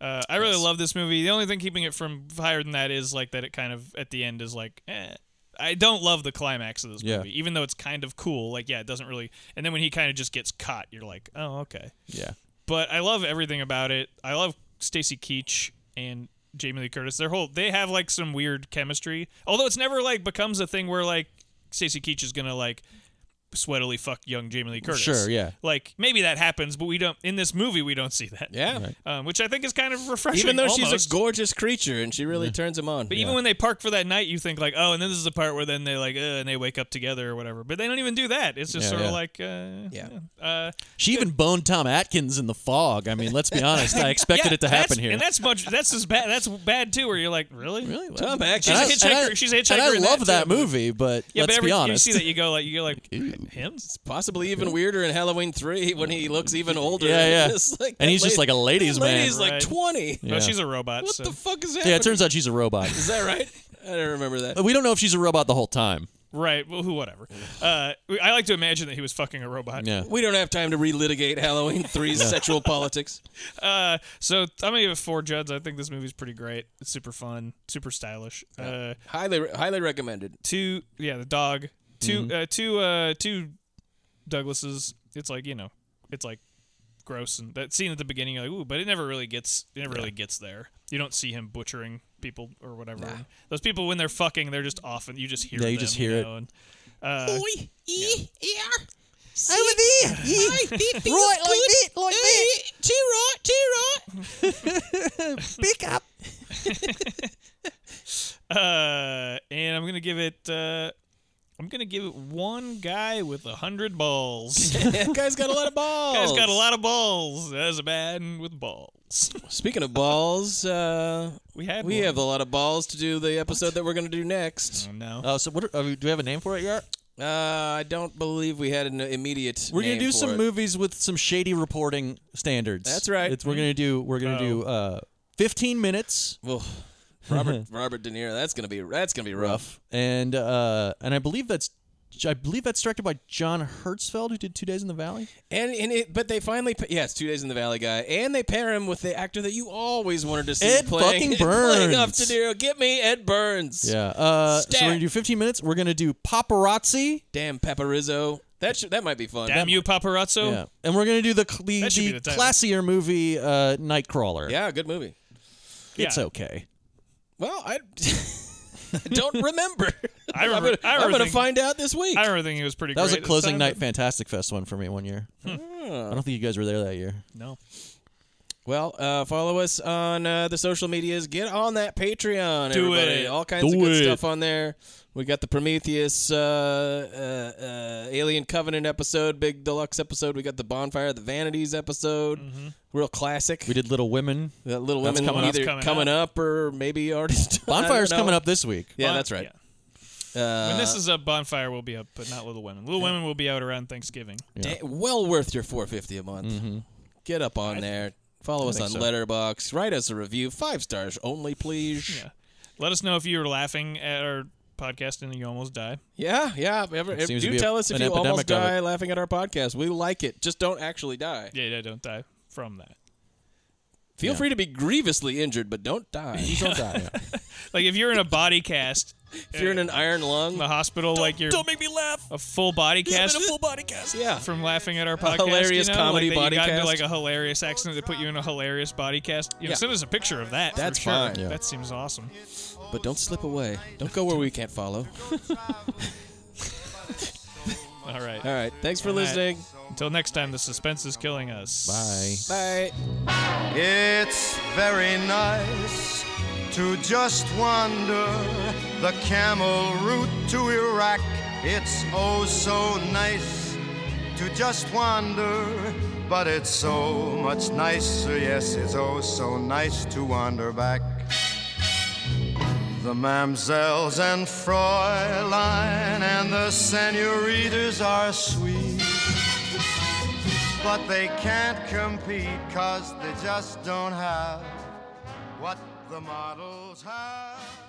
Uh, I really love this movie. The only thing keeping it from higher than that is like that it kind of at the end is like, eh. I don't love the climax of this
Yeah.
movie, even though it's kind of cool. Like, yeah, it doesn't really. And then when he kind of just gets caught, you're like, oh, okay.
yeah.
But I love everything about it. I love Stacy Keach and Jamie Lee Curtis. Their whole they have like some weird chemistry. Although it's never like becomes a thing where like Stacy Keach is gonna like sweatily fuck young Jamie Lee Curtis.
Sure, yeah.
Like maybe that happens, but we don't in this movie we don't see that.
Yeah. Right.
Um, which I think is kind of refreshing.
[laughs] Even though she's a
almost.
gorgeous creature and she really turns him on.
But even when they park for that night, you think like, oh, and then this is the part where then they like, uh, and they wake up together or whatever. But they don't even do that. It's just
Yeah,
sort of
yeah.
like, uh,
Yeah.
Uh,
She even boned Tom Atkins in the fog. I mean, let's be honest. I expected
[laughs] yeah,
it to happen
that's-
here.
and that's much. That's as bad. That's bad too. Where you're like, really,
really well,
Tom Hanks-
She's
and
a
I-
hitchhiker.
and I-
she's a hitchhiker.
And I
in
love that
too.
movie, but
Yeah,
let's
but every,
be honest.
you see that you go like, you go like, him?
Possibly even weirder in Halloween three when he looks even older.
Yeah, yeah.
[laughs] It's like
And
that
he's just like a ladies'
that
man.
Lady's like
Right.
twenty.
No,
Yeah.
"Oh, she's a robot.
What
so.
the fuck is that?
[laughs] yeah, it turns out she's
[laughs]
a robot.
Is that right? I don't remember that.
But we don't know if she's a robot the whole time.
Right. Well, who, whatever. Uh, I like to imagine that he was fucking a robot.
Yeah.
We don't have time to relitigate Halloween 3's
[laughs]
sexual politics.
Uh, so I'm gonna give it four Juds. I think this movie's pretty great. It's super fun, super stylish. Uh,
Highly, highly recommended.
two, yeah, the dog. 2
Mm-hmm.
uh, two, uh, two Douglases. It's like you know, it's like gross, and that scene at the beginning, you're like, ooh, but it never really gets, it never really gets there. You don't see him butchering people or whatever. Those people when they're fucking, they're just off, and you just hear.
Yeah, you
them,
just hear it.
know, and, uh, [laughs]
Over there. right, like that, like that. Too right, too right. [laughs] Pick up.
Uh, and I'm gonna give it. Uh, I'm gonna give it one guy with a hundred balls. [laughs]
That guy's got a lot of balls.
Guy's got a lot of balls. That's a man with balls.
Speaking of balls, uh,
We had.
we
one.
have a lot of balls to do the episode that we're going to do next.
Oh, no.
Oh, so what? Are, are we, do we have a name for it yet?
Mm-hmm.
Uh, I don't believe we had an immediate.
We're gonna
name
do
for
some
it.
movies with some shady reporting standards.
That's right. Oh.
It's, we're gonna do. We're gonna do uh, 15 minutes,
Well,
[laughs]
Robert Robert De Niro. That's gonna be that's gonna be rough.
and uh, and I believe that's I believe that's directed by John Hertzfeld, who did Two Days in the Valley.
And and it, but they finally pa- yes, two days in the Valley guy, and they pair him with the actor that you always wanted to see
Ed
playing
fucking Burns.
[laughs] playing off De Niro. Get me Ed Burns.
Yeah. Uh, so
Stat.
we're gonna do 15 minutes. We're gonna do paparazzi.
Damn Paparizzo. That should, that might be fun.
Damn you,
Oh.
paparazzo.
Yeah. And we're gonna do the cl- the,
That should be
the,
the title.
classier movie uh, Nightcrawler.
Yeah, good movie.
It's
Yeah.
okay.
Well,
[laughs]
I, [laughs] I don't remember.
[laughs] I remember-
I'm
I
gonna, I'm
remember
gonna
thinking-
find out this week.
I remember thinking it was pretty.
That was a
great at the
closing
time,
night
but-
Fantastic Fest one for me one year.
Hmm.
I don't think you guys were there that year.
No.
well, uh, follow us on uh, the social medias. Get on that Patreon,
Do
everybody.
it.
All kinds
Do
of good
it.
stuff on there. We got the Prometheus uh, uh, uh, Alien Covenant episode, big deluxe episode. We got the Bonfire of the Vanities episode, real classic.
Mm-hmm. We did Little Women.
that Little
That's
Women
coming up.
either
That's coming
up. or maybe
[laughs]
already. done. I don't
Bonfire's
know.
coming up this week.
Yeah,
Bon-
that's right. Uh,
When this is up, bonfire will be up, but not Little Women. Little Women will be out around Thanksgiving.
Da- well worth your 450 a month.
Mm-hmm.
Get up on there. Follow us on Letterbox. Write us a review. Five stars only, please.
[laughs]
Yeah. Let us know if you were laughing at our podcast and you almost die.
Yeah, yeah. Ever, if,
seems to
do
be a-
tell us if
an
you almost
epidemic of
die laughing at our podcast. We like it. Just don't actually die.
Yeah, yeah, don't die from that.
Feel free to be grievously injured, but don't
[laughs]
die.
Don't die.
Like if you're in a body cast
if you're in an iron
in
lung,
the hospital, like you're
make me laugh.
a full body cast.
body cast.
yeah.
from laughing at our podcast.
hilarious
you know?
comedy
like that
body
you got
cast.
Into like a hilarious accident that put you in a hilarious body cast. You know,
Yeah.
send us a picture of that. for
That's
sure.
fine. Yeah.
That seems awesome.
But don't slip away. Don't go where we can't follow.
All right.
All right. Thanks for
All right.
listening.
Until next time, the suspense is killing us.
Bye.
Bye.
It's very nice to just wander the camel route to Iraq. It's oh so nice to just wander, but it's so much nicer. Yes, it's oh so nice to wander back. The mamsells and Fräulein and the senoritas are sweet. But they can't compete cause they just don't have what the models have.